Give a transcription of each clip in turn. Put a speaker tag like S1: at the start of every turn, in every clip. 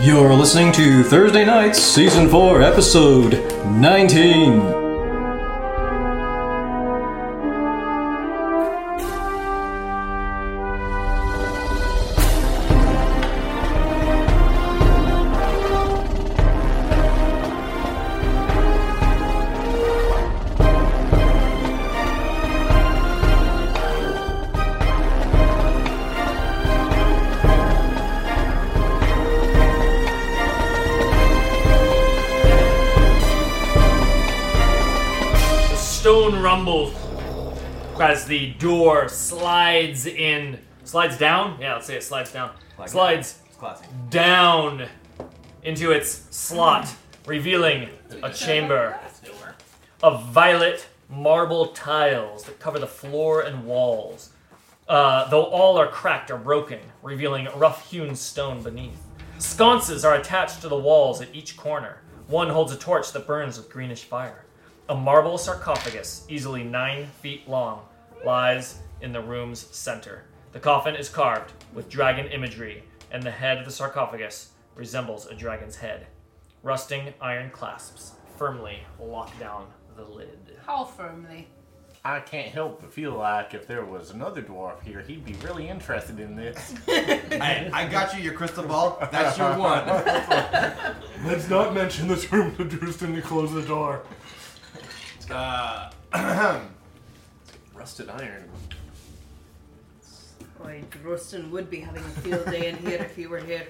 S1: You're listening to Thursday Nights, Season 4, Episode 19.
S2: The stone rumbles as the door slides in, slides down. Yeah, let's say it slides down. Slides down into its slot, revealing a chamber of violet marble tiles that cover the floor and walls. Uh, though all are cracked or broken, revealing rough hewn stone beneath. Sconces are attached to the walls at each corner. One holds a torch that burns with greenish fire. A marble sarcophagus, easily nine feet long, lies in the room's center. The coffin is carved with dragon imagery, and the head of the sarcophagus resembles a dragon's head. Rusting iron clasps firmly lock down the lid.
S3: How firmly?
S4: I can't help but feel like if there was another dwarf here, he'd be really interested in this.
S5: Hey, I got you your crystal ball. That's your one.
S6: Let's not mention this room to Drewston to close the door.
S5: Uh,
S4: Rusted iron.
S3: Boy, Rustin would be having a field day in here if he were here.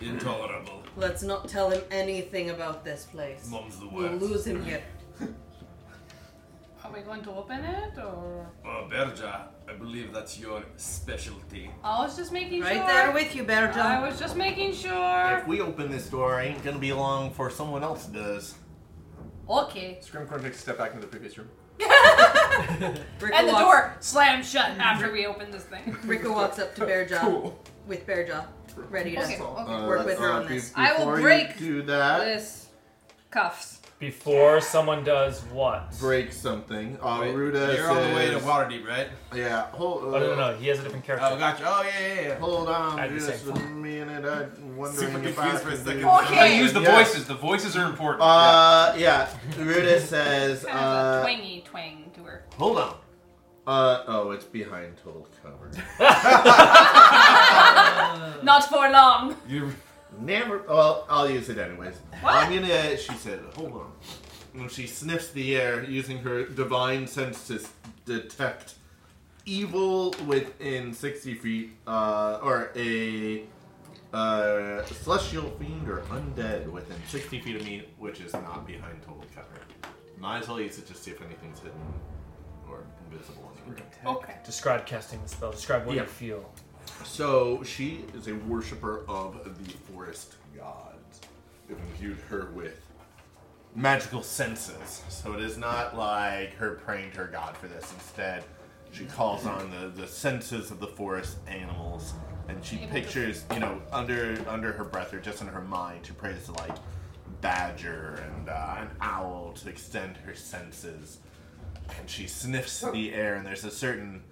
S5: intolerable.
S3: Let's not tell him anything about this place.
S5: Mum's the
S3: We'll
S5: worst.
S3: lose him here.
S7: Are we going to open it or?
S5: Uh, Berja, I believe that's your specialty.
S7: I was just making sure.
S3: Right there with you,
S7: I
S3: Berta.
S7: was just making sure.
S4: If we open this door, it ain't gonna be long before someone else does.
S7: Okay.
S8: Scrimcorn takes a step back into the previous room.
S3: Ricka
S7: And the
S3: walks,
S7: door slammed shut after we open this thing.
S3: Ricka walks up to Bearjaw with Bearjaw, ready to
S7: Okay. Okay.
S3: work with her on this.
S7: I will break
S8: do that.
S7: This cuffs.
S2: Before someone does what?
S8: Break something. Uh,
S5: Wait,
S8: Ruda
S5: you're on the way to
S8: says-
S5: Waterdeep, right?
S8: Yeah. Hold.
S2: Oh, no,
S8: uh,
S2: no, no, he has a different character.
S5: Oh, gotcha. Oh, yeah, yeah, yeah.
S8: Hold
S2: I
S8: on
S2: had the
S8: just
S2: same
S8: a minute. I'm wondering
S5: Super
S8: if I
S5: confused for a
S8: can
S5: second.
S8: do
S7: Okay.
S8: this.
S7: Use
S8: Yeah.
S5: The voices are important.
S8: Uh, yeah. Ruda says,
S7: Kind of a
S8: uh,
S7: twangy twang to her.
S4: Hold on.
S8: uh, oh, it's behind told cover.
S7: Not for long.
S8: Never. Well, I'll use it anyways. I'm gonna. She said, "Hold on." When she sniffs the air using her divine sense to s- detect evil within sixty feet, uh, or a uh, celestial fiend or undead within sixty feet of me, which is not behind total cover. Might as well use it to see if anything's hidden or invisible in the room.
S7: Okay.
S2: Describe casting the spell. Describe what
S8: Yeah.
S2: you feel.
S8: So she is a worshiper of the forest gods. They've imbued her with magical senses. So it is not like her praying to her god for this. Instead, she calls on the, the senses of the forest animals and she
S7: Able to-
S8: pictures, you know, under under her breath or just in her mind, she prays to like badger and uh, an owl to extend her senses. And she sniffs the air and there's a certain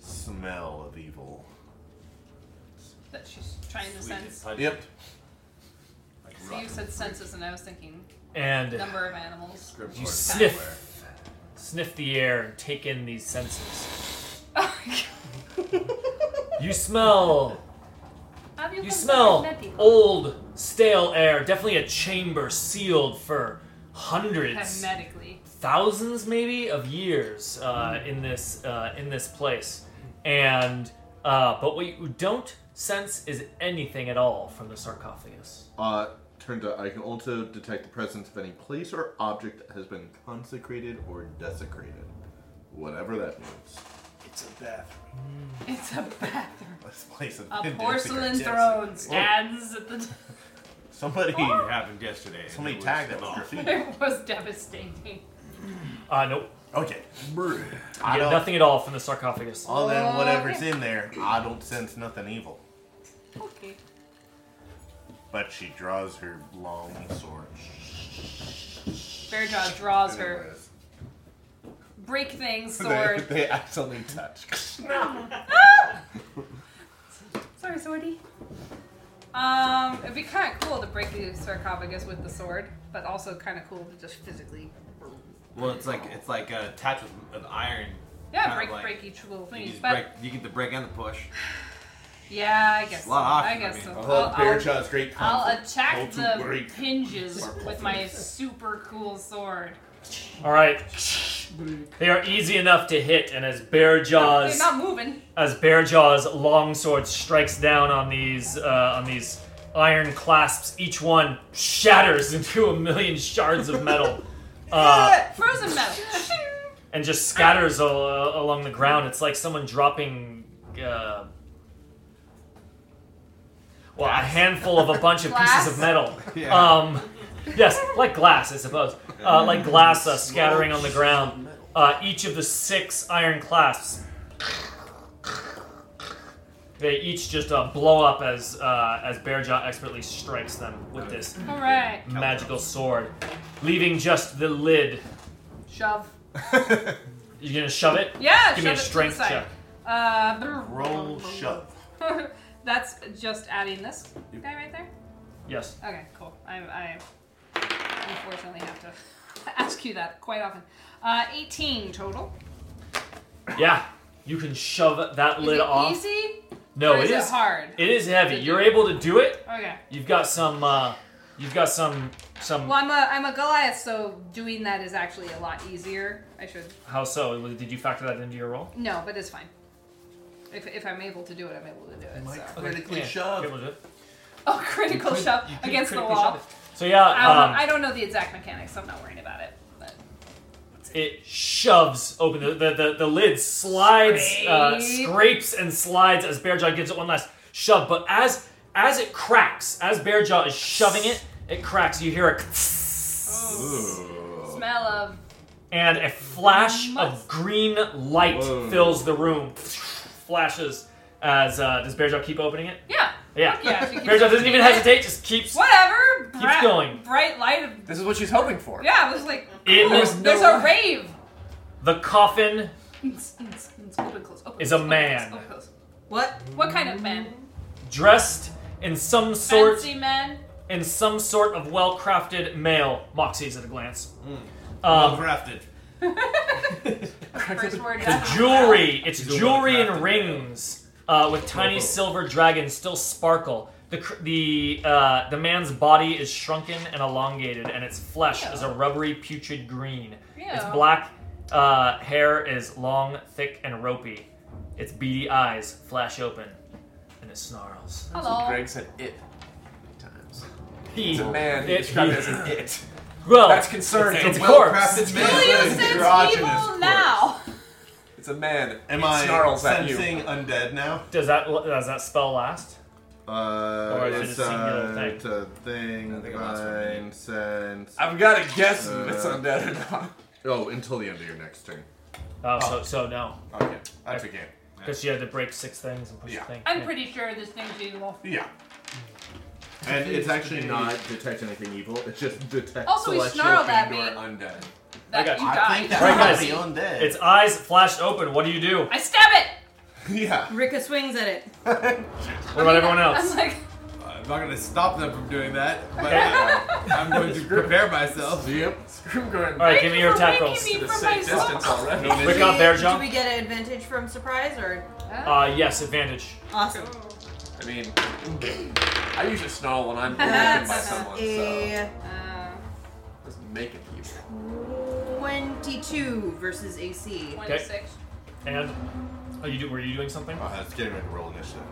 S8: smell of evil
S7: That she's trying to sense.
S8: Yep.
S7: So you said senses, and I was thinking
S2: And
S7: number of animals.
S2: you sniff, sniff the air and take in these senses. You smell
S7: Have
S2: You
S7: been
S2: smell
S7: magnetic?
S2: old, stale air. Definitely a chamber sealed for hundreds,
S7: Hermetically.
S2: thousands, maybe of years uh, in this uh, in this place. And uh, but what you don't sense is anything at all from the sarcophagus.
S8: Uh, turns out I can also detect the presence of any place or object that has been consecrated or desecrated. Whatever that means.
S4: It's a bathroom.
S7: It's a bathroom.
S4: This place has
S7: A
S4: been
S7: porcelain
S4: desecrated.
S7: throne stands at the.
S4: Somebody,
S5: It happened yesterday. and
S4: somebody
S5: it was
S4: tagged that with
S5: awful.
S4: graffiti.
S7: It was devastating.
S2: Uh, nope,
S4: Okay.
S2: you
S8: I
S2: get
S8: don't.
S2: nothing at all from the sarcophagus.
S8: Well, then whatever's in there, I don't sense nothing evil.
S7: Okay.
S8: But she draws her long sword.
S7: Bearjaw draws her.
S8: Anyways.
S7: Break things,
S4: They,
S7: sword.
S4: they accidentally touch.
S7: Sorry, swordy. Um, Um, it'd be kind of cool to break the sarcophagus with the sword, but also kind of cool to just physically.
S9: Well, it's like it's like uh, attached with an iron.
S7: Yeah,
S9: Kinda
S7: break
S9: like-
S7: break each little
S9: You,
S7: thing.
S9: just
S7: But
S9: break, you get the break and the push.
S7: yeah, I guess.
S9: It's a lot of options, I
S7: so. I guess
S9: mean.
S7: so.
S8: I'll
S7: I'll-
S8: hold Bear
S7: I'll-
S8: Jaw's great
S7: I'll
S8: console.
S7: attack
S8: Hold to
S7: the
S8: break.
S7: hinges with my super cool sword.
S2: All right. They are easy enough to hit, and as Bear
S9: Uh,
S7: They're
S2: Jaws,
S7: not moving.
S2: as Bear Jaws' long sword strikes down on these uh, on these iron clasps, each one shatters into a million shards of metal, uh,
S7: Frozen metal.
S2: and just scatters al- uh, along the ground. It's like someone dropping, uh, well, a handful of a bunch of pieces
S7: Glass?
S2: of metal.
S9: Yeah.
S2: Um, yes, like glass, I suppose. Uh, like glass uh, scattering on the ground. Uh, each of the six iron clasps. They each just uh, blow up as uh, as Bearjaw expertly strikes them with this
S7: All right,
S2: magical sword, leaving just the lid.
S7: shove.
S2: You gonna shove it?
S7: Yeah,
S2: Give
S7: shove
S2: me
S7: it
S2: a
S7: to the
S2: strength
S7: side.
S2: check.
S7: Uh, brr.
S4: Roll shove.
S7: That's just adding this guy right there.
S2: Yes.
S7: Okay, cool. I, I unfortunately have to ask you that quite often. Uh, 18 total.
S2: Yeah. You can shove that
S7: Is
S2: lid
S7: it
S2: off.
S7: easy?
S2: No,
S7: or
S2: it
S7: is
S2: is.
S7: it hard?
S2: It is heavy. You're able to do it.
S7: Okay.
S2: You've got some. Uh, you've got some. Some.
S7: Well, I'm a I'm a Goliath, so doing that is actually a lot easier. I should
S2: How so? Did you factor that into your roll?
S7: no, but it's fine. If, if I'm able to do it, I'm able to do it. So.
S8: Critically shoved.
S2: Able to do it.
S7: Oh, critical
S2: Crit-
S7: shove
S2: you can
S7: against the
S2: critically
S7: wall.
S2: shove it. So yeah,
S7: I, don't,
S2: um,
S7: I don't know the exact mechanics, so I'm not worrying about it. But
S2: it shoves open the the, the, the lid slides uh,
S7: Scrape.
S2: scrapes and slides as Bearjaw gives it one last shove. But as as it cracks, as Bearjaw is shoving it, it cracks. You hear a
S7: Oh. smell of
S2: and a flash
S7: Must-
S2: of green light fills the room. Flashes as uh, does Bearjaw keep opening it?
S7: yeah,
S2: Yeah.
S7: Yeah, she keeps
S2: Bearjaw doesn't even
S7: opening it.
S2: hesitate. Just keeps
S7: whatever. Keep
S2: going.
S7: Bright light of
S9: This is what she's hoping for.
S7: yeah. I was like,
S2: It
S7: cool,
S2: was
S7: there's
S2: no-
S7: a rave.
S2: the coffin.
S7: Open, oh, close, open,
S2: Is a
S7: close, open,
S2: man.
S7: close, open, close.
S3: What?
S7: What kind of man?
S2: Dressed in some sort
S7: Fancy man.
S2: in some sort of well-crafted mail. Moxie's at a glance. Um,
S9: Crafted.
S7: First word.
S2: the
S7: that's-
S2: jewelry, it's
S9: She's a
S2: jewelry and
S9: well-crafted
S2: rings uh, with tiny silver dragons still sparkle. The cr- the uh, the man's body is shrunken and elongated, and its flesh is a rubbery, putrid green. Its
S7: Ew.
S2: black uh, hair is long, thick, and ropey. Its beady eyes flash open, and it snarls.
S7: Hello.
S9: Greg said it. Times.
S2: He's
S9: Man, he described it as an it.
S2: well,
S9: That's concerning.
S2: It's a corpse.
S5: Crafted
S7: Will
S5: man.
S7: you
S8: It's
S7: sense
S8: androgynous
S7: evil
S8: corpse.
S7: now?
S9: It's a man.
S8: Am
S9: it
S8: I
S9: snarls at you.
S8: sensing undead now?
S2: Does that does that spell last?
S8: Uh,
S2: Or is it
S8: it's
S2: a singular
S8: a,
S2: thing?
S8: it's a thing.
S9: don't think it lasts for me.
S8: Divine sense.
S9: I've got to guess if it's
S8: Uh,
S9: undead or not.
S8: Oh, until the end of your next turn.
S2: Oh, so so no,
S8: Okay, that's a game.
S2: because you had to break six things and push
S8: Yeah.
S2: a thing.
S7: I'm
S2: Yeah.
S7: pretty sure this thing's evil.
S8: Yeah. And it's actually not detect anything evil. It's just detect
S7: Also, he
S8: celestial
S7: snarled at
S8: and
S7: me.
S8: or undead.
S7: That
S2: got
S7: you
S2: you.
S7: died.
S2: Right, guys.
S4: probably undead.
S2: Its eyes flashed open. What do you do?
S7: I stab it.
S8: Yeah.
S3: Rika swings at it.
S2: What about everyone
S7: I'm
S2: else?
S7: like,
S5: I'm not gonna stop them from doing that, but I, I'm going to prepare myself.
S8: Yep.
S9: Screw going
S2: All right,
S7: thank
S2: give me
S7: you
S2: your
S7: for
S2: attack
S7: making
S2: rolls.
S7: me
S9: to the
S7: from
S9: same
S7: myself.
S9: distance already.
S2: Quick
S3: Do
S2: up,
S3: we-
S2: Bear
S3: Do we
S2: John.
S3: get an advantage from surprise or?
S2: Uh, yes, advantage.
S3: Awesome.
S9: I mean, I usually snarl when I'm awoken by someone, so
S3: A
S7: Uh,
S9: just make it evil.
S3: 22 versus AC.
S7: 26.
S2: And oh, you do, were you doing something?
S8: Uh, it's getting ready to roll initiative.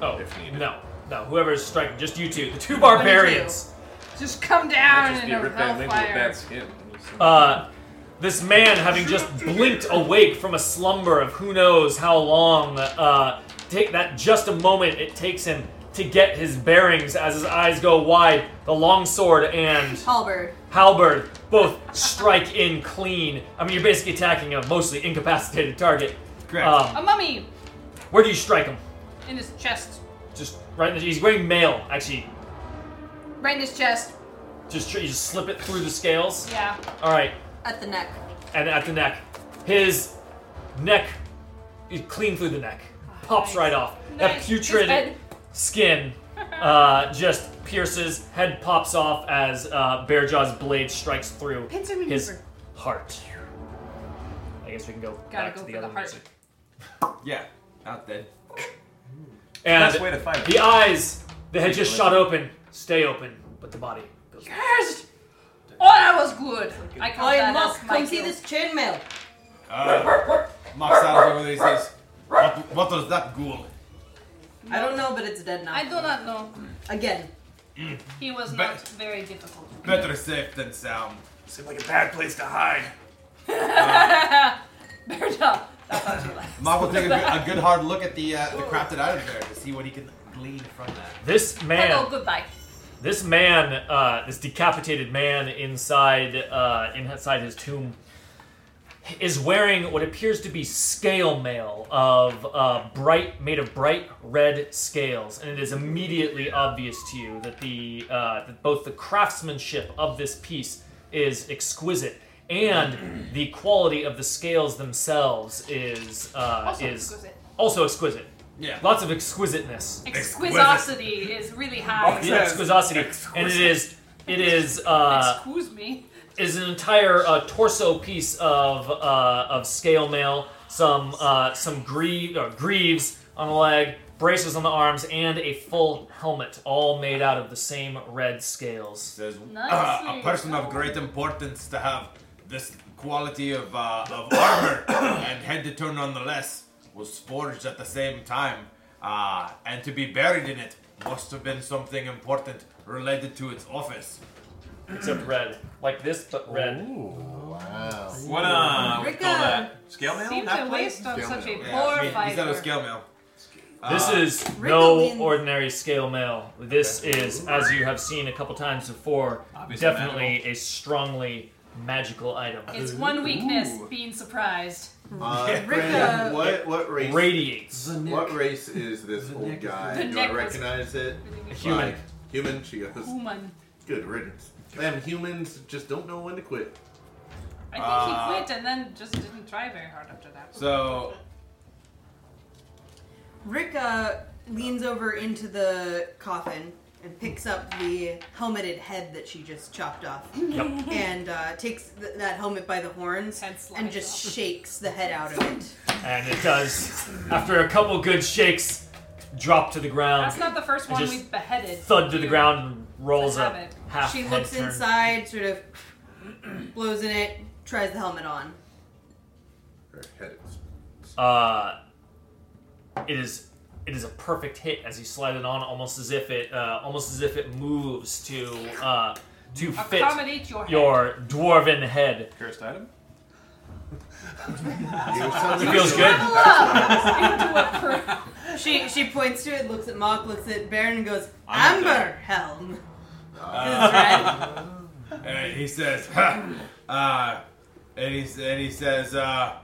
S2: Oh,
S8: if needed.
S2: no, no. Whoever's striking, just you two, the two barbarians.
S7: Just come down
S9: Might just
S7: and
S9: be
S7: a
S9: ripped down into a bad
S7: hellfire.
S9: skin. We'll see.
S2: Uh, this man, having just blinked awake from a slumber of who knows how long, uh, take that just a moment it takes him to get his bearings as his eyes go wide. The longsword and
S3: Halberd.
S2: halberd both strike in clean. I mean, you're basically attacking a mostly incapacitated target.
S9: Correct.
S2: Um,
S7: A mummy
S2: where do you strike him?
S7: in his chest.
S2: Just right in the. He's wearing mail, actually.
S7: Right in his chest.
S2: Just tr- you just slip it through the scales.
S7: Yeah.
S2: All right,
S3: At the neck.
S2: and at the neck, his neck is clean through the neck, pops
S7: Oh, Nice.
S2: right off. That
S7: Nice. His
S2: putrid
S7: head.
S2: skin uh, just pierces, head pops off as uh, Bearjaw's blade strikes through
S3: Pincer
S2: his
S3: maneuver.
S2: heart. I guess we can go
S7: Gotta
S2: back to
S7: go for
S2: the
S7: the
S2: other
S7: heart.
S2: music.
S9: Yeah, not dead.
S2: And
S9: Best way to find
S2: the
S9: it.
S2: eyes that had just shot open stay open, but the body goes.
S7: Yes! Oh, that was good. I call
S3: I
S7: that
S3: am Musk.
S7: as my
S3: Come see
S7: kill.
S3: this chainmail.
S5: Mock sounds over there. He says, "What, what was that ghoul?"
S3: I don't know, but it's dead now.
S7: I do not know.
S3: Again.
S7: He was not very difficult.
S5: Better safe than sound.
S9: Seemed like a bad place to hide.
S7: Bear down. That's how she laughed.
S5: Mock will take a good, a good hard look at the uh, the crafted items there to see what he can glean from that.
S2: This man.
S7: Hello, oh, goodbye.
S2: This man, uh, this decapitated man inside uh, inside his tomb, is wearing what appears to be scale mail of uh, bright, made of bright red scales, and it is immediately obvious to you that the uh, that both the craftsmanship of this piece is exquisite, and the quality of the scales themselves is uh,
S7: Also
S2: is
S7: exquisite.
S2: also exquisite.
S5: Yeah.
S2: Lots of exquisiteness
S7: Exquisosity is really high.
S9: Oh,
S2: the
S9: Yes.
S2: exquisosity, and it is it is uh,
S7: Excuse me.
S2: is an entire uh, torso piece of uh, of scale mail, some uh, some greave, uh, greaves on the leg, braces on the arms, and a full helmet, all made out of the same red scales.
S5: Says
S7: Nicely
S5: "Ah, a person of great importance to have this quality of uh, of armor and head to toe nonetheless was forged at the same time, uh, and to be buried in it must have been something important related to its office.
S2: Except red, like this, but red.
S4: Wow.
S9: What uh? What do you call
S3: Rico.
S9: that? Scale mail?
S7: Seems
S9: Hat
S7: a
S9: plate?
S7: waste on
S9: Scale
S7: such a
S9: mail.
S7: poor
S5: Yeah, I mean, he said it
S7: fighter.
S5: was scale mail.
S2: This
S5: Uh,
S2: is
S3: Wriggling.
S2: no ordinary scale mail. This is, as you have seen a couple times before,
S9: Obviously
S2: definitely a strongly magical item.
S7: It's one weakness being surprised.
S8: Uh,
S5: Yeah.
S8: Brandon, what, what race?
S2: Radiates.
S8: What race is this old guy?
S7: The
S8: Do
S7: neck
S8: I
S7: was-
S8: recognize it?
S2: Human.
S8: Like, human. She goes.
S7: Human.
S8: Good riddance. Damn, humans just don't know when to quit.
S7: I think he quit and then just didn't try very hard after that.
S5: So
S3: Rick uh, leans over into the coffin and picks up the helmeted head that she just chopped off,
S2: Yep.
S3: and uh, takes th- that helmet by the horns
S7: Head slides
S3: and just
S7: off.
S3: shakes the head out of it.
S2: And it does, after a couple good shakes, drop to the ground,
S7: That's not the first one
S2: just
S7: we've beheaded.
S2: thud to the ground, and rolls
S7: Let's
S2: up.
S7: have it.
S2: Half
S3: she
S2: head
S3: looks
S2: turn.
S3: inside, sort of blows in it, tries the helmet on.
S8: Her head is
S2: Uh, it is it is a perfect hit as you slide it on, almost as if it uh, almost as if it moves to uh, to fit
S7: Accommodate your head.
S2: your dwarven head.
S9: Cursed item.
S2: It feels good.
S3: She she points to it, looks at Mock, looks at Baron, and goes, "Amber helm."
S2: Uh,
S3: That's right.
S5: and he says, "Ha," uh, and he and he says, uh,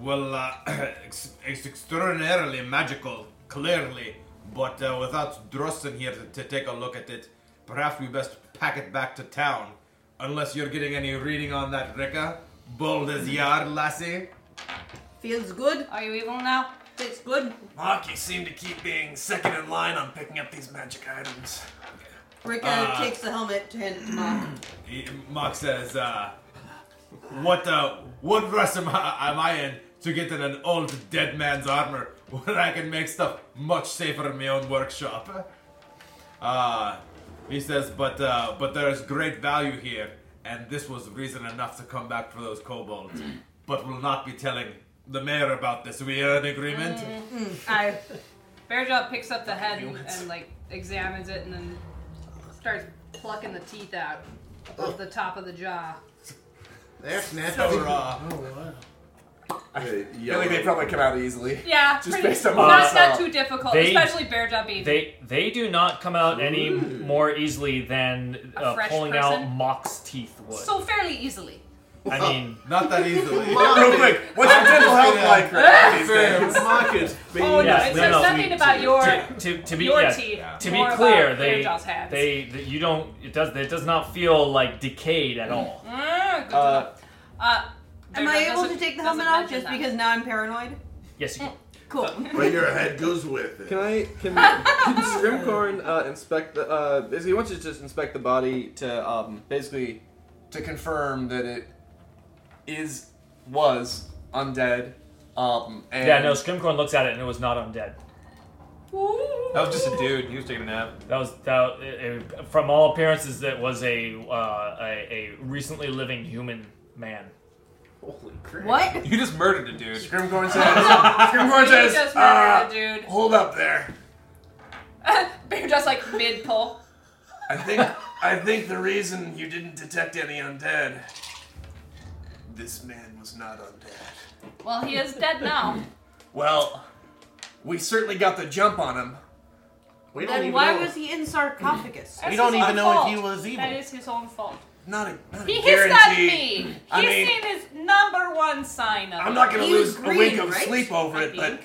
S5: well, uh, it's it's extraordinarily magical, clearly, but uh, without Drossen here to, to take a look at it, perhaps we best pack it back to town, unless you're getting any reading on that, Rika, bold as you are, lassie.
S3: Feels good.
S7: Are you evil now?
S3: Tastes good.
S9: Mark, you seem to keep being second in line on picking up these magic items.
S3: Rika
S5: Uh,
S3: takes the helmet to hand it to Mock.
S5: He, Mark says, uh, "What uh, what rush am I, am I in to get in an old dead man's armor when I can make stuff much safer in my own workshop?" Uh, he says, "But uh, but there is great value here, and this was reason enough to come back for those kobolds. but we'll not be telling the mayor about this. We are in agreement."
S3: I
S7: Bearjaw picks up the head and, and like examines it and then starts plucking the teeth out of the top of the jaw.
S8: That's
S5: So,
S7: Mm.
S8: natural.
S5: uh,
S9: I feel like they probably come out easily.
S7: Yeah,
S9: Just
S7: pretty,
S9: based on what I
S7: not,
S9: saw.
S7: not too difficult,
S2: They-
S7: especially Bearjaw being.
S2: They they do not come out any more easily than
S7: A
S2: uh,
S7: fresh
S2: pulling out
S7: person?
S2: Mock's teeth would.
S7: so fairly easily.
S2: I mean,
S5: not that easily.
S9: Real quick, what's your dental health like right now these days?
S7: Oh no,
S2: Yes,
S7: it
S2: no,
S7: says
S2: no,
S7: nothing
S2: we-
S7: about your
S2: to, to, to be
S7: your
S2: yeah,
S7: teeth.
S2: to be
S7: more about
S2: clear, they
S7: Bearjaw's hands.
S2: they that you don't it does it does not feel like decayed at all.
S7: Mm, good to
S9: Uh,
S7: know. Uh,
S3: am
S7: Bearjaw
S3: I able
S7: doesn't-
S3: to take the
S7: doesn't
S3: helmet off
S7: mention
S3: just
S7: that.
S3: because now I'm paranoid?
S2: Yes, you can.
S3: Cool.
S8: But your head goes with it.
S10: Can I? Can, can Scrimcorn uh, inspect the? Uh, basically, he wants you to just inspect the body to um, basically to confirm that it is was undead. Um, and
S2: Yeah, no, Scrimcorn looks at it and it was not undead.
S9: That was just a dude. He was taking a nap.
S2: That was that. It, it- from all appearances, that was a, uh, a a recently living human man.
S10: Holy crap!
S3: What?
S9: You just murdered a dude.
S10: Scrimcorn says. Scrimcorn
S7: You
S10: says.
S7: just
S10: "Ah,
S7: murdered a dude."
S10: Hold up there.
S2: Uh,
S7: Bear just like mid pull.
S10: I think I think the reason you didn't detect any undead. This man was not undead.
S7: Well, he is dead now.
S10: Well, we certainly got the jump on him.
S8: We don't
S3: Then
S8: even
S3: why
S8: know.
S3: was he in sarcophagus?
S7: That's
S8: don't
S7: his
S8: even
S7: own
S8: know if
S7: fault.
S8: he was evil.
S7: That is his own fault.
S10: Not a, not a
S7: He hissed at me.
S10: guarantee.
S7: He's
S10: I mean-
S7: seen his number one sign of
S10: I'm
S7: it.
S10: not gonna
S3: He
S10: lose
S3: was
S10: a wink
S3: green,
S10: of
S3: right?
S10: sleep over
S7: I
S10: it, but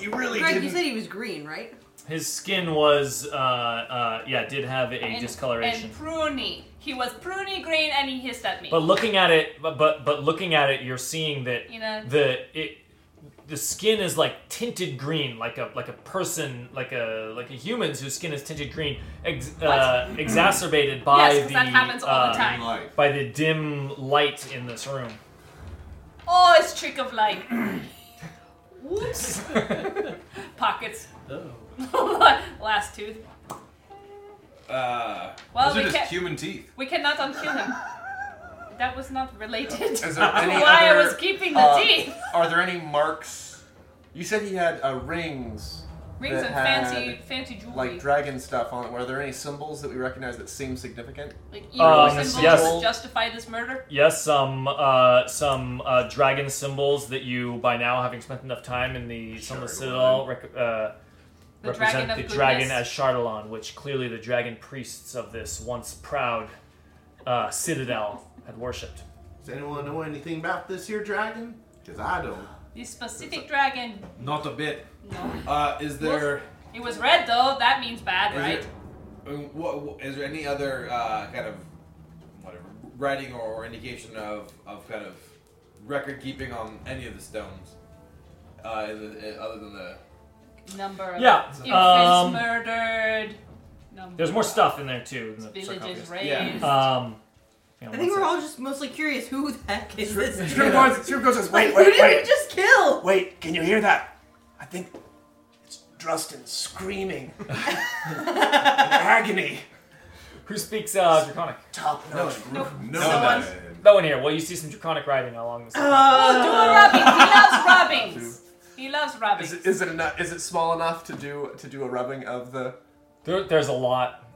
S10: you really
S3: Greg,
S10: didn't.
S3: you said he was green, right?
S2: His skin was, uh, uh, yeah, did have a
S7: And-
S2: discoloration.
S7: And pruny. He was pruny green and he hissed at me.
S2: But looking at it, but but, but looking at it, you're seeing that
S7: You know.
S2: the it the skin is like tinted green, like a like a person, like a like a human's whose skin is tinted green, ex- uh, exacerbated by
S7: yes, because
S2: the
S7: that happens all
S2: uh,
S7: the time.
S2: by the dim light in this room.
S7: Oh, it's trick of light. Whoops. Pockets. Last tooth.
S5: Uh,
S7: Well,
S9: Those are
S7: we,
S9: just
S7: can,
S9: human teeth.
S7: we cannot unkill him. That was not related to
S10: Is there any
S7: why
S10: other,
S7: I was keeping the
S10: uh,
S7: teeth.
S10: Are there any marks? You said he had uh, rings,
S7: Rings
S10: that
S7: and fancy,
S10: had,
S7: fancy jewelry.
S10: like dragon stuff on it. Were there any symbols that we recognize that seem significant?
S7: Like evil
S2: Um,
S7: symbols
S2: yes.
S7: to justify this murder.
S2: Yes, some uh, some uh, dragon symbols that you, by now having spent enough time in the Sunless Citadel, rec- uh,
S7: The
S2: represent
S7: dragon of
S2: the
S7: goodness.
S2: dragon as Shardalon, which clearly the dragon priests of this once proud uh, citadel had worshipped.
S8: Does anyone know anything about this here dragon? Because I don't.
S7: The specific dragon.
S5: not a bit.
S7: No.
S5: Uh, is there?
S7: It was red though. That means bad,
S5: Is
S7: right?
S5: there, um, what, what, is there any other uh, kind of whatever writing or, or indication of, of kind of record keeping on any of the stones? Uh, in the, uh, other than the
S7: Number of
S2: Yeah,
S7: infants
S2: um,
S7: murdered. Number
S2: There's more
S7: of
S2: stuff in there too. In the
S7: Villages
S2: sarcophagus.
S7: raised.
S5: Yeah.
S2: Um, hang on
S3: I
S2: one
S3: think we're
S2: sec.
S3: all just mostly curious who the heck is this dude?
S10: Scrimcorn Scrimcorn says,
S3: Like, who
S10: "Wait, wait,
S3: did we
S10: wait,
S3: just kill?
S10: wait! Can you hear that? I think it's Drustin screaming in agony."
S2: Who speaks uh, draconic?
S10: Top notch.
S8: No,
S7: Someone-
S8: one.
S2: That one here. Well, you see some draconic writing along the.
S3: Uh,
S2: sarcophagus.
S7: Oh, do rubbing. He loves rubbings. He loves rubbings.
S10: Is it, is it enough? Is it small enough to do to do a rubbing of the?
S2: There, there's a lot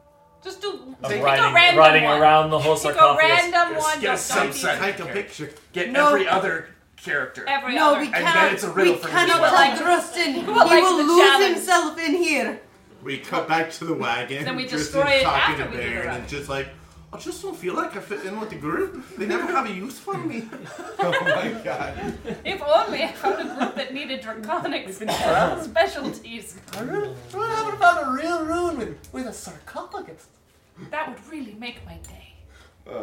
S7: Just do
S2: of
S7: pick a
S2: writing,
S7: random
S2: writing
S7: one.
S2: around the whole
S7: Pick a
S2: sarcophagus.
S7: random one.
S10: get a
S7: Just don't
S10: subset.
S7: be
S8: Take a picture.
S10: Get
S3: No.
S10: every other character.
S7: every
S3: Uh, No,
S7: other.
S3: we
S10: then
S3: cannot.
S10: it's a riddle
S3: we
S10: for me
S3: cannot
S10: as well.
S3: tell Drustin. He
S7: likes
S3: will
S7: the
S3: lose
S7: challenge?
S3: himself in here.
S8: We cut back to the wagon.
S7: Then we
S8: Tristan's
S7: destroy it
S8: talking
S7: after
S8: to
S7: we do the
S8: Baron,
S7: rubbing.
S8: and just like, I just don't feel like I fit in with the group. They never have a use for me.
S5: oh my god!
S7: If only I found a group that needed draconic specialties.
S10: I really, what happened about a real room with, with a sarcophagus?
S7: That would really make my day.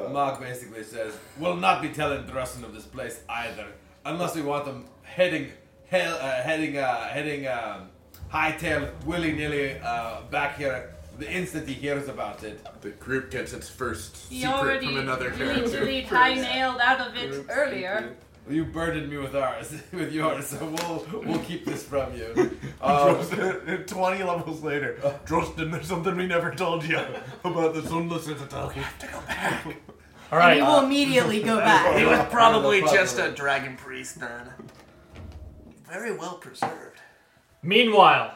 S5: Mark basically says, "We'll not be telling Drusen of this place either, unless we want them heading, hell, uh, heading, uh, heading, um, hightail willy nilly uh, back here the instant he hears about it."
S8: The group gets its first
S7: He
S8: secret
S7: already
S8: from another
S7: really,
S8: character.
S7: really high nailed out of it earlier.
S5: You burdened me with ours, with yours, so we'll we'll keep this from you.
S10: Uh,
S5: Um,
S8: Drustin- Twenty levels later, Drustin, there's something we never told you about the sunless
S10: "Oh,
S8: citadel. We have to go back.
S2: All right. uh,
S3: and he will immediately go back.
S10: He was probably just a dragon priest then. Very well preserved.
S2: Meanwhile,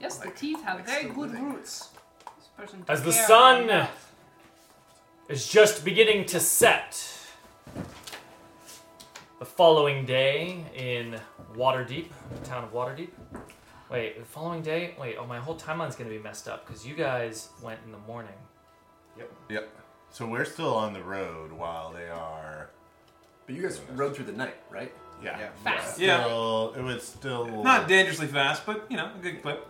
S7: Yes, the teeth have very good roots. This person
S2: as
S7: took
S2: the
S7: care of
S2: sun
S7: them.
S2: is just beginning to set, the following day in Waterdeep, the town of Waterdeep. Wait, the following day? Wait, oh, my whole timeline's gonna be messed up because you guys went in the morning.
S8: Yep. So we're still on the road while they are.
S10: But you guys rode through the night, right?
S8: Yeah.
S5: yeah.
S7: Fast.
S9: Yeah.
S8: Still, it was still
S9: Not dangerously fast, but you know, a good clip.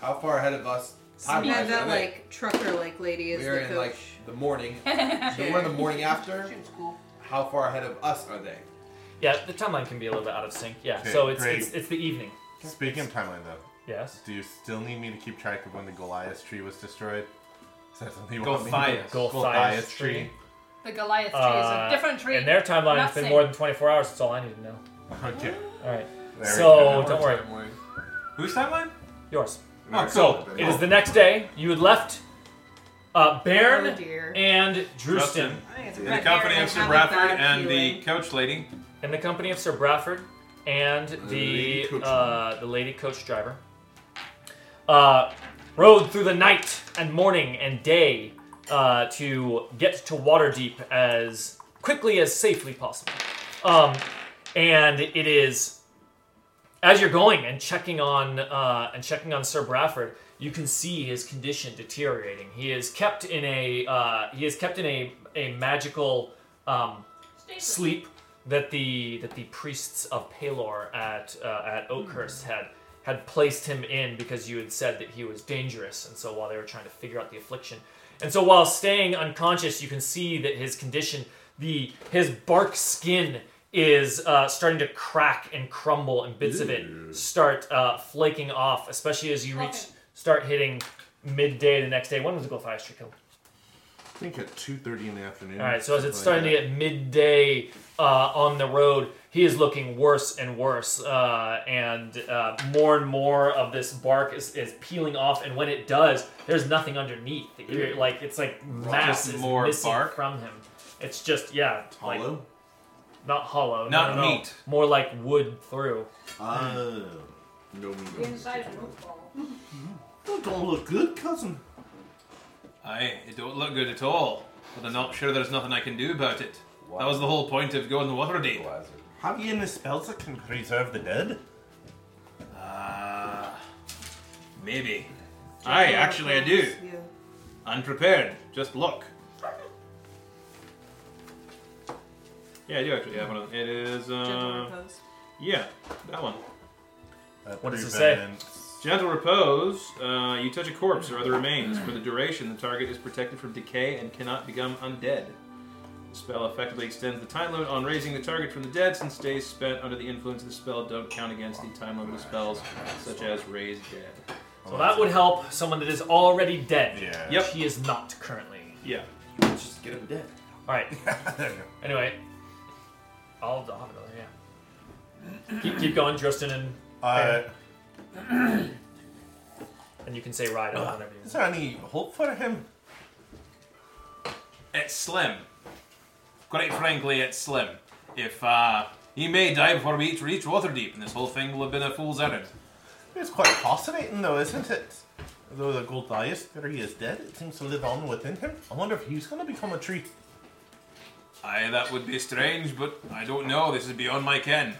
S5: How far ahead of us? Time
S3: Yeah, that like trucker like lady is
S5: we're
S3: the
S5: in
S3: coach.
S5: like the morning. so we're in the morning after.
S7: Shit's cool.
S5: How far ahead of us are they?
S2: Yeah, the timeline can be a little bit out of sync. Yeah,
S8: Okay,
S2: so it's,
S8: great.
S2: it's it's the evening.
S8: Speaking of timeline, though.
S2: Yes.
S8: Do you still need me to keep track of when the Goliath tree was destroyed? Is that something you want me to
S2: Golthias.
S8: do? Goliath tree.
S7: The Goliath tree
S2: Uh,
S7: is a different tree.
S2: And their timeline
S7: Not
S2: has been
S7: same.
S2: more than 24 hours. That's all I need to know.
S8: Okay.
S2: All right.
S8: There
S2: so
S8: we go.
S2: don't worry.
S10: Whose timeline?
S2: Yours.
S10: Oh, cool.
S2: So it is the next day. You had left uh, Bairn
S3: Oh, dear.
S2: and Drewston.
S10: Justin.
S3: I think it's
S10: In the
S3: right
S10: company
S3: there.
S10: of Sir
S3: I have a
S10: Bradford
S3: bad
S10: and the
S3: feeling.
S10: coach lady.
S2: in the company of Sir Bradford and the
S10: lady coach
S2: uh, the lady coach driver, uh, rode through the night and morning and day uh, to get to Waterdeep as quickly as safely possible. Um, and it is as you're going and checking on uh, and checking on Sir Bradford, you can see his condition deteriorating. He is kept in a uh, he is kept in a a magical um, sleep that the that the priests of Palor at uh, at Oakhurst had had placed him in because you had said that he was dangerous, and so while they were trying to figure out the affliction, and so while staying unconscious, you can see that his condition the his bark skin is uh, starting to crack and crumble, and bits of it start uh, flaking off, especially as you reach start hitting midday the next day. When was the Glowfire tree killed?
S8: I think at 2.30 in the afternoon.
S2: All right, so as it's starting to
S8: something like
S2: get midday uh, on the road, he is looking worse and worse, uh, and uh, more and more of this bark is, is peeling off. And when it does, there's nothing underneath. You're, like it's like mass
S10: Just
S2: is
S10: more
S2: missing
S10: bark?
S2: from him. It's just yeah, like-
S8: Hollow?
S2: not hollow, no,
S10: Not
S2: no, no.
S10: meat.
S2: more like wood through.
S8: that. Oh. No, no,
S7: The inside of a root ball.
S8: That don't look good, cousin.
S10: Aye, it don't look good at all. But I'm not sure there's nothing I can do about it. That was the whole point of going to Waterdeep.
S8: Have you any spells that can preserve the dead?
S10: Ah, maybe. Aye, actually I do.
S3: Yeah.
S10: Unprepared. Just luck. Yeah, I do actually have one. of them. It is,
S3: Gentle
S10: uh,
S3: repose.
S10: yeah, that one.
S8: That
S2: What does it say?
S8: Uh, prevents-
S10: Gentle repose. Uh, you touch a corpse or other remains. For the duration, the target is protected from decay and cannot become undead. The spell effectively extends the time limit on raising the target from the dead, since days spent under the influence of the spell don't count against the time limit of spells such as raise dead.
S2: So that would help someone that is already dead.
S8: Yeah.
S10: Yep.
S2: He is not currently.
S10: Yeah.
S8: Just get him dead.
S2: All right. Anyway, I'll, I'll have another. Yeah. keep, keep going, Justin, and
S8: uh,
S2: and you can say ride on whenever you
S8: is there any hope for him?
S10: It's slim. Quite frankly, it's slim. If uh, he may die before we each reach Waterdeep, and this whole thing will have been a fool's errand.
S8: It's quite fascinating, though, isn't it? Though the gold bias theory is dead, it seems to live on within him. I wonder if he's going to become a tree.
S10: Aye, that would be strange, but I don't know. This is beyond my ken.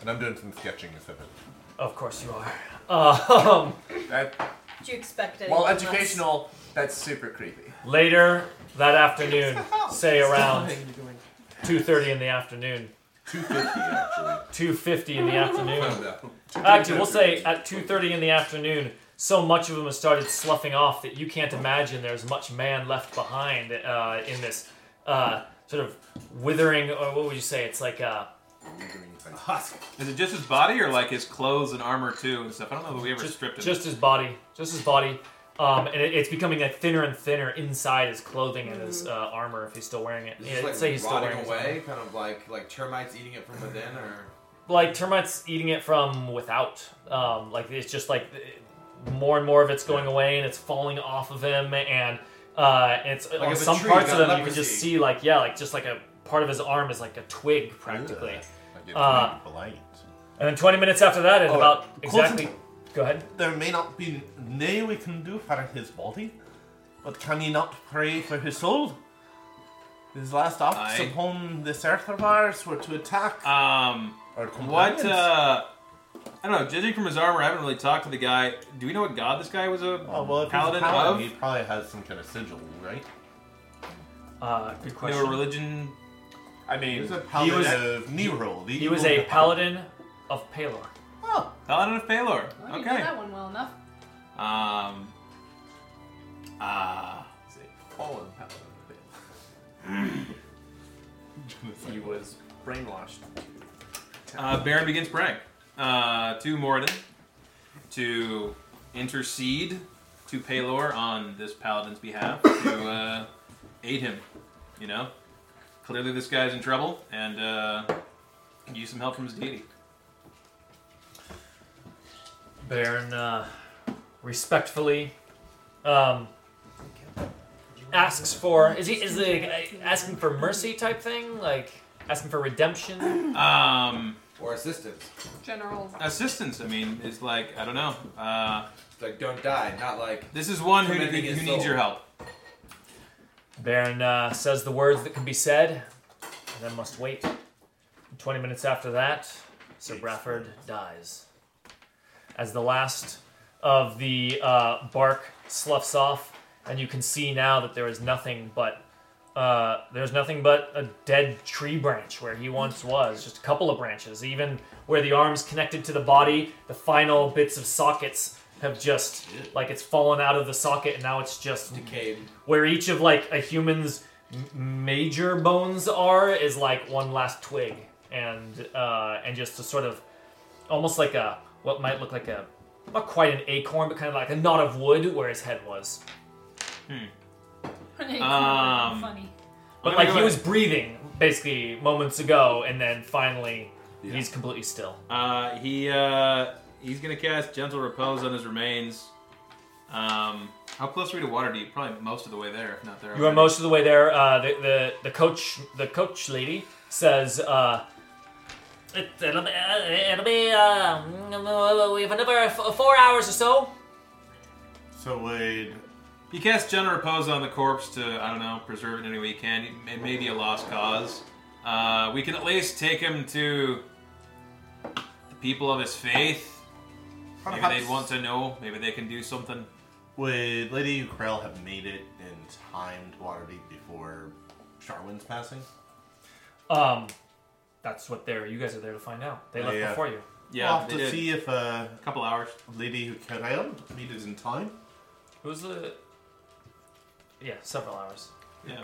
S8: And I'm doing some sketching instead of it.
S2: Of course you are. Um,
S9: That,
S3: Did you expect anything
S9: while
S3: less?
S9: educational, that's super creepy.
S2: later that afternoon, say around 2.30 in the afternoon,
S8: 250,
S2: 2.50
S8: actually.
S2: in the afternoon.
S10: Well,
S2: Actually, we'll say at 2.30 in the afternoon, so much of them has started sloughing off that you can't imagine there's much man left behind uh, in this uh, sort of withering, or what would you say? It's like uh,
S10: Is it just his body, or like his clothes and armor too and stuff? I don't know that we ever
S2: just,
S10: stripped him.
S2: just his body, just his body, um, and it, it's becoming like thinner and thinner inside his clothing and his uh, armor if he's still wearing it.
S5: Is
S2: Yeah,
S5: this like
S2: say he's still
S5: rotting
S2: wearing his armor.
S5: away, kind of like like termites eating it from within, or
S2: Like termites eating it from without. Um, like it's just like eh, more and more of it's going away and it's falling off of him and. Uh, and it's on
S5: if a
S2: some
S5: tree
S2: parts of
S5: got
S2: him you can just
S5: leprosy.
S2: see like yeah like just like a part of his arm is like a twig practically
S8: I get
S2: Uh,
S8: blind.
S2: and then 20 minutes after that at
S8: Oh,
S2: about
S8: close
S2: exactly go ahead
S8: There may not be nay we can do for his body, but can ye not pray for his soul? His last acts
S10: Aye.
S8: upon this earth of ours were to attack
S5: Uh,
S10: um,
S8: our
S10: what?
S8: companions.
S10: Uh, I don't know. Judging from his armor, I haven't really talked to the guy. Do we know what god this guy was a
S8: oh, well, if
S10: paladin,
S8: he's a paladin, he
S10: of?
S8: probably has some kind of sigil, right?
S2: uh, good
S10: They
S2: question
S10: were religion.
S9: I
S8: He was
S9: mean,
S8: a paladin
S2: was-
S8: of Nero. The
S2: he was a
S8: evil
S2: paladin of Palor
S8: Oh,
S10: Paladin of Palor.
S7: Well, You did
S10: Okay.
S7: that one well enough.
S10: Um. Ah.
S9: fallen paladin. He was
S10: brainwashed.
S9: Uh, Baron begins praying uh, to Moradin to intercede to Paylor on this paladin's behalf to uh, aid him. You know, clearly this guy's in trouble and uh, can use some help from his deity.
S2: Baron uh, respectfully um, asks for is he is the asking for mercy type thing like asking for redemption
S9: um
S2: or assistance
S7: General.
S9: Assistance, I mean, is like I don't know. Uh,
S5: like don't die, not like.
S9: This is one who, who
S5: commending his
S9: needs
S5: soul.
S9: your help.
S2: Baron uh, says the words that can be said and then must wait 20 minutes after that Sir Brafford dies as the last of the uh, bark sloughs off and you can see now that there is nothing but uh, there's nothing but a dead tree branch where he once was, just a couple of branches. Even where the arms connected to the body, the final bits of sockets have just like it's fallen out of the socket, and now it's just decayed. Where each of like a human's m- major bones are is like one last twig, and uh, and just a sort of almost like a what might look like a not quite an acorn, but kind of like a knot of wood where his head was. Um,
S7: funny.
S2: But like
S9: I'm gonna
S2: he
S9: go
S2: was
S9: ahead.
S2: breathing basically moments ago, and then finally he's completely still.
S9: Uh, he uh, he's gonna cast gentle repose on his remains. Um, how close are we to Waterdeep? Probably most of the way there, if not there.
S2: You are
S9: already.
S2: most of the way there. Uh, the, the the coach the coach lady says. Uh, it, it'll be, uh, it'll be uh, we have another f- four hours or so.
S9: So Wade. He casts General Repose on the corpse to, I don't know, preserve it in any way he can. It may be a lost cause. Uh, we can at least take him to the people of his faith. Maybe
S8: Perhaps-
S9: they'd want to know. Maybe they can do something.
S8: Would Lady Ukrell have made it in time to Waterdeep before Charwin's passing?
S2: Um, that's what they're. You guys are there to find out. They left
S8: I, uh,
S2: before you.
S8: I'll have to see if uh, a
S9: couple hours.
S8: Lady Ukrell made it in time.
S2: Who's the? Yeah, several hours.
S9: Yeah,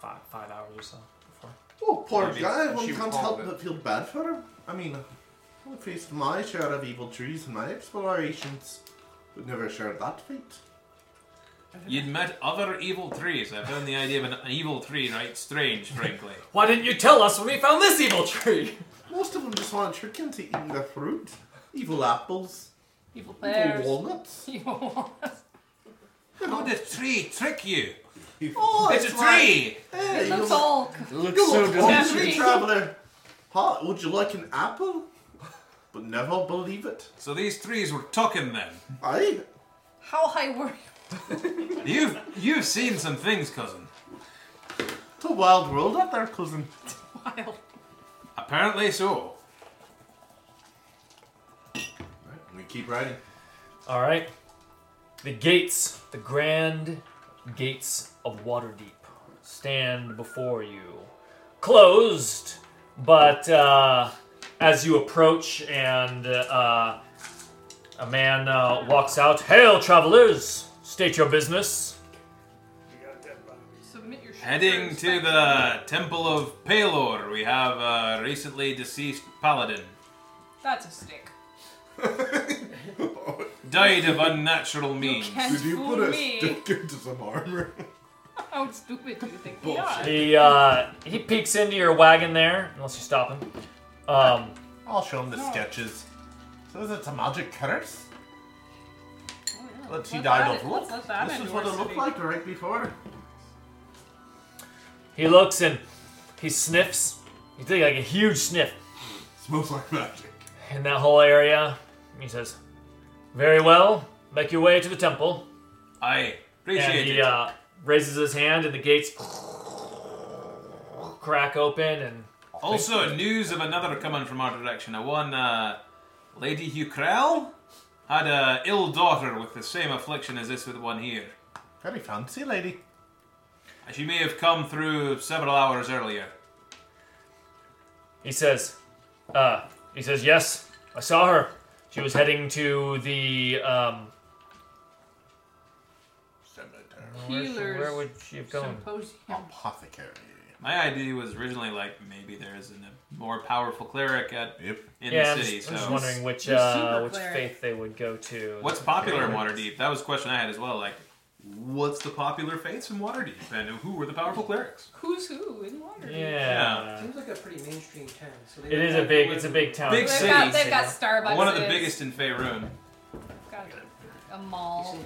S2: five five hours or so before.
S8: Oh, poor
S2: Maybe
S8: guy.
S2: she
S8: One
S2: would
S8: can't
S2: follow
S8: help
S2: it.
S8: but feel bad for him. I mean, I faced my share of evil trees in my explorations, but never shared that fate.
S9: You'd met other evil trees. I found the idea of an evil tree right strange, frankly.
S2: Why didn't you tell us when we found this evil tree?
S8: Most of them just want to trick you into eating their fruit. Evil apples.
S7: Evil
S8: Evil
S7: bears.
S8: walnuts.
S7: Evil walnuts.
S9: How did a tree trick you?
S8: Oh,
S9: it's a
S8: that's right.
S9: tree!
S8: Hey,
S7: It
S8: you
S7: looks
S8: look-
S7: all.
S8: you look
S7: you
S8: so
S7: look
S8: delicious,
S7: hungry.
S8: traveler. Huh, would you like an apple? But never believe it.
S9: So these trees were talking then.
S8: Aye.
S7: How high were you?
S9: You've you've seen some things, cousin.
S8: It's a wild world out there, cousin.
S7: Wild.
S9: Apparently so.
S8: We keep riding.
S2: All right. The gates, the grand gates of Waterdeep, stand before you, closed. But uh, as you approach, and uh, a man uh, walks out, hail travelers! State your business.
S7: Submit your.
S9: Heading to the Temple of Palor, we have a recently deceased paladin.
S7: That's a stick.
S9: Died of unnatural means.
S7: can't Did you fool put a me. stick
S8: into some armor?
S7: How stupid do you think we are?
S2: He uh, he peeks into your wagon there, unless you stop him. Um,
S8: I'll show him the sketches. So is it a magic curse? Let's see,
S7: What's
S8: died
S7: that-
S8: of look.
S7: what's that
S8: This
S7: in
S8: is what it
S7: your
S8: looked
S7: city?
S8: like right before.
S2: He looks and he sniffs. He takes like a huge sniff.
S5: Smells like magic.
S2: In that whole area, he says, "Very well. Make your way to the temple."
S9: I
S2: and
S9: appreciate
S2: he,
S9: it.
S2: Uh, raises his hand, and the gates crack open, and
S9: Also, news of another coming from our direction. A one, uh, Lady Hukrell had a ill daughter with the same affliction as this with one here.
S8: Very fancy, lady.
S9: She may have come through several hours earlier.
S2: He says, uh, he says, yes, I saw her. She was heading to the, um... Cemetery. Where,
S7: Healers
S2: would she have gone?
S7: Symposium.
S8: Apothecary.
S9: My idea was originally like maybe there's an, a more powerful cleric at in
S2: yeah, I'm
S9: the
S2: just-
S9: city.
S2: I'm
S9: so
S2: just wondering which
S7: Your
S2: uh,
S7: super
S2: which
S7: cleric.
S2: faith they would go to.
S9: What's popular in
S2: Yeah.
S9: Waterdeep? That was a question I had as well. Like, what's the popular faiths in Waterdeep, and who were the powerful clerics?
S7: Who's who in water?
S9: Yeah.
S11: Seems like a pretty mainstream town. So they
S2: It
S11: would
S2: is a
S11: have
S2: big-
S11: to
S2: it's a
S11: live-
S2: big town.
S9: Big
S7: They've
S9: city.
S7: got- they've got Starbucks.
S9: One of the biggest in Faerun.
S7: Got a mall.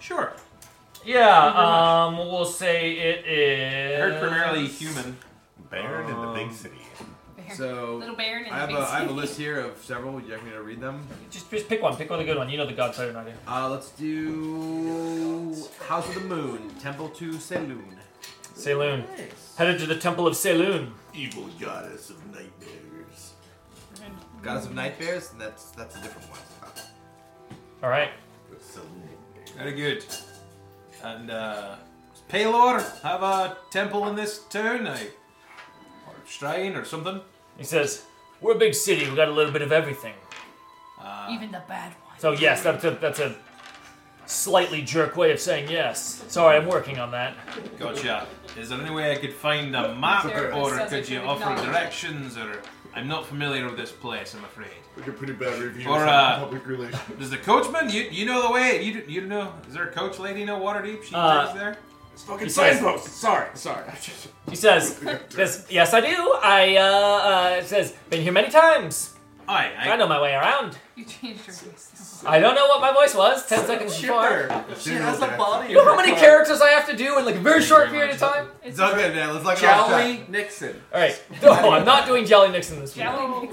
S9: Sure.
S2: Yeah, um, we'll say it is.
S9: Heard primarily human.
S5: Baron in the big city.
S7: So, Little Baron in I the have big a- I have a city. list
S5: here of several. Would you like me to read them?
S2: Just, just pick one. Pick one, a good one. You know the gods better than I do.
S5: Uh, let's do House of the Moon, Temple to Saloon.
S2: Saloon. Headed to the Temple of Saloon.
S5: Evil goddess of nightmares. Goddess of nightmares? That's that's a different one.
S2: All right.
S9: Very good. And uh, does Pelor have a temple in this town, a, or shrine or something.
S2: He says, "We're a big city. We got a little bit of everything."
S7: Even the bad one.
S2: So yes, that's a that's a slightly jerk way of saying yes. Sorry, I'm working on that.
S9: Gotcha. Is there any way I could find a map,
S2: There
S9: or
S2: says
S9: could
S2: it
S9: you
S2: would
S9: offer
S2: not.
S9: directions? Or I'm not familiar with this place, I'm afraid.
S8: Like a pretty bad review
S9: Or
S8: on
S9: uh,
S8: public relations.
S9: does the coachman? You you know the way? You you know? Is there a coach lady? Know Waterdeep? She
S2: Uh,
S9: lives there.
S2: It's
S9: fucking
S6: Seismos! Sorry, sorry.
S2: He says, says, "Yes, I do. I uh, uh," says, "Been here many times.
S9: I, I,
S2: know my way around.
S7: You changed your voice.
S2: I don't know what my voice was ten seconds before.
S8: She has a body.
S2: You know how many characters I have to do in like a very short period of time?
S8: It's not good, man. Let's look at
S2: Jolly
S10: Nixon.
S2: All right. No, I'm not doing Jelly Nixon this week.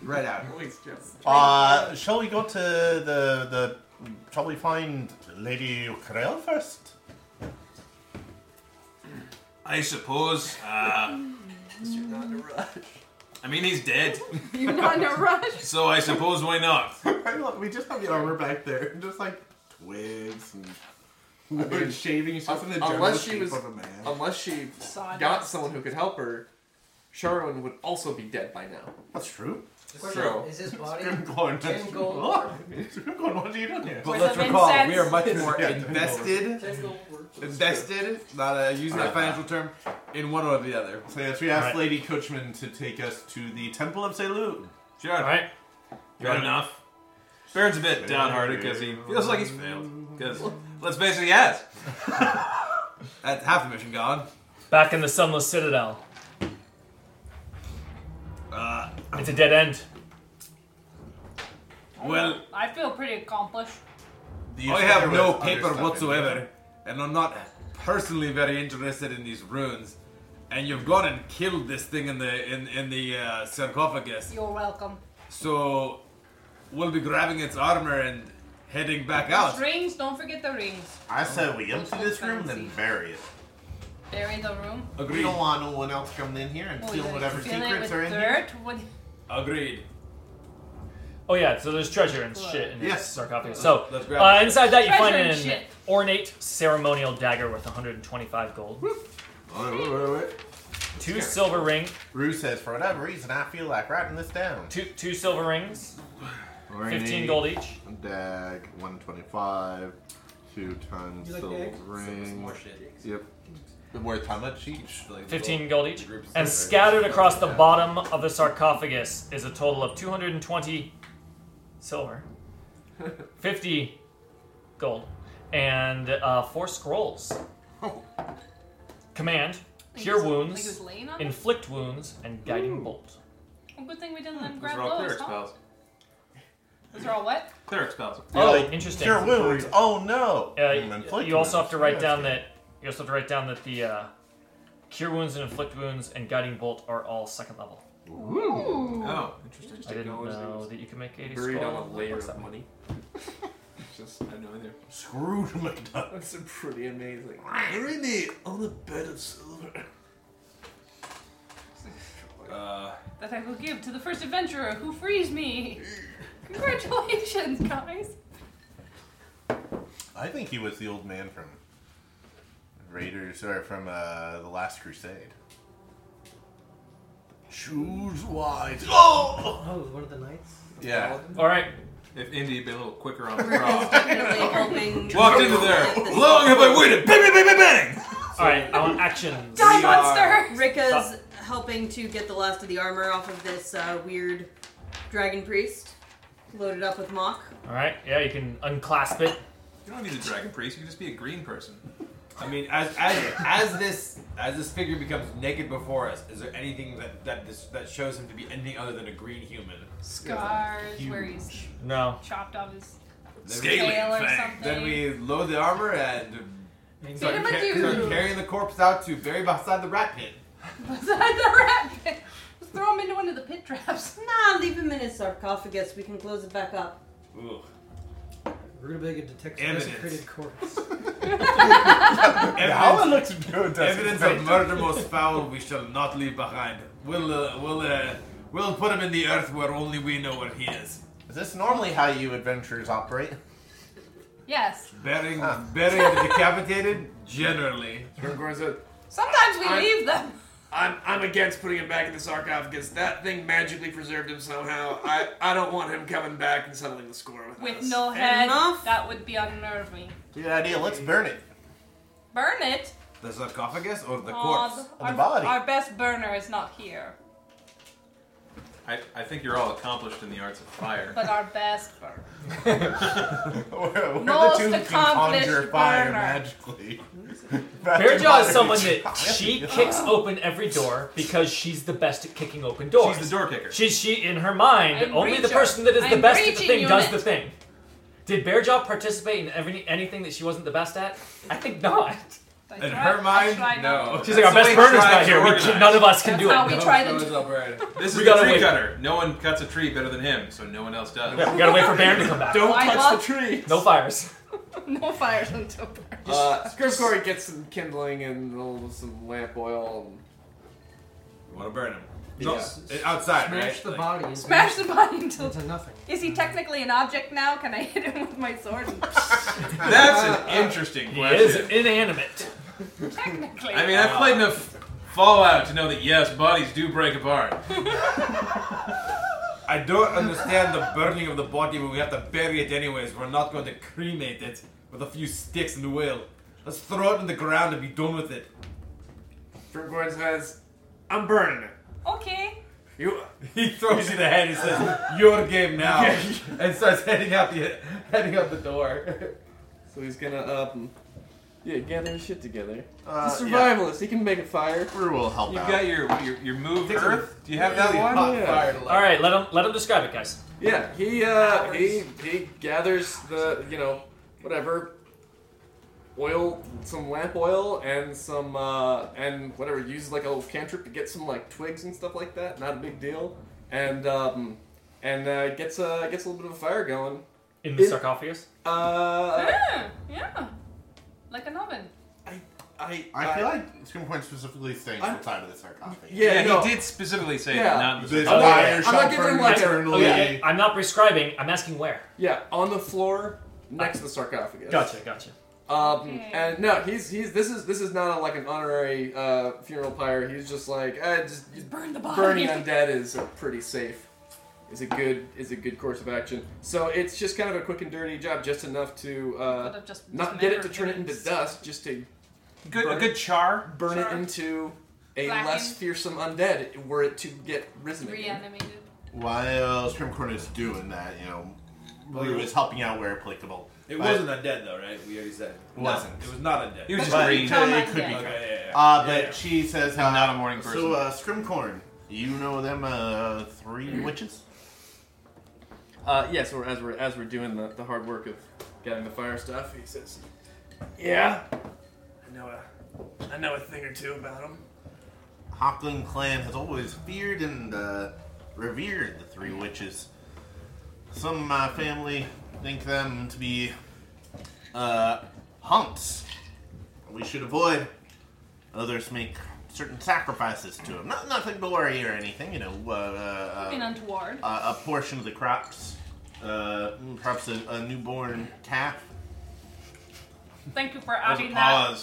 S5: Right out.
S10: Uh,
S5: shall we go to the the? Shall we find Lady Ukrell first?
S9: I suppose. Uh,
S10: You're not in a rush.
S9: I mean, he's dead.
S7: You're not in a rush.
S9: So I suppose why not?
S8: that. We just have the armor back there, and just like twigs and wood shavings, just in the general
S10: unless she
S8: shape
S10: was,
S8: of a man.
S10: unless she
S7: Sawdust.
S10: got someone who could help her, Sharwin would also be dead by now.
S8: That's true.
S11: Question,
S10: True.
S11: Is this body
S8: Grimgorn.
S11: ten gold?
S8: Grimgorn, what are you doing here?
S5: But
S11: With
S5: let's
S11: the
S5: recall, we
S11: incense.
S5: are much more
S8: Yeah,
S5: invested,
S11: Ten gold worth.
S5: invested, not uh, using that financial term, in one or the other.
S8: So yes, we asked
S5: Alright.
S8: Lady Coachman to take us to the Temple of Saloon.
S9: Sure. All
S2: right.
S9: Good enough. Baron's a bit downhearted because he feels like he's failed. Because let's face it, he has.
S5: That's half the mission gone.
S2: Back in the Sunless Citadel.
S5: Uh,
S2: It's a dead end.
S5: well,
S7: I feel pretty accomplished.
S5: I have no
S8: other
S5: paper
S8: stuff in
S5: whatsoever, uh, and I'm not personally very interested in these runes. And you've gone and killed this thing in the in in the uh, sarcophagus.
S7: You're welcome.
S5: So we'll be grabbing its armor and heading back out.
S7: Those rings, don't forget the rings.
S8: I said we
S7: Those
S8: empty
S7: look
S8: this room,
S7: fancy.
S8: then bury it.
S7: They're in the room.
S8: We
S5: Agreed.
S8: don't want no one else coming in here and
S7: Oh,
S8: stealing
S7: you're
S8: whatever
S7: filling it
S8: secrets
S7: with
S8: are in here.
S7: dirt? What-
S5: Agreed.
S2: Oh yeah, so there's treasure and shit in
S8: Yes.
S2: this sarcophagus.
S5: Let's-
S2: So
S5: let's grab
S2: uh,
S5: it.
S2: inside that you
S7: Treasure
S2: find
S7: and
S2: an
S7: shit.
S2: ornate ceremonial dagger worth 125 gold,
S8: Wait, wait, wait, wait.
S2: two silver ring,
S8: Rue says, for whatever reason, I feel like writing this down.
S2: two two silver rings, 15 gold each.
S8: Dag, 125, two tons
S11: You like
S8: silver
S11: dags? Some
S8: ring.
S11: more shit.
S8: Yep. Worth how much each? Like,
S2: 15 gold each.
S8: groups
S2: And
S8: of-
S2: scattered across the bottom of the sarcophagus is a total of 220 silver, 50 gold, and uh, four scrolls.
S8: Oh.
S2: Command,
S7: Like
S2: cure
S7: it's- like
S2: wounds,
S7: it's laying on it?
S2: inflict wounds, and guiding bolt.
S7: Well, Good thing we didn't let him
S9: Hmm, Those
S7: grab
S9: are all
S7: those,
S9: cleric
S7: huh?
S9: spells.
S7: Those are all what?
S9: Cleric spells.
S2: Oh,
S8: like,
S2: interesting.
S8: Cure wounds. Oh no.
S2: Uh,
S8: Mm, inflict
S2: you also have
S8: wounds.
S2: to write
S8: Yeah,
S2: down
S8: that's
S2: that you also have to write down that the uh, cure wounds and inflict wounds and guiding bolt are all second level.
S9: Oh, interesting.
S2: I didn't know that you can make 80
S10: Buried
S2: scroll.
S10: on a layer
S2: What's that?
S10: of money.
S9: Just, I have no idea.
S8: good. Scrooge McDuck.
S10: That's a pretty amazing.
S8: You're in the on the bed of silver.
S5: Uh,
S7: That I will give to the first adventurer who frees me. Congratulations, guys.
S8: I think he was the old man from Raiders or from uh, the Last Crusade. Choose wise. Oh.
S11: Oh, one of the knights.
S8: Yeah.
S2: All right.
S9: If Indy had been a little quicker on the draw.
S3: Definitely hoping.
S9: Walked into there. Long have I waited. Bang, bang, bang, bang, bang.
S2: All right, I want actions.
S3: Die
S2: We are-
S3: monster! Rika's helping to get the last of the armor off of this uh, weird dragon priest, loaded up with mock.
S2: All right, yeah, you can unclasp it.
S9: You don't need a dragon priest. You can just be a green person.
S5: I mean, as as as this as this figure becomes naked before us, is there anything that that this that shows him to be anything other than a green human?
S7: Scars where
S5: Huge.
S7: he's
S2: No.
S7: chopped off his
S5: Then we-
S7: tail or something.
S5: Then we load the armor and
S7: Beat
S5: start,
S7: him a
S5: ca-
S7: dude.
S5: start carrying the corpse out to bury beside the rat pit.
S7: Beside the rat pit. Let's throw him into one of the pit traps.
S3: Nah, leave him in his sarcophagus. We can close it back up.
S5: Ugh.
S11: We're gonna make a detect
S5: Evidence.
S11: desecrated corpse.
S5: Evidence-
S11: I'll look to do a desk.
S5: evidence of murder most foul we shall not leave behind. We'll uh, we'll uh, we'll put him in the earth where only we know where he is.
S8: Is this normally how you adventurers operate?
S7: Yes.
S5: Burying burying the decapitated generally.
S7: Sometimes we
S12: I-
S7: leave them.
S12: I'm, I'm against putting him back in the sarcophagus. That thing magically preserved him somehow. I, I don't want him coming back and settling the score with
S7: With
S12: us.
S7: no head, that would be unnerving.
S8: Good idea. Let's burn it.
S7: Burn it.
S5: The sarcophagus or the
S7: Aw,
S5: corpse?
S7: our, Our best burner is not here,
S9: I, I think you're all accomplished in the arts of fire.
S7: but our best burner.
S8: We're
S7: Most
S8: two that can
S7: accomplished
S8: conjure fire
S7: burner.
S8: magically.
S2: Fairjaw is someone that she kicks open every door because she's the best at kicking open doors. She's the door
S9: kicker.
S2: She's she in her mind
S9: I'm
S2: only the
S9: breacher.
S2: person that is the
S9: I'm
S2: best at the
S9: breaching
S2: thing does
S9: unit.
S2: the thing. Did Bearjaw participate in every, anything that she wasn't the best at? I think not.
S5: In her mind, no.
S2: She's like, our best burner's not here. We can- none of us can do it.
S9: This
S2: We
S9: is
S2: gotta
S9: the tree
S2: wait.
S9: cutter. No one cuts a tree better than him, so no one else does.
S2: Yeah, we gotta wait for Baron to come back.
S11: Oh,
S12: Don't
S7: touch love- the
S12: tree.
S2: No fires.
S7: No fires until burn.
S10: Uh, Scrivcory gets some kindling and a little- some lamp oil. And...
S5: You want to burn him?
S10: Yeah.
S5: It's outside,
S11: Smash
S5: right?
S11: the body. into-
S7: Smash the body until
S11: into nothing.
S7: Is he technically an object now? Can I hit him with my sword?
S9: That's an interesting
S2: He
S9: question.
S2: is inanimate.
S7: technically.
S9: I mean, I've played enough Fallout to know that yes, bodies do break apart.
S5: I don't understand the burning of the body, but we have to bury it anyways. We're not going to cremate it with a few sticks and oil. Let's throw it in the ground and be done with it.
S12: Grimgorn says, I'm burning it.
S7: Okay.
S12: You,
S5: he throws you the head and says, "Your game now," and starts heading out the heading out the door.
S10: So he's gonna um, yeah, gather his shit together.
S8: Uh,
S10: he's a survivalist. He can make a fire.
S8: We will help
S9: You've got your your, your move Earth. Do you have that
S10: Yeah,
S9: one?
S10: hot fire to light.
S2: All right, let him let him describe it, guys.
S10: Yeah, he uh, he he gathers the you know whatever oil, some lamp oil, and some uh, and whatever. Uses like a little cantrip to get some like twigs and stuff like that. Not a big deal. And um, and uh, gets uh, gets a little bit of a fire going
S2: in the sarcophagus.
S10: Uh,
S7: Yeah, yeah. Like an oven.
S10: I
S8: I feel like Scrimcorn specifically thinks
S10: I'm-
S8: outside of the sarcophagus.
S10: Yeah,
S9: Yeah,
S10: no.
S9: he did specifically say
S10: Yeah.
S9: that, not in the
S8: This
S9: sarcophagus.
S8: fire I'm not shall giving burn him, like, a- eternally.
S2: okay, I'm not prescribing. I'm asking where.
S10: Yeah, on the floor next to the sarcophagus.
S2: Gotcha, gotcha.
S10: Um,
S2: Okay.
S10: and no, he's he's this is this is not a, like an honorary uh, funeral pyre. He's just like uh, just,
S7: burn the body.
S10: Burning undead is a pretty safe. Is a good is a good course of action. So it's just kind of a quick and dirty job, just enough to
S7: Could
S10: uh,
S7: have just
S10: not
S7: made
S10: get it
S7: her
S10: to turn it into
S7: hideous.
S10: dust, just to
S9: Good- a
S10: burn
S9: good
S10: it-
S9: char.
S10: burn
S7: Char.
S10: it into a
S7: Blacken.
S10: less fearsome undead, were it to get risen. again.
S7: Reanimated.
S8: While Scrimcorn uh, is doing that, you know, Lou is helping out where applicable.
S5: It
S8: But-
S5: wasn't undead though, right? We already said
S8: It wasn't.
S5: It was not undead.
S8: But It could, it could be.
S5: Okay, yeah, yeah.
S8: Uh, but
S5: Yeah, yeah.
S8: she says,
S9: I'm
S8: uh,
S9: not a morning person.
S8: So, uh, Scrimcorn, you know them uh, three witches?
S10: Uh, yeah, so we're, as we're as we're doing the, the hard work of getting the fire stuff, he says,
S12: Yeah. I know a, I know a thing or two about him.
S8: Hockling clan has always feared and uh, revered the three witches. Some of my family think them to be uh, haunts we should avoid. Others make certain sacrifices to them. Not nothing gory or anything, you know. Uh, uh,
S7: Nothing untoward.
S8: Uh, a portion of the crops, uh, perhaps a, a newborn calf. Uh,
S7: Thank you for
S8: There's a
S7: adding that.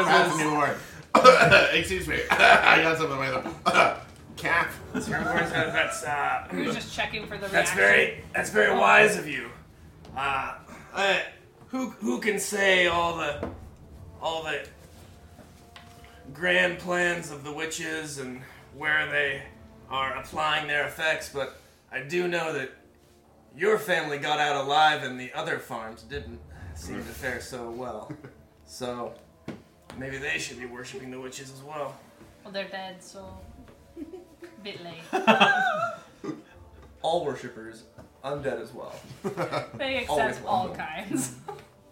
S8: Calf newborn. Excuse me. I got something in my throat. Calf.
S12: Scrimcorn says that's uh,
S7: We were just checking for the
S12: that's
S7: reaction.
S12: very that's very wise of you. Uh, uh, who who can say all the
S10: all the grand plans of the witches and where they are applying their effects, but I do know that your family got out alive and the other farms didn't seem to fare so well. So maybe they should be worshiping the witches as well.
S7: Well, they're dead, so. Bit late.
S10: All worshippers, undead as well.
S7: They
S10: Always
S7: accept all
S10: welcome.
S7: kinds.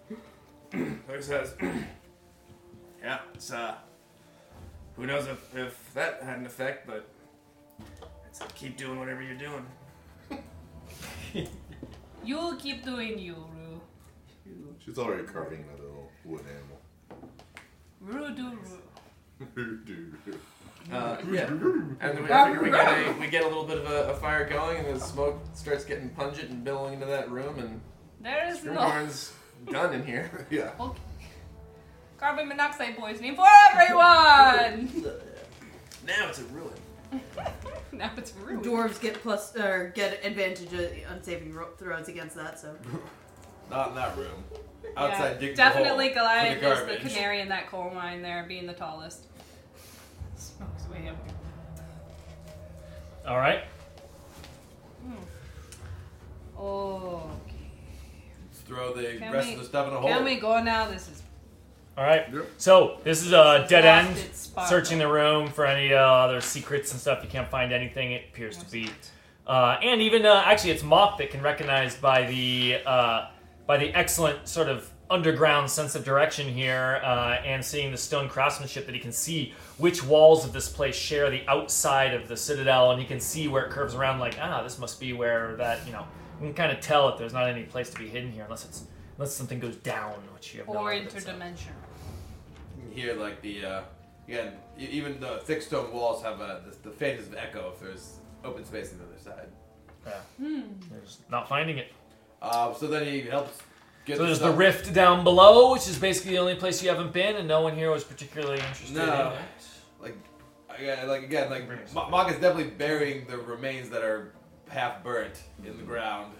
S10: Who says? yeah, it's uh. Who knows if, if that had an effect, but it's like keep doing whatever you're doing.
S7: you keep doing you, Rue.
S13: She's already carving another little wood animal.
S7: Rue do Rue.
S10: Uh, yeah, and we, I figure we get a we get a little bit of a, a fire going, and the smoke starts getting pungent and billowing into that room, and
S7: There is no.
S10: Scrimgarn's done in here.
S13: yeah.
S7: Okay. Carbon monoxide poisoning for everyone!
S10: Now it's a ruin.
S7: now it's
S3: Oh,
S7: ruined.
S3: Dwarves get plus or get advantage uh, on saving ro- throws against that. So
S5: Not in that room. Outside digging a hole
S14: Definitely
S5: for
S14: Goliath
S5: the
S14: is the
S5: garbage.
S14: canary in that coal mine there, being the tallest.
S7: Smokes way up.
S2: All right.
S14: Oh.
S5: Let's throw the
S14: Can
S5: rest
S14: we,
S5: of the stuff in a hole.
S14: Can we go now? This is
S2: All right. So this is a dead
S14: lost
S2: end.
S14: its sparkle.
S2: Searching the room for any uh, other secrets and stuff. You can't find anything. It appears to be, uh, and even uh, actually, it's Moth that can recognize by the uh, by the excellent sort of underground sense of direction here, uh, and seeing the stone craftsmanship that he can see which walls of this place share the outside of the citadel, and he can see where it curves around. Like ah, this must be where that you know. You can kind of tell if there's not any place to be hidden here, unless it's unless something goes down, which you have no
S7: Or
S2: evidence of.
S7: interdimensional.
S5: You can hear like the uh, again, e- even the thick stone walls have uh the, the faintest of echo if there's open space on the other side.
S2: Yeah.
S7: Hmm.
S2: They're just not finding it.
S5: Uh, so then he helps get.
S2: so there's the
S5: stuff-
S2: rift down below, which is basically the only place you haven't been, and no one here was particularly interested in
S5: No,
S2: it.
S5: like, again, like again, like Ma- Mog is definitely burying the remains that are half burnt in the ground.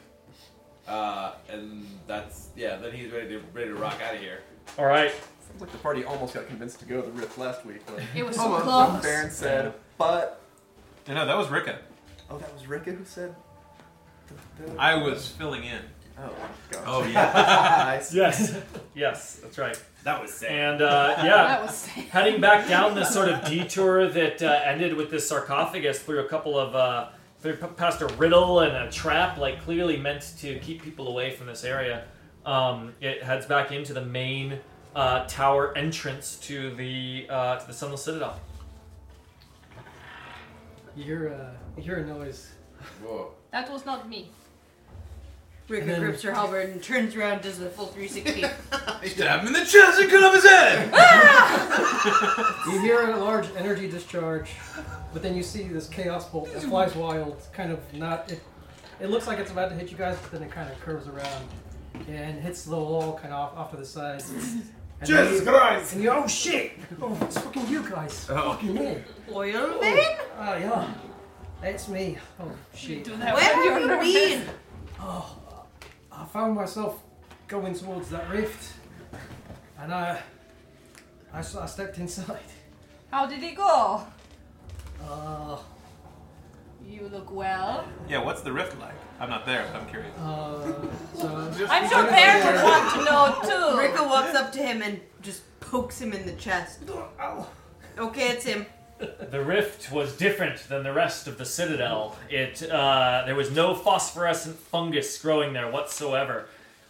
S5: Uh, and that's yeah. Then he's ready to ready to rock out of here.
S2: All right.
S8: Like the party almost got convinced to go to the rift last week. but-
S7: It was
S8: Come
S7: so
S8: on,
S7: close.
S8: Baron said, but
S9: No, no, that was Ricka.
S8: oh, that was Ricka who said.
S9: I was filling in.
S8: Oh, gosh.
S9: Oh, yeah.
S2: yes, yes, that's right.
S5: That was sad.
S2: And uh, yeah,
S14: That was sad.
S2: heading back down this sort of detour that uh, ended with this sarcophagus through a couple of uh, through p- past a riddle and a trap, like clearly meant to keep people away from this area. Um, it heads back into the main uh, tower entrance to the uh, to the Sunless Citadel.
S15: You hear, uh, you hear a noise.
S5: Whoa.
S14: That was not me.
S3: Rika
S15: And then-
S3: grips her halberd and turns around, does the full 360.
S5: Stab him in the chest and cut off his head.
S15: You hear a large energy discharge, but then you see this chaos bolt that flies wild. It's kind of not. It, it looks like it's about to hit you guys, but then it kind of curves around and hits the wall kind of off, off to the side. And
S5: Jesus
S15: you-
S5: Christ!
S15: And you, oh shit! Oh, it's fucking you guys.
S5: Oh.
S15: Fucking me.
S3: Oil
S15: Oh,
S3: man?
S15: ah, yeah. That's me. Oh shit.
S7: do
S3: Where
S7: that when
S3: have
S7: you're
S3: you
S7: nervous.
S3: been?
S15: Oh, I found myself going towards that rift, and I, I, s- I stepped inside.
S14: How did it go?
S15: Uh,
S14: You look well.
S9: Yeah, what's the rift like? I'm not there, but I'm curious.
S15: uh, so
S14: I'm sure Baron would want to know too.
S3: Rika walks up to him and just pokes him in the chest. Okay, it's him.
S2: The rift was different than the rest of the citadel. It uh, there was no phosphorescent fungus growing there whatsoever.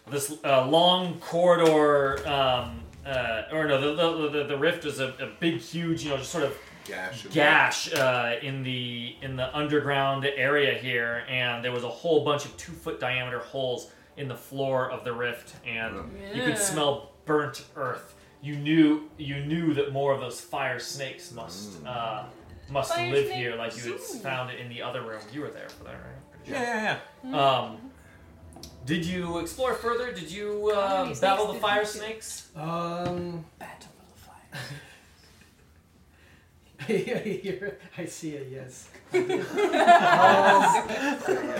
S2: This uh, long corridor, um, uh, or no, the- the, the, the rift was a, a big, huge, you know, just sort of
S13: Gash. in
S2: gash uh, in the in the underground area here, and there was a whole bunch of two foot diameter holes in the floor of the rift, and you
S7: Yeah.
S2: could smell burnt earth. You knew you knew that more of those fire snakes must uh, must
S7: Fire
S2: live
S7: snake
S2: here, like you had
S7: zoo.
S2: found it in the other room. You were there for that, right? Pretty
S9: Yeah, yeah,
S2: sure. Um, did you explore further? Did you
S7: How many
S2: uh,
S7: snakes
S2: battle
S7: did
S2: the
S7: you
S2: fire
S7: kill?
S2: snakes?
S15: um,
S14: Battle of the fire.
S15: I hear- I see it. Yes. Uh,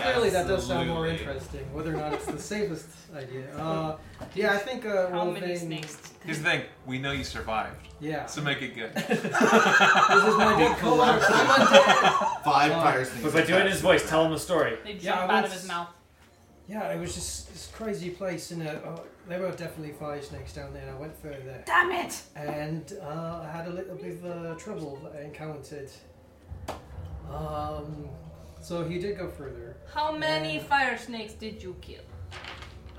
S15: clearly, that does sound more
S9: Absolutely.
S15: interesting. Whether or not it's the safest idea. Uh, yeah, I think uh,
S7: How many
S15: Wolverine-
S7: snakes
S9: Here's the thing: we know you survived.
S11: Yeah.
S9: So make it good.
S11: This is my dead color. I'm undead. Uh,
S2: But if I do it in his voice, tell him the story.
S16: They jump
S11: Yeah, I
S16: out of
S11: was-
S16: his mouth.
S11: Yeah, it was just this crazy place, and uh, oh, there were definitely fire snakes down there. and I went through there.
S16: Damn it!
S11: And uh, I had a little bit of uh, trouble that I encountered. Um, so he did go further.
S7: How many fire snakes did you kill?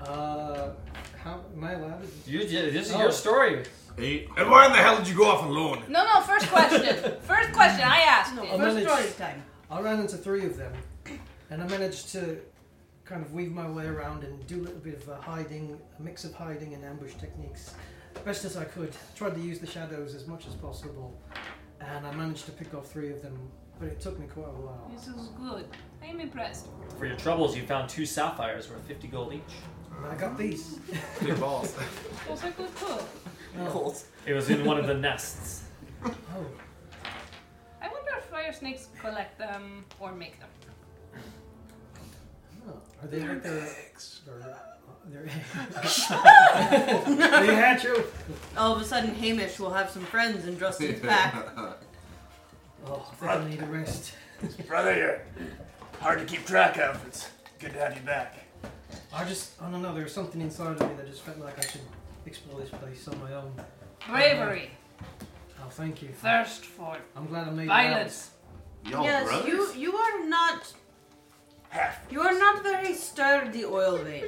S11: Uh, how am I allowed? to-
S2: You, this is
S11: Oh.
S2: your story.
S5: Eight. And why in the hell did you go off alone?
S7: No, no. First question. first question I asked.
S11: I
S7: it.
S11: managed-
S7: time.
S11: I ran into three of them, and I managed to kind of weave my way around and do a little bit of uh, hiding, a mix of hiding and ambush techniques, best as I could. Tried to use the shadows as much as possible, and I managed to pick off three of them, but it took me quite a while.
S7: This is good. I'm impressed.
S2: For your troubles, you found two sapphires worth 50 gold each.
S11: And I got these.
S2: Big balls.
S7: Those are good too.
S2: It was in one of the nests.
S7: I wonder if fire snakes collect them or make them.
S11: Oh, are they like
S7: They're
S11: their eggs? Their eggs. they hatch out.
S3: All of a sudden, Hamish will have some friends in Justin's back.
S11: Oh, I need a rest.
S12: Brother, you're hard to keep track of. It's good to have you back.
S11: I just, I don't know, there was something inside of me that just felt like I should explore this place on my own.
S7: Bravery.
S11: Oh, thank you.
S7: Thirst for
S11: I'm glad I made it out.
S7: violence.
S3: yes, you you are not. You are not very sturdy, oil vein.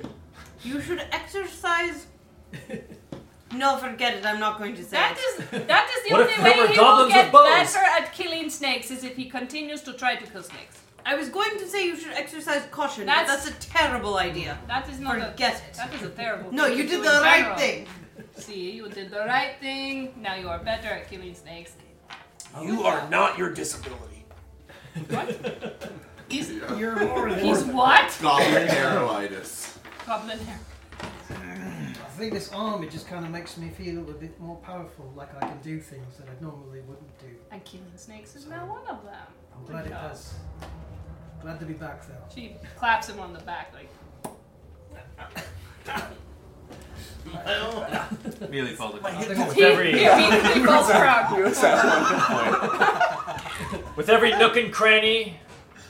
S3: You should exercise. No, forget it. I'm not going to say that
S7: is That is the
S3: What if
S7: only
S3: there
S7: way
S3: were
S7: he will
S3: goblins
S7: get
S3: with bows?
S7: better at killing snakes is if he continues to try to kill snakes.
S3: I was going to say you should exercise caution,
S7: That's-
S3: but that's a terrible idea.
S7: That is not
S3: Forget
S7: a, That is a terrible.
S3: No,
S7: thing
S3: you
S7: to
S3: did
S7: do
S3: the
S7: in
S3: right
S7: general.
S3: thing.
S7: See, you did the right thing. Now you are better at killing snakes.
S12: You
S11: Oh,
S12: are not your disability.
S7: He's,
S11: You're more than-
S7: He's what?
S8: Goblin heroitis.
S7: Goblin hair.
S11: I think this arm, it just kind of makes me feel a bit more powerful, like I can do things that I normally wouldn't do.
S7: And killing snakes is now one of them.
S11: I'm glad it
S7: Good job.
S11: does. Glad to be back, though.
S7: She claps him on the back like.
S9: Really folded.
S2: My hip
S9: up.
S2: is He- very- he immediately falls prone.
S9: You sound on point.
S2: With every nook and cranny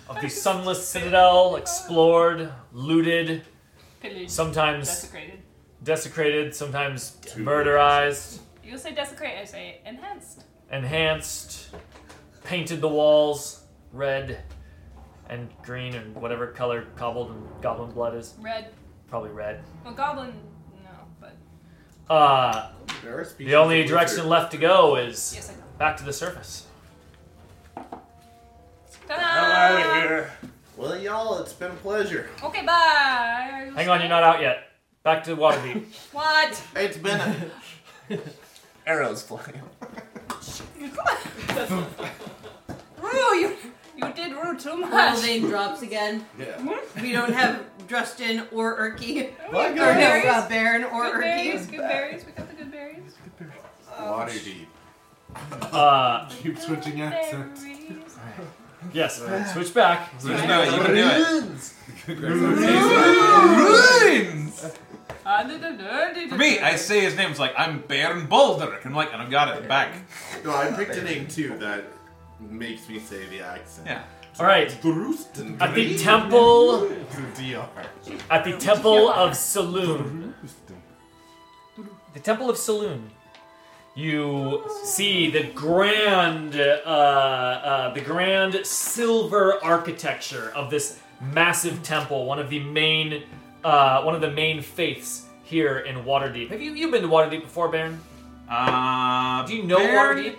S2: of the sunless citadel explored, looted,
S7: Pillaged,
S2: sometimes
S7: desecrated.
S2: desecrated, sometimes
S7: Two
S2: murderized,
S7: You say desecrate, I say enhanced.
S2: enhanced, painted the walls red and green and whatever color cobbled and goblin blood is.
S7: Red.
S2: Probably red.
S7: Well, goblin, no, but
S2: Uh,
S8: There are species
S2: the only
S8: of
S2: direction
S8: lizard.
S2: left to go is
S7: Yes, I know.
S2: back to the surface.
S7: ta-da!
S8: Well, y'all, it's been a pleasure.
S7: Okay, bye.
S2: Hang on, you're not out yet. Back to Waterdeep.
S7: What?
S8: It's been a...
S10: Arrows flying.
S7: Rue, you you did Rue too much.
S3: Oil vein drops again.
S8: Yeah.
S3: We don't have Justin or Erky.
S8: Well,
S3: or
S8: guys.
S3: no, uh, Baron or
S7: good berries,
S3: Erky.
S7: good berries. We got the good berries.
S8: Water deep.
S2: Uh,
S5: Keep switching accents.
S2: yes, switch back.
S5: Switch back, you can do it.
S9: For me, I say his name's like I'm Baron Boulder, and I'm like, and I've got it back.
S8: No, I picked a name too that makes me say the accent.
S9: Yeah.
S2: All right.
S8: Brewston.
S2: At the temple-
S8: DR.
S2: At the Temple of Saloon. The Temple of Saloon. You see the grand, uh, uh, the grand silver architecture of this massive temple, one of the main, uh, one of the main faiths here in Waterdeep. Have you you been to Waterdeep before, Baron?
S9: Uh,
S2: Do you know
S9: Baron
S2: Waterdeep?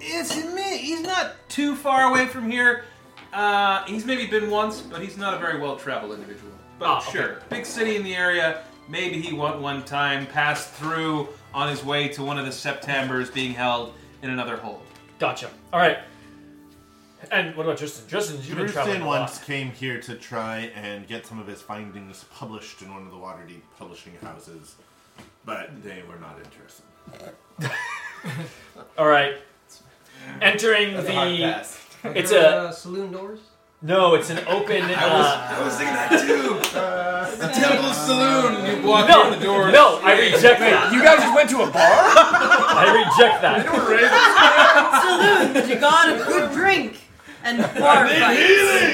S9: It's me. He's not too far away from here. Uh, he's maybe been once, but he's not a very well-traveled individual. But
S2: Ah, okay.
S9: sure, big city in the area. Maybe he went one time, passed through on his way to one of the Septembers being held in another hold.
S2: Gotcha. All right. And what about Justin? Justin, you've been traveling
S8: Brewston
S2: a lot.
S8: once came here to try and get some of his findings published in one of the Waterdeep publishing houses, but they were not interested.
S2: All right. Entering
S11: That's a hard
S2: the.
S11: pass. Are
S2: It's
S11: there,
S2: a.
S11: uh, saloon doors.
S2: No, it's an open. uh,
S12: I was- I was thinking that too.
S11: Uh,
S12: The Temple Saloon. You walk
S2: no,
S12: in the door.
S2: No, I reject
S12: Wait,
S2: that.
S12: you guys
S2: just went to a bar? I reject that.
S3: Saloon, you got a good drink and bar fights.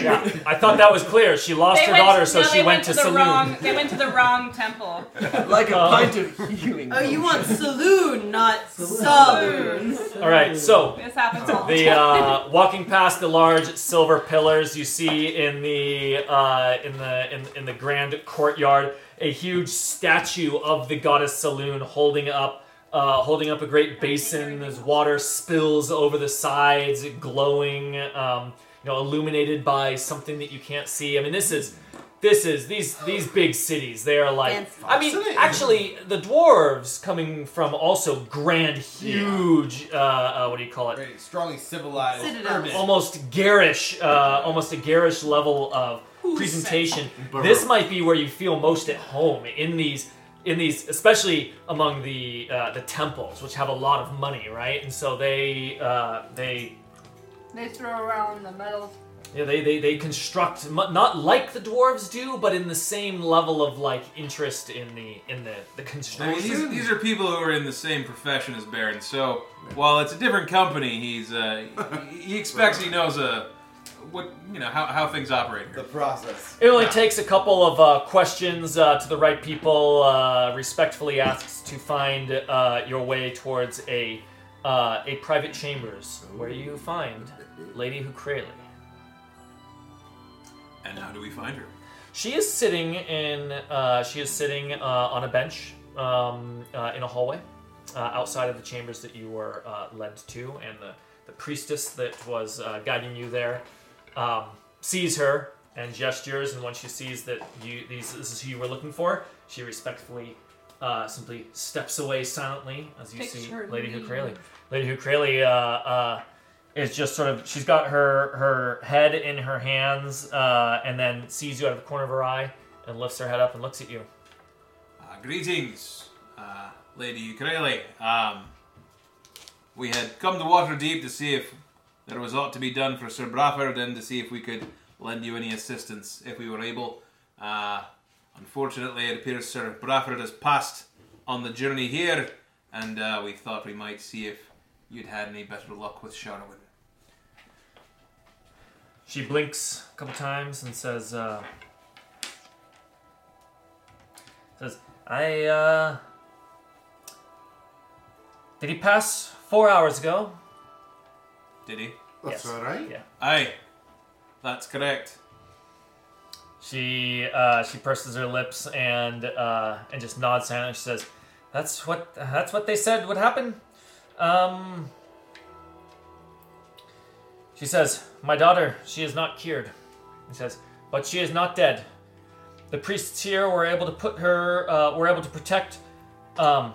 S2: Yeah, I thought that was clear. She lost her daughter, so
S7: no,
S2: she
S7: they
S2: went, to,
S7: the
S2: saloon.
S7: wrong. They went to the wrong temple.
S2: Like a pint
S10: of healing.
S3: Oh, you want saloon, not saloon.
S2: All right, so
S7: This happens all the
S2: the
S7: time.
S2: uh, walking past the large silver pillars you see in the uh, in the in, in the grand courtyard a huge statue of the goddess Saloon holding up uh, holding up a great basin. There's water spills over the sides, glowing, um, you know, illuminated by something that you can't see. I mean, this is this is these these big cities. They are like
S9: Fancy.
S2: I mean, actually, the dwarves coming from also grand, huge. Uh, uh, what do you call it?
S5: Strongly civilized. urban.
S2: almost garish, uh, almost a garish level of presentation. This might be where you feel most at home in these, in these, especially among the uh, the temples, which have a lot of money, right? And so they uh, they
S7: They throw around the medals.
S2: yeah, they, they, they construct mu- not like the dwarves do, but in the same level of like interest in the in the the
S9: I mean,
S2: construction.
S9: these, these are people who are in the same profession as Baron. So while it's a different company, he's uh, he he expects he knows uh, what you know how, how things operate. Here. The
S5: process.
S2: It only takes a couple of uh, questions uh, to the right people. Uh, respectfully asks to find uh, your way towards a uh, a private chambers where you find Lady Hucraley.
S9: And how do we find her?
S2: She is sitting in uh, she is sitting uh, on a bench um, uh, in a hallway uh, outside of the chambers that you were uh, led to, and the, the priestess that was uh, guiding you there um, sees her and gestures, and when she sees that you these this is who you were looking for, she respectfully. Uh, simply steps away silently as you
S9: Takes
S2: see
S9: her
S2: Lady
S9: leave.
S2: Hucraley. Lady Hucraley uh, uh, is just sort of she's got her her head in her hands uh, and then sees you out of the corner of her eye and lifts her head up and looks at you.
S9: Uh, greetings, uh, Lady Ukrele. Um, we had come to Waterdeep to see if there was aught to be done for Sir Brafford and to see if we could lend you any assistance if we were able. Uh, unfortunately, it appears Sir Brafford has passed on the journey here, and uh, we thought we might see if you'd had any better luck with Sharwin.
S2: She blinks a couple times and says, uh, "says I uh, did he pass four hours ago?
S9: Did he?
S2: That's Yes. all right. Yeah.
S9: Aye, that's correct.
S2: She uh, she purses her lips and uh, and just nods silently. She says, "That's what that's what they said would happen." Um, she says, "My daughter, she is not cured." He says, "But she is not dead. The priests here were able to put her uh, were able to protect um,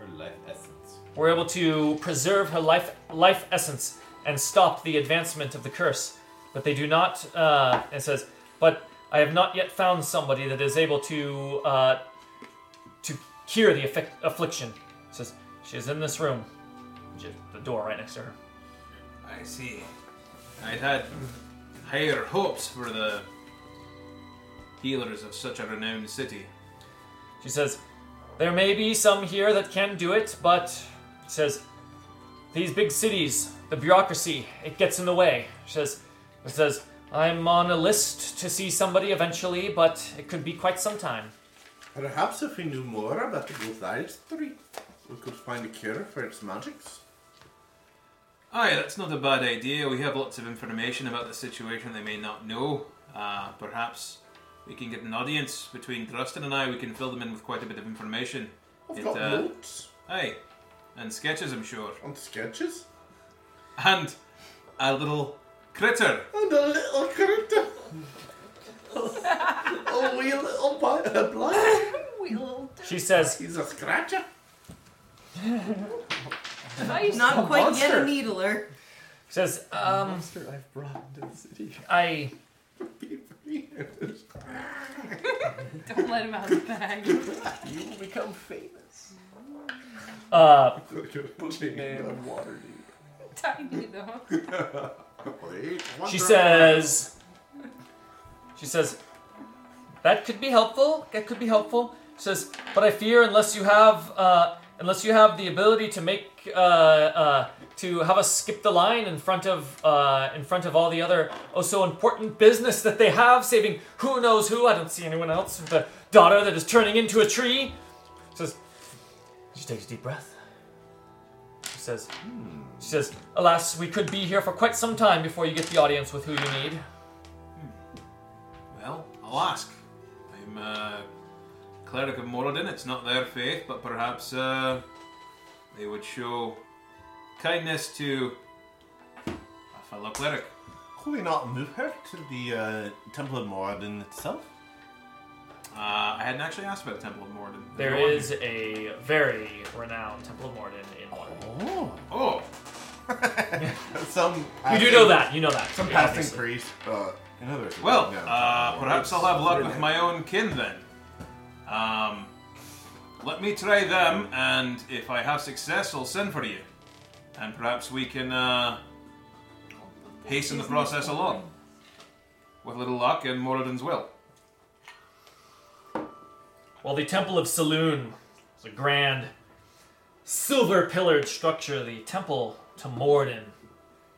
S5: Her life essence.
S2: were able to preserve her life life essence and stop the advancement of the curse. But they do not. Uh, it says, but I have not yet found somebody that is able to uh, to cure the afflic- affliction. It says she is in this room, Ju- the door right next to her.
S9: I see. I'd had higher hopes for the healers of such a renowned city.
S2: She says, There may be some here that can do it, but she says, These big cities, the bureaucracy, it gets in the way. She says, it says, I'm on a list to see somebody eventually, but it could be quite some time.
S8: Perhaps if we knew more about the Gothia's three, we could find a cure for its magics.
S9: Aye, that's not a bad idea. We have lots of information about the situation they may not know. Uh, perhaps we can get an audience between Drustin and I. We can fill them in with quite a bit of information.
S8: I've got
S2: uh,
S8: notes.
S9: Aye, and sketches, I'm sure.
S8: And sketches?
S9: And a little critter.
S8: And a little character. a wee little bite of blood.
S2: She says,
S8: He's a scratcher.
S3: Not quite yet a needler.
S2: says, um,
S10: monster I've brought into the city.
S2: I.
S7: Don't let him out of the bag. you
S10: will become famous.
S2: Uh,
S10: Book name Waterdeep.
S7: Tiny though.
S8: Wait,
S2: She
S8: wonder-
S2: says, she says, that could be helpful. That could be helpful. Says, but I fear unless you have, uh, unless you have the ability to make, uh, uh, to have us skip the line in front of, uh, in front of all the other oh so important business that they have, saving who knows who. I don't see anyone else with a daughter that is turning into a tree. Says, she takes a deep breath. She says, she says, alas, we could be here for quite some time before you get the audience with who you need.
S9: Well, I'll ask. I'm a cleric of Moradin. It's not their faith, but perhaps uh, they would show kindness to a fellow cleric.
S8: Could we not move her to the uh, Temple of Moradin itself?
S9: Uh, I hadn't actually asked about the Temple of Moradin.
S2: There
S9: No one-
S2: is a very renowned Temple of Morden in
S8: Oh.
S9: Oh.
S8: Some.
S2: You do know that, you know that,
S8: Some
S2: yeah,
S8: passing
S2: obviously.
S8: priest. Uh, in other words,
S9: Well,
S8: no,
S9: uh,
S8: no,
S9: perhaps
S8: it's-
S9: I'll have luck
S8: we're
S9: with
S8: not-
S9: my own kin then. Um, let me try them, and if I have success, I'll send for you. And perhaps we can
S8: Oh,
S9: uh, hasten the process along. With a little luck and Moradin's will.
S2: Well, the Temple of Saloon is a grand silver pillared structure. The Temple to Morden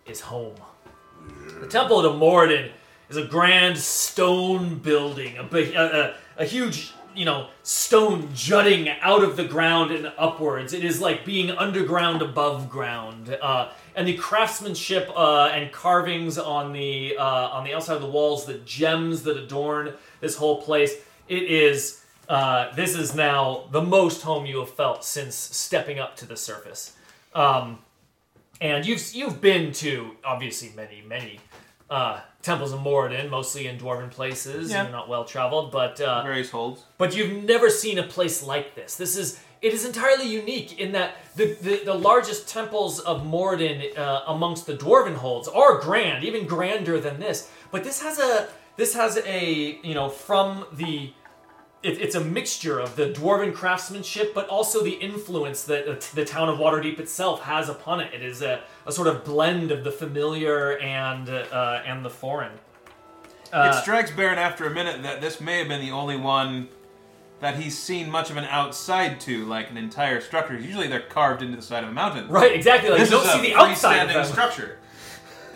S2: is home. The Temple to Morden is a grand stone building, a, big, a, a, a huge, you know, stone jutting out of the ground and upwards. It is like being underground above ground. Uh, and the craftsmanship uh, and carvings on the uh, on the outside of the walls, the gems that adorn this whole place, it is. Uh, this is now the most home you have felt since stepping up to the surface. Um, and you've you've been to obviously many many uh, temples of Moradin, mostly in dwarven places.
S9: Yeah.
S2: You're not well traveled, but uh,
S9: various holds.
S2: But you've never seen a place like this. This is it is entirely unique in that the the, the largest temples of Moradin uh, amongst the dwarven holds are grand, even grander than this. But this has a this has a you know from the it, it's a mixture of the dwarven craftsmanship, but also the influence that uh, t- the town of Waterdeep itself has upon it. It is a, a sort of blend of the familiar and uh, and the foreign. Uh,
S9: it strikes Baron after a minute that this may have been the only one that he's seen much of an outside to, like an entire structure. Usually they're carved into the side of a mountain.
S2: Right, exactly, like,
S9: this
S2: you don't
S9: is a
S2: see the outside of
S9: freestanding
S2: them.
S9: structure.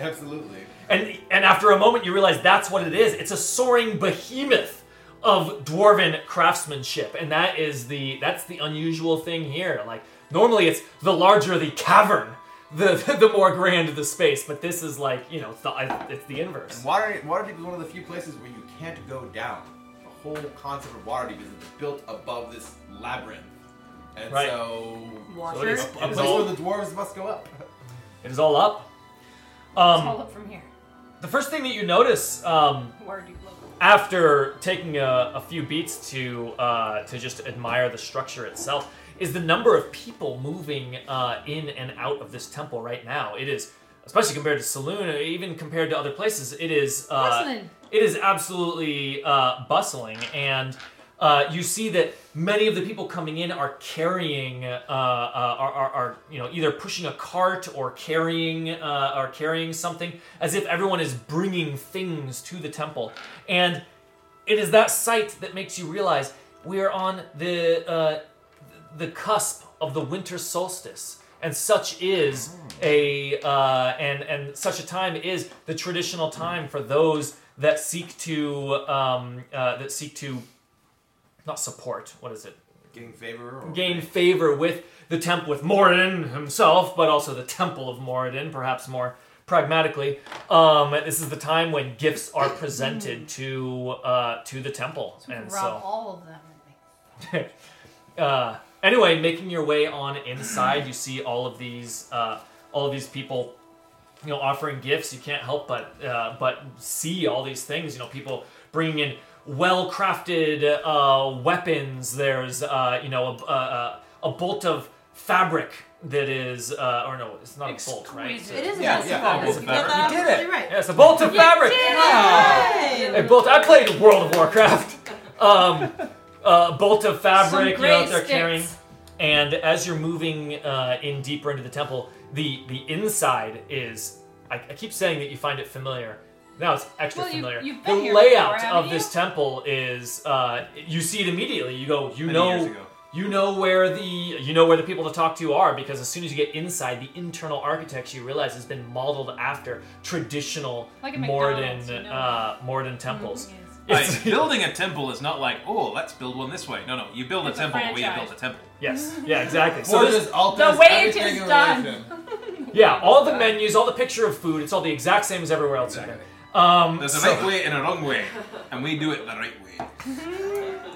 S5: Absolutely.
S2: And and after a moment, you realize that's what it is. It's a soaring behemoth of dwarven craftsmanship, and that is the that's the unusual thing here. Like normally, it's the larger the cavern, the the more grand the space. But this is like you know it's the it's the inverse.
S5: Water Waterdeep is one of the few places where you can't go down. The whole concept of Waterdeep is it's built above this labyrinth, and
S2: Right.
S5: so
S2: Water.
S5: so it is a,
S2: It
S5: a
S2: is
S5: place
S2: all-
S5: where the dwarves must go up.
S2: It is all up.
S16: Let's all
S2: Um,
S16: up from here.
S2: the first thing that you notice um,
S16: Where do you look?
S2: after taking a, a few beats to uh, to just admire the structure itself is the number of people moving uh, in and out of this temple right now. It is especially compared to Saloon, or even compared to other places. It is uh,
S16: Bustling.
S2: it is absolutely uh, bustling and. Uh, you see that many of the people coming in are carrying, uh, uh, are, are, are you know either pushing a cart or carrying, uh, or carrying something, as if everyone is bringing things to the temple. And it is that sight that makes you realize we are on the uh, the cusp of the winter solstice, and such is a uh, and and such a time is the traditional time for those that seek to um, uh, that seek to not support. What is it?
S5: Gain favor. Or
S2: gain favor with the temp with Moradin himself, but also the temple of Moradin, perhaps more pragmatically. Um, this is the time when gifts are presented to uh, to the temple, and
S16: Rob
S2: so
S16: all of them.
S2: uh, anyway, making your way on inside, you see all of these uh, all of these people, you know, offering gifts. You can't help but uh, but see all these things. You know, people bringing in well crafted uh, weapons. There's uh, you know a, a, a bolt of fabric that is uh, or no, it's not a bolt, right?
S3: Exquisite. It is a
S2: yeah,
S3: bolt of
S2: yeah,
S3: fabric.
S2: a bolt of
S3: You got
S2: fabric.
S3: that
S2: You
S3: absolutely right.
S2: Yeah, it's a bolt of
S3: You
S2: fabric.
S3: did it!
S2: A bolt. I played World of Warcraft. Um, uh, bolt of fabric.
S16: Some
S2: You know what they're
S16: great
S2: carrying.
S16: sticks.
S2: And as you're moving uh, in deeper into the temple, the the inside is I, I keep saying that you find it familiar. Now it's extra
S7: Well, you-
S2: familiar.
S7: you've been
S2: the
S7: here
S2: layout
S7: before,
S2: of
S7: haven't
S2: this temple is uh, you see it immediately. You go, you
S9: Many
S2: know,
S9: years ago.
S2: you know where the you know where the people to talk to are because as soon as you get inside the internal architecture, you realize has been modeled after traditional
S9: Like a
S2: Morden
S9: McDonald's, you know.
S2: uh, Morden temples.
S17: Mm-hmm.
S9: Right, building a temple is not like, oh, let's build one this way. No, no, you build
S2: It's a
S9: a temple the way you
S2: franchise.
S9: build a temple.
S2: Yes, yeah, exactly.
S9: Or
S2: this-
S9: just alters The way it everything is in done.
S2: yeah, all the menus, all the picture of food, it's all the exact same as everywhere else. Um,
S9: There's a
S2: so-
S9: right way and a wrong way, and we do it the right way.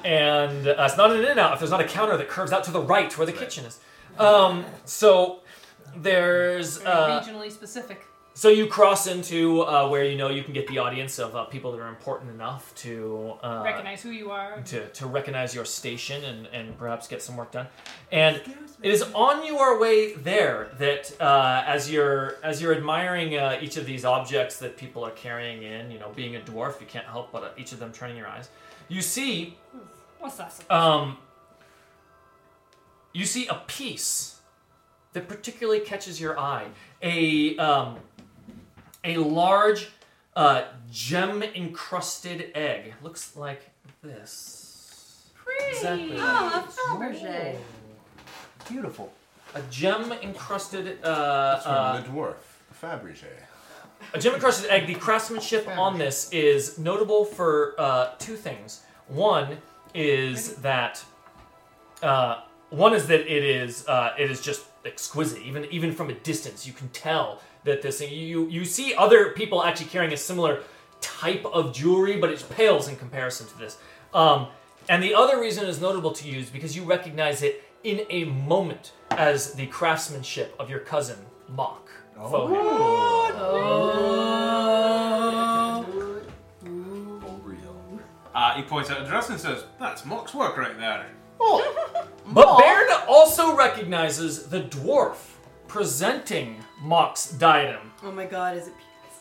S2: and uh, it's not an in and out if there's not a counter that curves out to the right where the kitchen is. Um, so there's uh,
S7: regionally specific.
S2: so you cross into uh, where you know you can get the audience of uh, people that are important enough to uh,
S7: Recognize who you are.
S2: to, to recognize your station and, and perhaps get some work done. And it is on your way there that uh, as you're as you're admiring uh, each of these objects that people are carrying in, you know, being a dwarf, you can't help but uh, each of them turning your eyes. You see
S7: What's that? supposed-
S2: um, you see a piece that particularly catches your eye. A um, a large uh, gem encrusted egg. Looks like this. Exactly.
S3: Oh, a Fabergé.
S4: Beautiful.
S2: A gem encrusted. Uh,
S4: That's from
S2: uh,
S4: the dwarf, Fabergé.
S2: A gem encrusted egg. The craftsmanship on this is notable for uh, two things. One is that uh, one is that it is uh, it is just exquisite. Even even from a distance, you can tell that this thing. You you see other people actually carrying a similar type of jewelry, but it pales in comparison to this. Um, and the other reason is notable to you is because you recognize it in a moment as the craftsmanship of your cousin Mock. Fohan.
S9: Uh, he points out the dress and says, "That's Mock's work right there."
S2: But Baird also recognizes the dwarf presenting Mock's diadem
S3: Oh my god, is it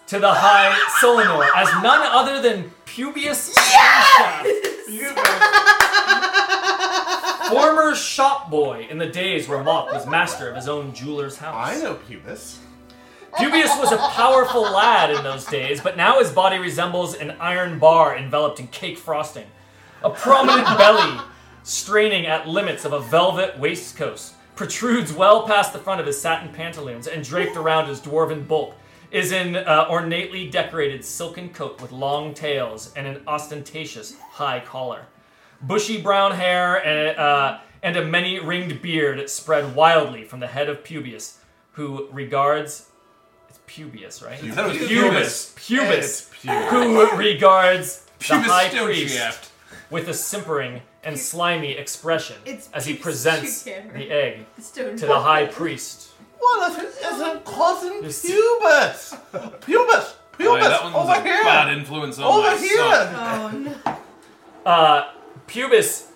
S2: to the High Solinor as none other than Pubius Shaft, former shop boy in the days where Mock was master of his own jeweler's house. I know Pubis. Pubius was a powerful lad in those days, but now his body resembles an iron bar enveloped in cake frosting. A prominent belly, straining at limits of a velvet waistcoat, protrudes well past the front of his satin pantaloons and draped around his dwarven bulk. Is an uh, ornately decorated silken coat with long tails and an ostentatious high collar. Bushy brown hair and, uh, and a many ringed beard spread wildly from the head of Pubius, who regards. It's Pubius, right?
S9: Pubis. That was
S2: Pubis.
S9: Pubis.
S2: Pubis.
S9: Yeah, it's Pubis.
S2: Who regards the
S9: Pubis
S2: high
S9: stone
S2: priest
S9: shaft.
S2: with a simpering and slimy expression
S3: It's
S2: as he
S3: Pubis
S2: presents
S3: Junior.
S2: the egg
S3: The stone
S2: to the high
S3: shaft.
S2: priest.
S8: What if it isn't cousin
S2: This-
S8: Pubis? Pubis!
S9: Boy,
S8: Pubis!
S9: that one's
S8: over
S9: a
S8: here!
S9: bad influence on
S8: over
S9: my
S8: here!
S9: son.
S2: Uh, Pubis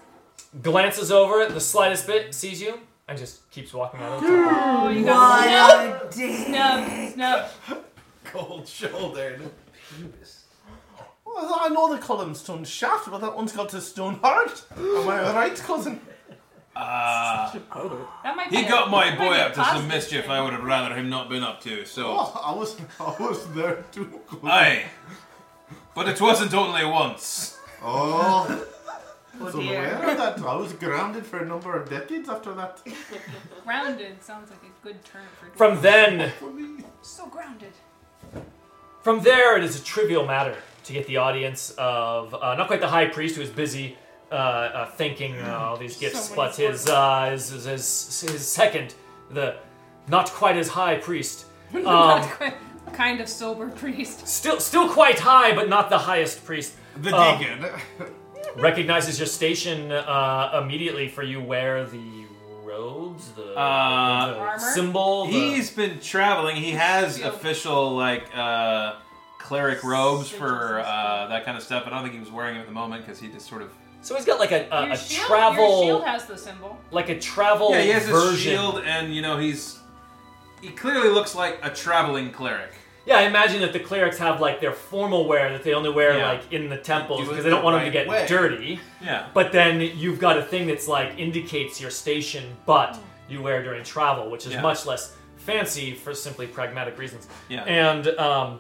S2: glances over the slightest bit, sees you, and just keeps walking out of the temple.
S7: Oh, you
S3: What
S7: got snub, snub.
S8: Cold shouldered.
S4: Pubis.
S8: Well, I know they call him Stone Shaft, but that one's got a stone heart. Am I right, cousin?
S9: Ah,
S7: That might
S9: he
S7: be a-
S9: got my
S7: that
S9: boy
S7: might be a
S9: up to some
S7: positive
S9: mischief I would have rather him not been up to. So,
S8: Oh, I was, I was there too. cousin.
S9: aye, but it wasn't only once.
S8: Oh.
S7: Oh,
S8: so
S7: dear.
S8: aware of that. I was grounded for a number of decades after that.
S7: Grounded sounds like a good term for.
S2: From then,
S7: So grounded.
S2: From there, it is a trivial matter to get the audience of uh, not quite the high priest who is busy uh, uh, thanking uh, all these gifts,
S9: So many
S2: but his, uh, his, his his his second, the not quite as high priest, um,
S7: Not quite- kind of sober priest.
S2: still still quite high, but not the highest priest.
S7: The
S2: um,
S7: deacon.
S2: recognizes your station uh, immediately for you wear the robes, the,
S9: Uh,
S2: the symbol. the-
S9: He's been traveling. He has
S2: Shield.
S9: official like uh, cleric robes for uh, that kind of stuff. but I don't think he was wearing them at the moment because he just sort of.
S2: so he's got like a, a,
S7: your
S2: uh, a
S7: shield,
S2: travel,
S7: Your shield has the symbol.
S2: like a travel
S9: yeah, he has a
S2: version.
S9: shield, and you know he's he clearly looks like a traveling cleric.
S2: Yeah, I imagine that the clerics have like their formal wear that they only wear
S9: Yeah.
S2: like in the temples
S9: Do it
S2: because they don't
S9: the
S2: want them
S9: right
S2: to get
S9: way.
S2: dirty.
S9: Yeah.
S2: But then you've got a thing that's like indicates your station, but you wear during travel, which is
S9: Yeah.
S2: much less fancy for simply pragmatic reasons.
S9: Yeah.
S2: And um,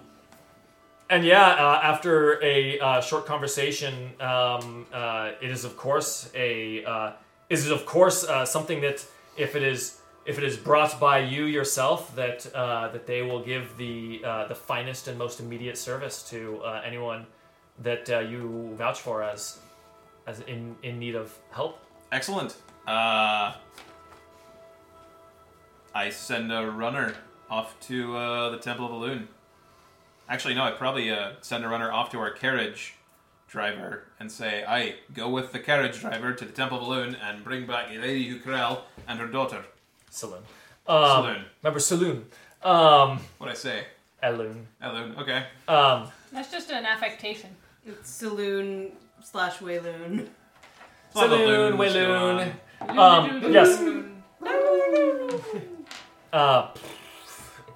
S2: and yeah, uh, after a uh, short conversation, um, uh, it is of course a uh, is it of course uh, something that if it is if it is brought by you yourself that uh, that they will give the uh, the finest and most immediate service to uh, anyone that uh, you vouch for as as in in need of help.
S9: Excellent. Uh, I send a runner off to uh, the Temple of Alun. Actually, no, I probably uh, send a runner off to our carriage driver and say, I go with the carriage driver to the Temple of Alun and bring back Lady Hukrel and her daughter.
S2: Saloon. Um,
S9: Saloon.
S2: Remember saloon. Um,
S9: What'd I say?
S2: Elun.
S9: Elun, okay.
S2: Um,
S16: That's just an affectation.
S3: It's saloon slash wayloon.
S2: saloon, Willoon. Um, yes. Uh,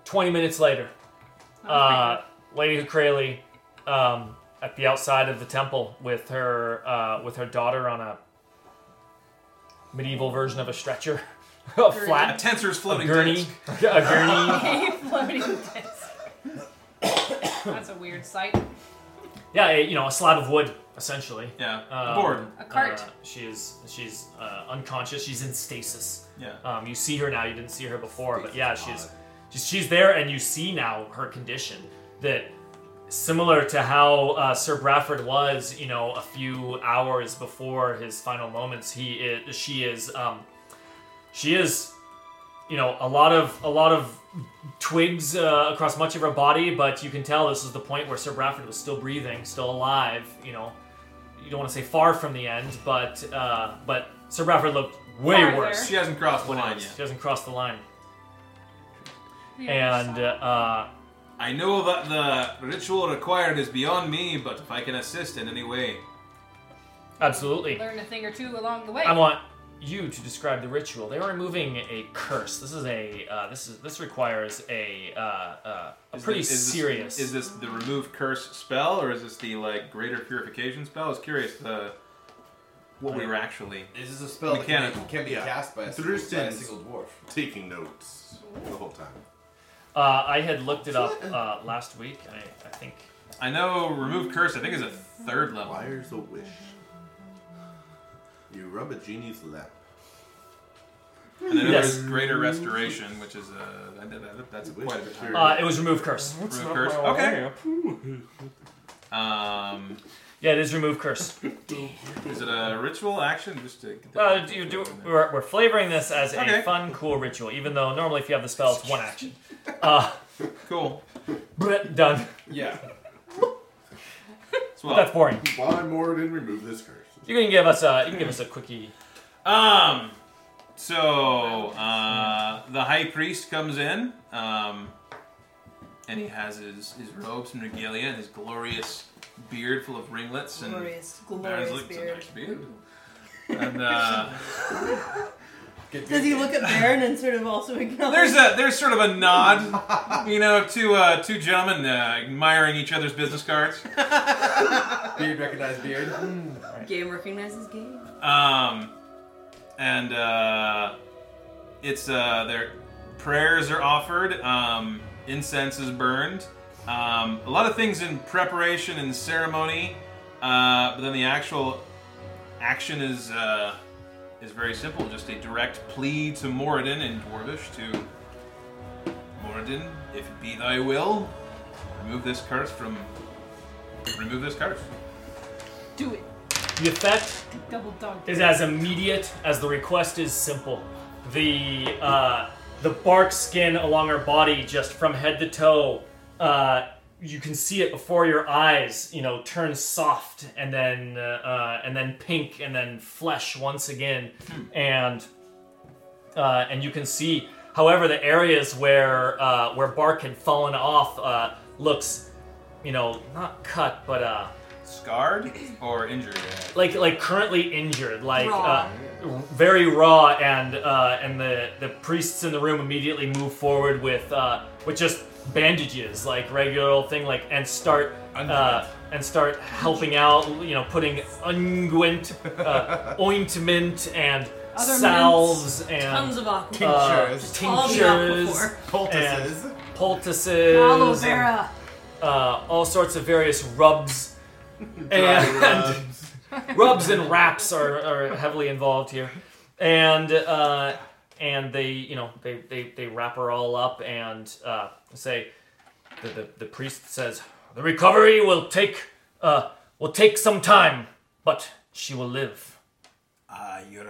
S2: 20 minutes later,
S7: Oh,
S2: uh, Lady Hukrali, um, at the outside of the temple with her uh, with her daughter on a medieval version of a stretcher, a
S9: Gurney.
S2: flat
S9: A tensor's floating
S2: a gurney,
S9: disc.
S2: a gurney.
S16: floating disc. That's a weird sight.
S2: Yeah, a, you know, a slab of wood, essentially.
S9: Yeah,
S2: Um,
S9: board.
S16: A cart.
S2: uh, she is she's uh, unconscious. She's in stasis.
S9: Yeah.
S2: Um, you see her now. You didn't see her before, but yeah, she's, she's she's there, and you see now her condition that similar to how uh, Sir Bradford was, you know, a few hours before his final moments. He is she is um, she is you know a lot of a lot of twigs uh, across much of her body but you can tell this is the point where sir bradford was still breathing still alive you know you don't want to say far from the end but uh, but sir bradford looked way
S9: Farther.
S2: worse
S9: She hasn't crossed the
S2: When it
S9: line
S2: was-
S9: yet.
S2: she hasn't crossed the line
S9: Yeah,
S2: and uh,
S9: I know that the ritual required is beyond me, but if I can assist in any way.
S2: absolutely
S16: Learn a thing or two along the way.
S2: I want you to describe the ritual. They are removing a curse. This is a uh, this is this requires a uh, uh, a
S9: Is
S2: pretty
S9: this- is this-
S2: serious.
S9: is this the remove curse spell, or is this the like greater purification spell? I was curious the what we were actually.
S5: Is this a spell that can be-
S9: mechanical?
S5: can be Yeah. cast by a single- by a
S8: Drustin's
S5: single dwarf?
S8: Taking notes the whole time.
S2: Uh, I had looked it up uh, last week. and I, I think
S9: I know remove curse. I think is a third level.
S8: Wires a wish. You rub a genie's lap.
S9: And then
S2: Yes.
S9: there's greater restoration, which is uh, that- that- that's quite a bit higher.
S2: Uh, it was remove curse.
S9: Remove curse. Okay. Um,
S2: yeah, it is remove curse.
S9: Is it a ritual action? Just to get the-
S2: Uh, do you do, we're, we're flavoring this as
S9: Okay.
S2: a fun, cool ritual, even though normally if you have the spell, it's one action. Uh,
S9: cool.
S2: Done.
S9: Yeah.
S2: But that's boring.
S8: Why Moradin remove this curse?
S2: You can give us a you can give us a quickie.
S9: Um. So uh, the high priest comes in, um, and he has his, his robes and regalia and his glorious beard full of ringlets and
S3: Glorious,
S9: Baron's
S3: glorious
S9: like, "It's a
S3: beard."
S9: nice beard." And uh,
S3: Does he look at Baron and sort of also acknowledge?
S9: there's a there's sort of a nod, you know, to uh, two gentlemen uh, admiring each other's business cards. beard recognized beard.
S3: game recognizes game.
S9: Um, and uh, it's uh, their prayers are offered, um, incense is burned, um, a lot of things in preparation and ceremony, uh, but then the actual action is uh, is very simple, just a direct plea to Moradin in Dwarvish to Moradin, if it be thy will, remove this curse from remove this curse.
S16: Do it.
S2: The effect
S16: Double dog.
S2: is as immediate as the request is simple. The uh, the bark skin along her body, just from head to toe, uh, you can see it before your eyes. You know, turn soft and then uh, and then pink and then flesh once again, and uh, and you can see, however, the areas where uh, where bark had fallen off uh, looks, you know, not cut but uh,
S9: Scarred or injured?
S2: like like currently injured, like
S9: Raw.
S2: Uh, very raw, and uh, and the the priests in the room immediately move forward with uh, with just bandages, like regular old thing, like and start. Uh, and start helping out, you know, putting unguent, uh, ointment, and
S3: Other
S2: salves
S3: mints,
S2: and
S3: tons of aqua.
S2: uh,
S3: Tinctures.
S2: tinctures,
S3: All the aquaphor.
S2: and poultices,
S3: Aloe vera.
S2: and, uh, all sorts of various rubs, and
S8: rubs.
S2: rubs and wraps are, are heavily involved here, and uh, and they you know they, they, they wrap her all up and uh, say the, the the priest says the recovery will take uh, will take some time, but she will live.
S17: Uh, your,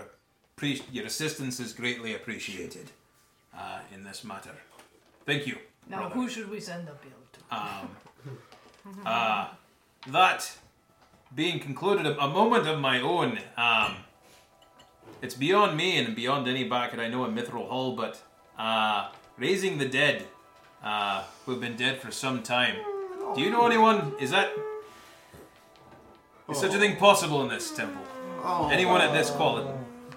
S17: appre- your assistance is greatly appreciated uh, in this matter. Thank you.
S16: Now,
S17: brother.
S16: who should we send the bill to?
S17: Um, uh, that being concluded, a a moment of my own. Um, it's beyond me and beyond any back, and I know a mithril hull, but uh, raising the dead uh, who've been dead for some time. Do you know anyone? Is that is such a thing possible in this temple?
S8: Oh.
S17: Anyone at this quality?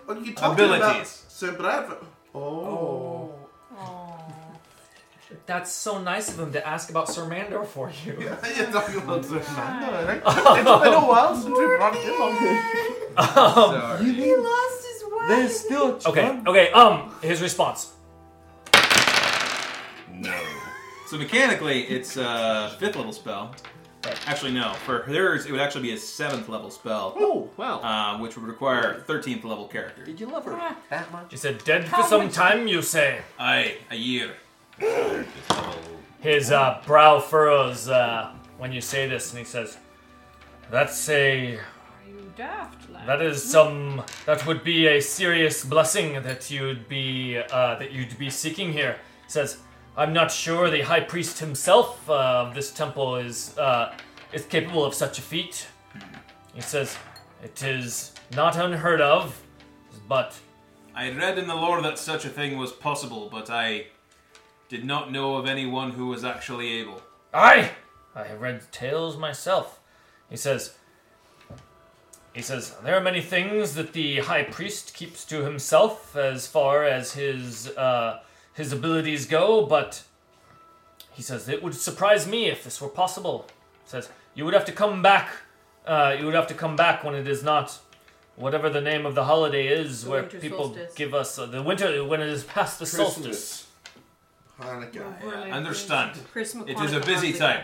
S8: What are you talking about?
S17: Abilities.
S8: Sir Bradford. Oh.
S2: That's so nice of him to ask about Sir Mandor for you.
S8: Yeah, talking about Sir Mandor. It's been a while since we brought him on.
S2: Sorry.
S3: He lost his wife.
S2: There's still okay. Okay. Um, his response.
S17: No. So mechanically, it's a fifth level spell. Actually, no. For hers, it would actually be a seventh level spell.
S10: Oh, wow.
S17: Uh, which would require thirteenth level character. Did
S10: you love her that much?
S2: She said, "Dead
S17: How
S2: for some
S17: much-
S2: time, you say."
S17: Aye, a year.
S2: His uh, brow furrows uh, when you say this, and he says, "That's a
S7: You daft, lad.
S2: that is some that would be a serious blessing that you'd be uh, that you'd be seeking here." He says, "I'm not sure the high priest himself uh, of this temple is uh, is capable of such a feat." He says, "It is not unheard of, but."
S17: I read in the lore that such a thing was possible, but I did not know of anyone who was actually able.
S2: Aye, I have read tales myself. He says. He says there are many things that the high priest keeps to himself as far as his uh, his abilities go, but he says it would surprise me if this were possible. He says you would have to come back. Uh, you would have to come back when it is not. Whatever the name of the holiday is,
S3: The
S2: where
S3: winter
S2: people
S3: solstice.
S2: give us uh, the winter when it is past the
S8: Christmas.
S2: solstice.
S8: Hanukkah.
S17: I understand.
S3: Chris
S17: It is a
S3: McCormick
S17: busy
S3: wants it.
S17: time.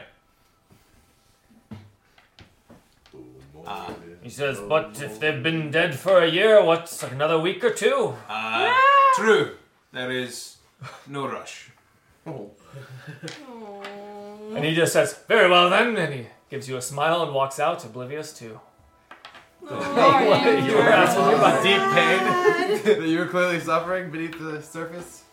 S2: He says, but if they've been dead for a year, what's another week or two?
S17: Uh, True, there is no rush.
S2: And he just says, very well then, and he gives you a smile and walks out, oblivious to. you were asking me about deep pain.
S8: that you were clearly suffering beneath the surface.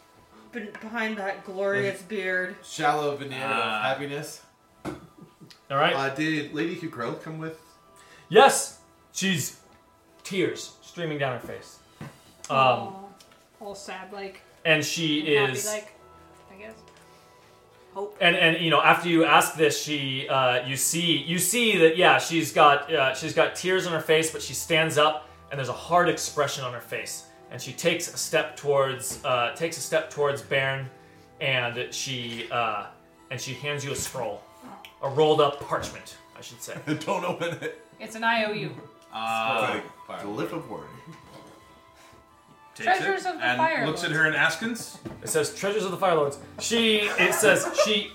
S3: Be- behind that glorious beard.
S8: Shallow veneer
S3: Ah.
S17: Uh,
S8: of happiness.
S2: All right.
S8: Uh, did Lady Hugrel come with?
S2: Yes, she's tears streaming down her face. Um,
S7: Aw. all sad like.
S2: and she
S7: and
S2: is.
S7: happy like. I guess.
S2: and and you know after you ask this she uh, you see you see that yeah she's got uh, she's got tears on her face but she stands up and there's a hard expression on her face and she takes a step towards uh, takes a step towards Baron and she uh, and she hands you a scroll a rolled up parchment I should say
S8: don't open it
S7: It's an IOU.
S17: Uh,
S8: the lip of word.
S17: Takes it
S7: Treasures of the
S17: and
S7: Fire
S17: looks at
S7: Lords.
S17: her and askins.
S2: it says treasures of the fire lords she it says she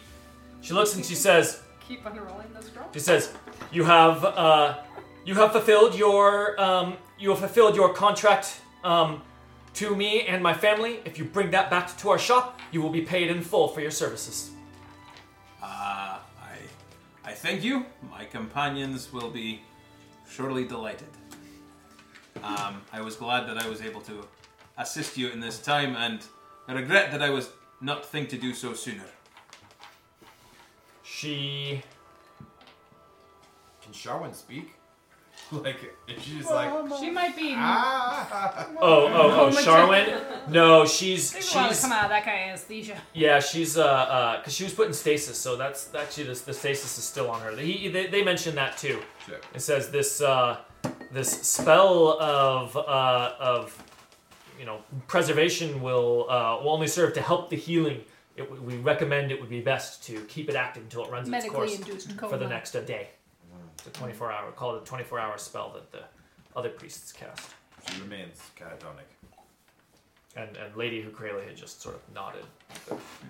S2: she looks and she says
S7: Keep unrolling the scroll.
S2: She says, "You have uh, you have fulfilled your um, you have fulfilled your contract um, to me and my family. If you bring that back to our shop, you will be paid in full for your services."
S17: Uh, I, I thank you. My companions will be surely delighted. Um, I was glad that I was able to assist you in this time, and I regret that I was not think to do so sooner.
S2: She
S5: Can Sharwin speak? Like, is she just like.
S7: She might be.
S5: Ah.
S2: Oh oh oh,
S7: Mama-
S2: Sharwin? No, she's
S7: There's a lot to
S2: she's
S7: come out of that guy anesthesia.
S2: yeah, she's uh uh, cause she was put in stasis, so that's actually the, the stasis is still on her. He, they, they mentioned that too.
S5: Sure.
S2: It says this uh, this spell of uh, of you know preservation will uh, will only serve to help the healing. It, w- we recommend it would be best to keep it active until it runs
S7: Medically
S2: its course
S7: induced
S2: for the
S7: coma.
S2: next uh, day. It's a 24 hour call it a 24 hour spell that the other priests cast.
S5: She remains catatonic.
S2: And, and Lady Hukrele had just sort of nodded.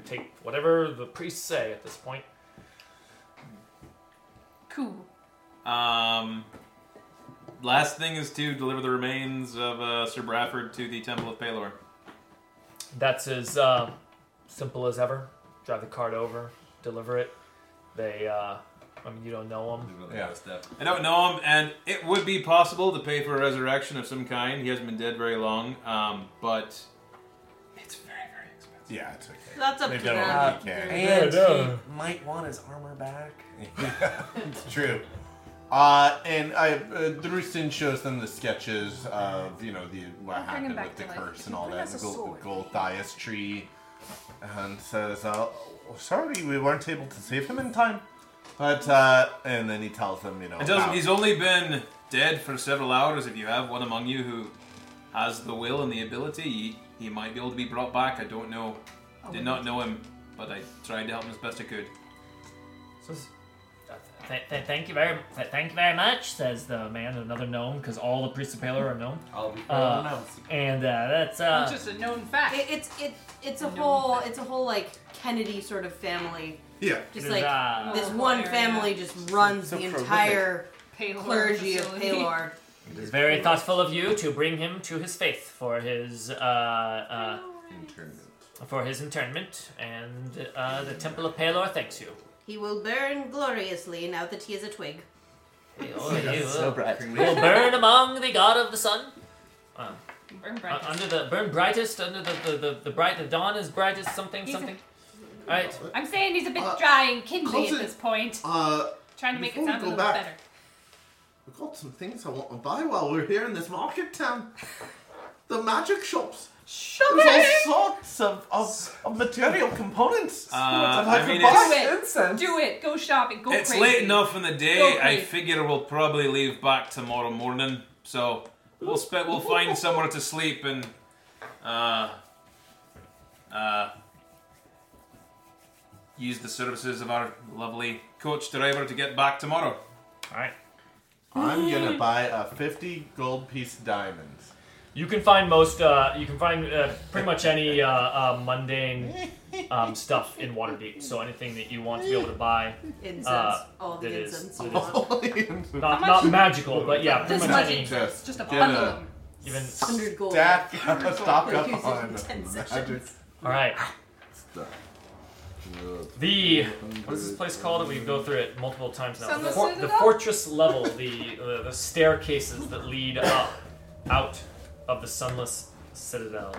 S2: Take whatever the priests say at this point.
S18: Cool.
S9: Um, last thing is to deliver the remains of uh, Sir Bradford to the Temple of Palor.
S2: That's as uh, simple as ever. Drive the cart over, deliver it. They, uh, I mean, you don't know
S17: Oh,
S2: them.
S9: I don't know him, and it would be possible to pay for a resurrection of some kind. He hasn't been dead very long, um, but it's very, very expensive.
S19: Yeah, it's okay.
S3: That's up
S19: They've
S3: to
S19: done
S3: them.
S19: all they can.
S10: And
S8: Yeah.
S10: he might want his armor back.
S8: it's true. Uh, and I, uh, Drustin shows them the sketches of you know the what
S18: Bring him
S8: happened
S18: back
S8: with the
S18: to life.
S8: curse and all
S18: Bring
S8: that,
S18: us
S8: and
S18: a
S8: the
S18: sword.
S8: Golthias tree, and says, uh, "Sorry, we weren't able to save him in time." But uh, and then he tells them, you know,
S9: It doesn't.
S8: how-
S9: He's only been dead for several hours. If you have one among you who has the will and the ability, he, he might be able to be brought back. I don't know. Did not know him, but I tried to help him as best I could.
S2: So, th- th- thank you very, th- thank you very much. Says the man, another gnome, because all the priests of Palor are gnome.
S5: All the
S2: uh,
S5: Palor are gnomes.
S2: And uh, that's
S7: It's
S2: uh,
S7: just a known fact.
S3: It, it's it, it's a
S7: No.
S3: whole it's a whole like Kennedy sort of family.
S8: Yeah.
S2: It
S3: Just
S2: is,
S3: like
S2: uh,
S3: this
S7: Oh,
S3: one
S7: area.
S3: family just runs
S2: So
S3: the
S2: prolific.
S3: entire
S7: Palor
S3: clergy of
S7: facility.
S3: Palor.
S2: it is very thoughtful of you to bring him to his faith for his uh, uh, for his internment, and uh, the Temple of Palor thanks you.
S3: He will burn gloriously now that he is a twig.
S2: Oh, you will.
S10: so bright.
S2: will burn among the god of the sun. Uh,
S7: Burn
S2: uh, under the burn brightest, under the the, the, the bright the dawn is brightest, something
S18: He's a-
S2: something. All right.
S18: I'm saying he's a bit
S8: Uh,
S18: dry and kindly
S8: Colton,
S18: at this point.
S8: uh,
S18: Trying to make it
S8: before we
S18: sound a
S8: go
S18: little
S8: back,
S18: better.
S8: We got some things I want to buy while we're here in this market town. The magic shops. There's all sorts of, of, of material components.
S9: Uh,
S8: I'd
S9: I
S8: like
S9: mean,
S8: to buy.
S9: it's-
S7: Do it. Go shopping. Go
S9: it's
S7: crazy.
S9: late enough in the
S7: Go
S9: day. I
S7: crazy.
S9: figure we'll probably leave back tomorrow morning, so we'll spe- we'll find somewhere to sleep and uh, uh, use the services of our lovely coach driver to get back tomorrow.
S2: All right.
S8: I'm gonna buy a 50 gold piece diamonds.
S2: You can find most. Uh, you can find uh, pretty much any uh, uh, mundane um, stuff in Waterdeep. So anything that you want to be able to buy.
S3: Incense.
S2: uh,
S3: All the
S2: that is-
S3: incense.
S2: that is-
S8: How
S2: not,
S8: much-
S2: not magical, but yeah, pretty
S8: This
S2: much
S8: much
S2: any.
S8: incense, just a
S2: yeah.
S8: bundle of them.
S2: Even
S3: Hundred gold.
S8: Stack,
S3: Hundred gold.
S8: stock
S3: We'll use
S8: up
S3: it in
S8: on
S3: 10
S8: magic
S3: sessions.
S2: All right.
S8: stuff.
S2: The what is this place called? We go through it multiple times now.
S7: Sunless
S2: The, for- the
S7: Citadel?
S2: fortress level, the uh, the staircases that lead up out of the sunless citadel,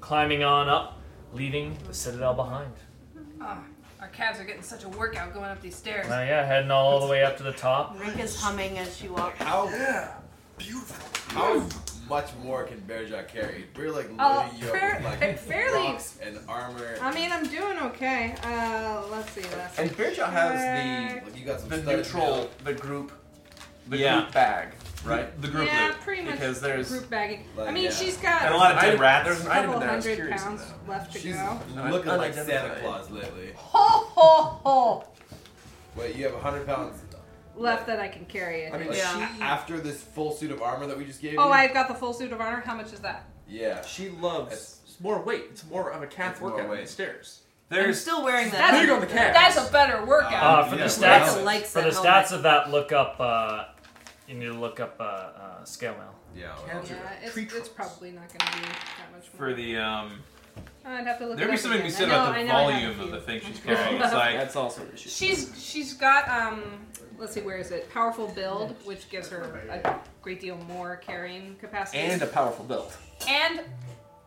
S2: climbing on up, leaving the citadel behind.
S7: Ah, our calves are getting such a workout going up these stairs.
S2: Now, yeah, heading all the way up to the top.
S3: Rika's humming as she walks.
S5: How How much more can Bearjaw carry? We're like loading
S7: Uh,
S5: you up
S7: fair-
S5: with like
S7: fa- fairly-
S5: rocks and armor.
S7: I mean, I'm doing okay. Uh, let's see. Let's see.
S5: And Bearjaw
S7: uh,
S5: has the like you got some
S10: The
S5: studded
S10: neutral,
S5: mail.
S10: the group, the
S9: Yeah.
S10: group bag, right?
S9: The
S7: yeah, pretty much
S10: because there's
S7: group bagging.
S10: Like,
S7: I mean,
S10: yeah.
S7: she's got
S10: And a lot of dead
S7: I'd-
S10: rats.
S7: There's a
S10: I'd been
S7: couple
S10: there, I was
S7: hundred
S10: curious
S7: pounds left to
S5: She's
S7: go.
S5: looking like Santa
S10: Unidentified.
S5: Claus lately.
S7: Ho ho ho!
S5: Wait, you have hundred pounds.
S7: Left that I can carry.
S5: I mean,
S7: think.
S5: like, she- after this full suit of armor that we just gave
S7: Oh,
S5: you.
S7: I've got the full suit of armor. How much is that?
S5: Yeah.
S10: She loves. It's, more weight. It's more of a calf
S5: more
S10: workout on the
S5: weight.
S10: stairs.
S3: I'm still wearing that.
S7: That's-
S10: Big on the calves.
S7: That's a better workout.
S2: Uh, for
S10: Yeah,
S2: the
S10: well,
S2: stats,
S3: likes
S2: for the
S3: that
S2: stats of that, look up. Uh, you need to look up uh, uh, scale mail.
S5: Yeah.
S7: yeah, it's, it's probably not going to be that much more.
S9: For the um,
S7: I'd have to look.
S9: there'd
S7: it
S9: be
S7: up
S9: something
S7: again.
S9: we said
S7: I know-
S9: about
S7: I
S9: the
S7: know I have a
S9: volume of
S7: few.
S9: the thing she's carrying. It's like
S10: That's also an issue.
S7: She's she's got um let's see where is it powerful build which gives her a great deal more carrying capacity
S10: and a powerful build.
S7: and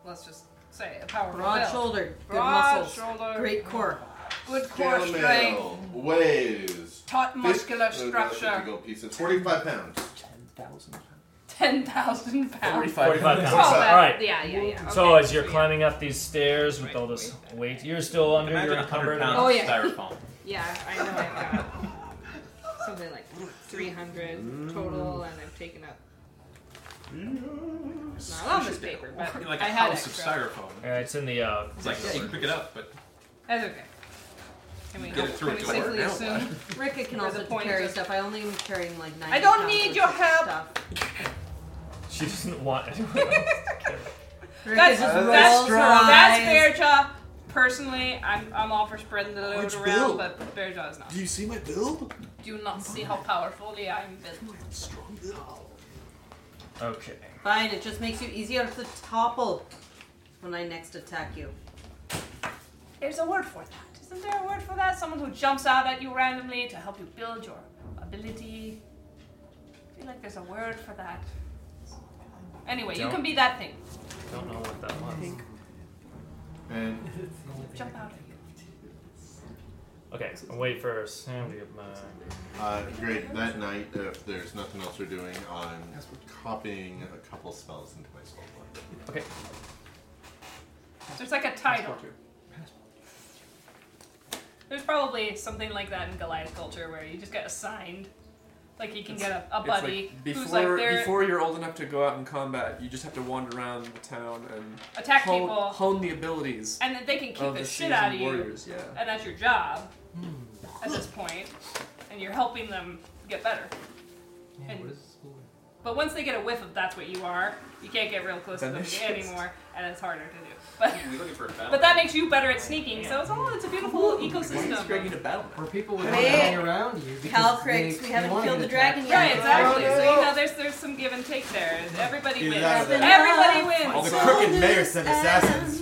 S7: let's just say a powerful
S3: Broad
S7: build.
S3: shouldered, good
S7: Broad
S3: muscles,
S7: shoulder,
S3: great core.
S7: good core
S8: Scale
S7: strength.
S8: mail Weighs.
S7: Taut muscular
S8: Fif- uh, not 50
S7: structure.
S8: gold pieces. 45 pounds.
S10: 10,000
S7: Ten thousand pounds.
S2: 45 pounds.
S7: Oh, that-
S2: All right.
S7: Yeah, yeah, yeah.
S2: So
S7: okay.
S2: as you're climbing up these stairs with all this weight, you're still under
S9: Imagine
S2: your
S9: 100
S2: encumbered.
S9: pounds
S7: Oh, yeah.
S9: styrofoam.
S7: yeah, I know I've got something like three hundred total,
S2: Mm.
S7: and I've taken up.
S9: Mm-hmm.
S7: It's not on this paper, but
S9: like a
S7: I had
S9: house
S7: extra.
S9: of styrofoam.
S2: All right, it's in the. Uh,
S9: It's like yeah, you can pick it up, but
S7: That's okay. Can we,
S9: Get it through
S7: can
S9: a
S7: we
S9: door.
S7: safely
S9: Now
S7: assume?
S3: Rika can
S7: Or
S3: also
S7: the point
S3: carry
S7: of-
S3: stuff. I only am carrying like 90
S7: I don't
S3: pounds
S7: need
S3: worth
S7: your
S3: of
S7: help.
S3: Stuff.
S2: she doesn't want anyone else.
S3: Rick
S7: That's
S3: just
S7: that's,
S3: rolls her eyes.
S7: that's Bearjaw. Personally, I'm, I'm all for spreading the load
S9: Which
S7: around,
S9: build?
S7: but Bearjaw is not.
S9: Do you see my build?
S7: Do not see how powerfully I am built.
S9: Strong build.
S2: Okay.
S3: Fine, it just makes you easier to topple when I next attack you.
S7: There's a word for that. Isn't there a word for that? Someone who jumps out at you randomly to help you build your ability. I feel like there's a word for that. Anyway, you
S2: Don't-
S7: can be that thing.
S2: Don't know what that was.
S8: And
S7: Jump out at you.
S2: okay, I'm waiting for Sam to get my.
S8: Uh, great. That night, if there's nothing else we're doing, I'm copying a couple spells into my spell book.
S2: Okay.
S7: There's like a title. There's probably something like that in Goliath culture where you just get assigned. Like you can get a, a
S9: It's like
S7: Oh, buddy
S9: before,
S7: who's like there.
S9: before you're old enough to go out in combat, you just have to wander around the town and
S7: Attack
S9: hone,
S7: people.
S9: hone the abilities.
S7: and then they can
S9: of
S7: kick the,
S9: the
S7: shit out of
S9: seasoned
S7: you.
S9: warriors, yeah.
S7: And that's your job at this point, And you're helping them get better. And- but once they get a whiff of that's what you are, you can't get real close
S9: Then
S7: to them
S9: they should-
S7: anymore, and it's harder to do. But,
S20: We're looking for a battle.
S7: but that makes you better at sneaking, so it's all it's a beautiful ecosystem.
S10: Or people would
S7: Hey,
S10: hang around you. because
S7: Calcrix,
S10: they-
S7: we
S10: they
S7: haven't
S10: wanna
S7: killed
S10: get
S7: the
S10: attacked.
S7: dragon Right, exactly. So you know, there's there's some give and take there. Everybody
S5: Get
S7: wins.
S5: it out of there.
S7: Everybody wins.
S5: All the crooked mayor sent assassins.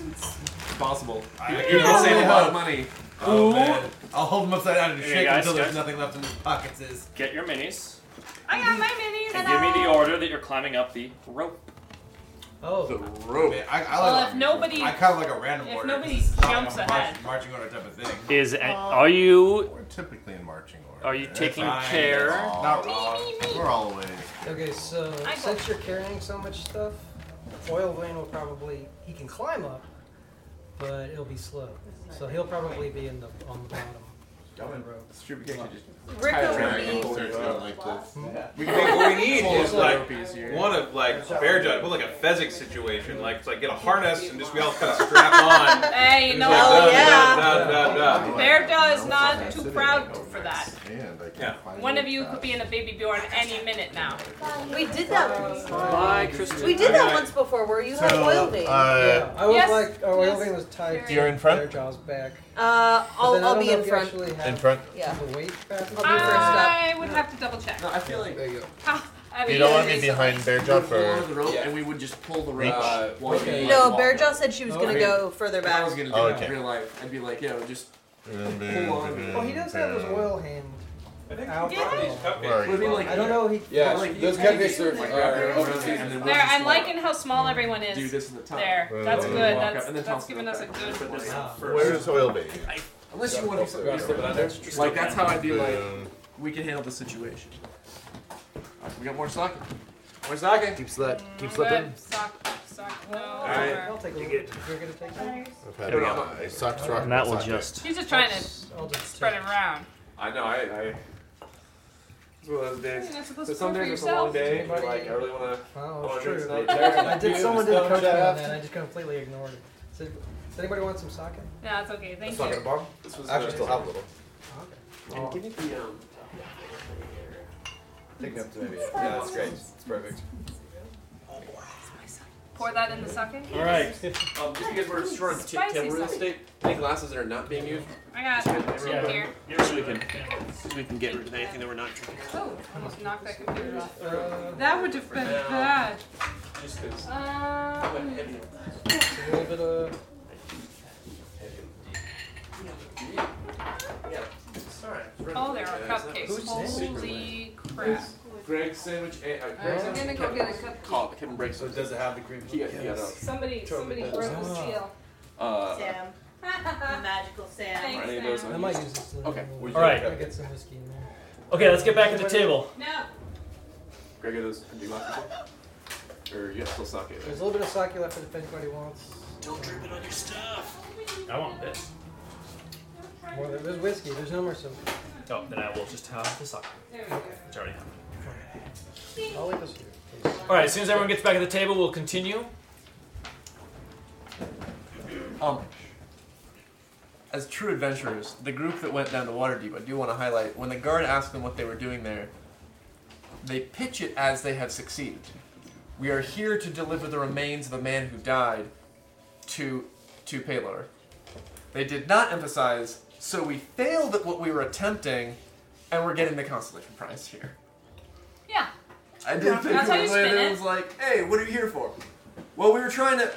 S9: Possible.
S5: I
S9: You can save a lot of
S5: hope.
S9: money.
S5: Oh,
S9: Ooh.
S5: man. I'll hold him upside down and
S21: Hey,
S5: shake him
S21: guys,
S5: until there's
S21: guys.
S5: nothing left in his pockets. Is
S21: Get your minis
S7: I got my minis.
S21: and give me the order that you're climbing up the rope.
S10: Oh.
S21: The
S5: rope. I, I
S7: Well,
S5: like,
S7: if nobody,
S5: I kind of like a random
S7: if
S5: order.
S7: nobody
S5: It's not
S7: jumps
S5: like a march-
S7: ahead,
S5: marching order type of thing.
S21: Is a- are you?
S8: We're typically in marching order.
S21: Are you
S8: That's
S21: taking
S8: fine.
S21: care?
S8: That's all. Not wrong. We're always.
S10: Okay, so since you're carrying so much stuff, Oil Wayne will probably he can climb up, but it'll be slow. So he'll probably be in the on the bottom.
S9: Coming,
S10: bro.
S9: We can make what we need.
S20: Pull
S9: It's
S20: up, like,
S9: like easier.
S20: one of like bear jug, but like a pheasant situation. Like it's like get a harness and just we all kind of strap on.
S7: Hey, you
S20: It's
S7: know
S20: like,
S7: what?
S20: da, da, da, da, da.
S7: Bear Bearda is not too proud for that.
S20: Yeah.
S7: One of you could be in a baby Bjorn any minute now.
S3: We did that once.
S10: Bye, Kristen.
S3: We did that once before where you had
S8: So,
S3: oil veins.
S8: uh,
S10: I was
S3: Yes,
S10: like, oh,
S3: yes,
S10: Oil Wayne was tied to
S8: You're in front?
S10: their jaws back.
S3: Uh,
S10: But
S3: I'll,
S10: then I
S3: I'll
S10: don't
S3: be
S10: know
S3: in
S10: if you
S3: front.
S10: actually have
S8: In front.
S3: Yeah.
S10: The weight back.
S3: I'll be first up.
S7: I would have to double check.
S9: I feel like there you go.
S7: I mean,
S8: You don't want me behind Bear Jump
S9: Or
S8: or
S9: the rope, and we would just pull the
S8: Reach.
S9: rope. Uh, one
S8: Okay.
S9: hand.
S3: No, Bearjaw said she was
S9: I
S3: gonna
S9: mean,
S3: go further
S9: if
S3: back.
S9: I was gonna do
S8: Oh,
S9: that
S8: okay.
S9: in real life. I'd be like, yeah, we'll just pull on.
S8: Mm.
S10: Well, he does have his oil hand. out.
S9: What I mean, like,
S10: I don't know. He,
S9: Yeah,
S10: but, like,
S9: those
S10: you- you
S9: cupcakes
S10: can
S9: are-
S10: just, like,
S9: are-
S10: wrap your
S9: are
S10: arms
S9: overseas
S10: around
S9: and
S10: it.
S9: then
S7: There, I'm liking how small everyone is.
S9: Do this at the top.
S7: There,
S8: Right.
S7: that's
S8: And
S7: good.
S8: then walk
S7: That's,
S9: up, and then
S7: that's
S9: toss
S7: giving us a good.
S8: Where's Oil Bay?
S9: Unless you want to
S8: Yeah.
S9: slip it under.
S8: Just
S9: Like
S8: slip
S9: that's
S8: it
S9: how
S8: under.
S9: I'd be like,
S8: Um,
S9: we can handle the situation. We got more slacking. More slacking. Keep slacking.
S7: Keep Sock, sock, no.
S9: right.
S7: or-
S10: I'll take a little. You're gonna take that.
S8: I've had my socks rock
S21: And that
S8: my
S21: will
S8: sock
S21: just.
S7: He's just trying to spread it around.
S9: I know. I. I it's one of those days.
S7: You're not supposed
S9: So
S7: to
S9: some
S7: pour
S9: days it's
S7: for
S9: a long
S7: yourself.
S9: day. and you're Like I really want to.
S10: Oh,
S9: want
S10: that's
S9: to drink
S10: true.
S9: tonight.
S10: I
S9: Do
S10: did. Someone did
S9: stone
S10: coach me on
S9: shaft.
S10: that. and I just completely ignored it. Said, Does anybody want some sake?
S7: No, it's okay. Thank
S9: That's not
S7: you.
S9: gonna bomb. This was
S10: Actually,
S9: the-
S10: still have a little.
S9: And give me the um.
S22: Take it up to maybe. Yeah, that's great. It's perfect.
S7: Pour that in the sake.
S9: um, just because we're short of t-
S7: Spicy
S9: table real
S7: something.
S9: estate, any glasses that are not being used,
S7: I got
S9: Yeah.
S7: two here.
S9: so we can so we can get rid of anything that we're not drinking.
S7: Oh, almost knocked that computer off.
S10: Uh,
S7: That would have been
S9: No.
S7: bad.
S9: Just 'cause. Uh,
S7: Um,
S10: A little bit of.
S7: oh, there are
S9: Who's
S7: cupcakes. Holy crap.
S9: It's Greg's sandwich. And, uh, Greg's
S7: I'm gonna
S9: sandwich.
S7: go get a
S9: Kevin-
S7: cupcake.
S9: Call Kevin Breaks. So does it have the cream? Yeah, yeah. no.
S7: Somebody,
S9: Totally
S7: somebody
S9: does.
S7: broke the seal.
S9: Uh,
S3: Sam. Magical Sam.
S9: are any of those
S10: I might
S9: unused?
S10: use this.
S9: Okay.
S2: All right.
S10: I get some whiskey in there.
S2: Okay, let's get back at the table.
S7: No.
S9: Greg, are those empty glasses? there? Or you got still sake? there?
S10: There's a little bit of sake left if anybody wants. Don't drip it on your
S9: stuff.
S2: I want this.
S10: Well, there- there's whiskey. There's no more soda.
S2: Oh, then I will just have the sake. It's already happened.
S10: I'll leave this here.
S2: All right. As soon as everyone gets back at the table, we'll continue.
S9: Um, as true adventurers, the group that went down to Waterdeep, I do want to highlight when the guard asked them what they were doing there, they pitch it as they have succeeded.
S8: We are here to deliver the remains of a man who died to to Paylor. They did not emphasize, so we failed at what we were attempting, and we're getting the consolation prize here.
S7: Yeah.
S8: I did think
S7: That's
S8: of
S7: how you
S8: it later.
S7: spin
S8: It
S7: it.
S8: was like, hey, what are you here for? Well, we were trying to.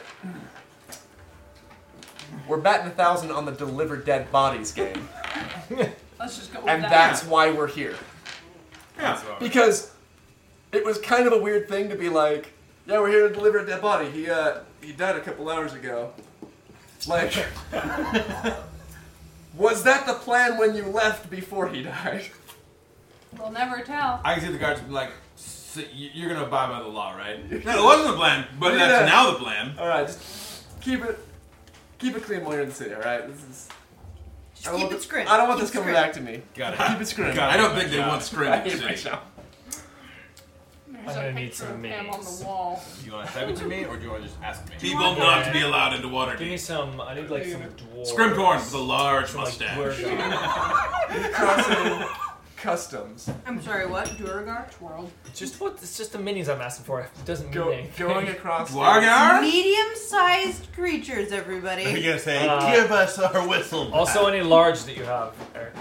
S8: We're batting a thousand on the deliver dead bodies game,
S7: Let's just go with
S8: and
S7: that.
S8: that's why we're here. Because it was kind of a weird thing to be like, yeah, we're here to deliver a dead body. He uh, he died a couple hours ago. Like, was that the plan when you left before he died?
S7: We'll never tell.
S23: I can see the guards being like, "S- y- "You're gonna abide by the law, right?"
S5: That wasn't the plan, but that's now the plan.
S8: All right, just keep it, keep it clean while you're in the city. All right, this is. I don't
S3: keep
S8: want
S3: it
S8: thi-
S3: scrim.
S8: I don't want
S3: Keep
S8: this
S3: it
S8: coming
S3: scrim.
S8: back to me.
S5: Got it.
S8: Keep it scrim.
S5: Got it. I don't think they want scrim
S8: I
S5: in the
S8: hate
S5: city.
S8: myself.
S7: There's a picture of him on the wall.
S23: Do you want to type it to me, or do you want to just ask me?
S5: People not to be allowed into water.
S2: Give me some. I need like some dwarf.
S5: Scrimcorn with a large
S2: Some, like,
S5: mustache.
S2: dwarf-
S8: Crossing customs.
S3: I'm sorry, what? Duragar?
S7: Twirl.
S2: Just what? It's just the minis I'm asking for. It doesn't mean anything.
S8: going across.
S3: Medium sized creatures, everybody.
S24: Uh,
S8: us our whistle."
S2: Also, any large that you have, Eric.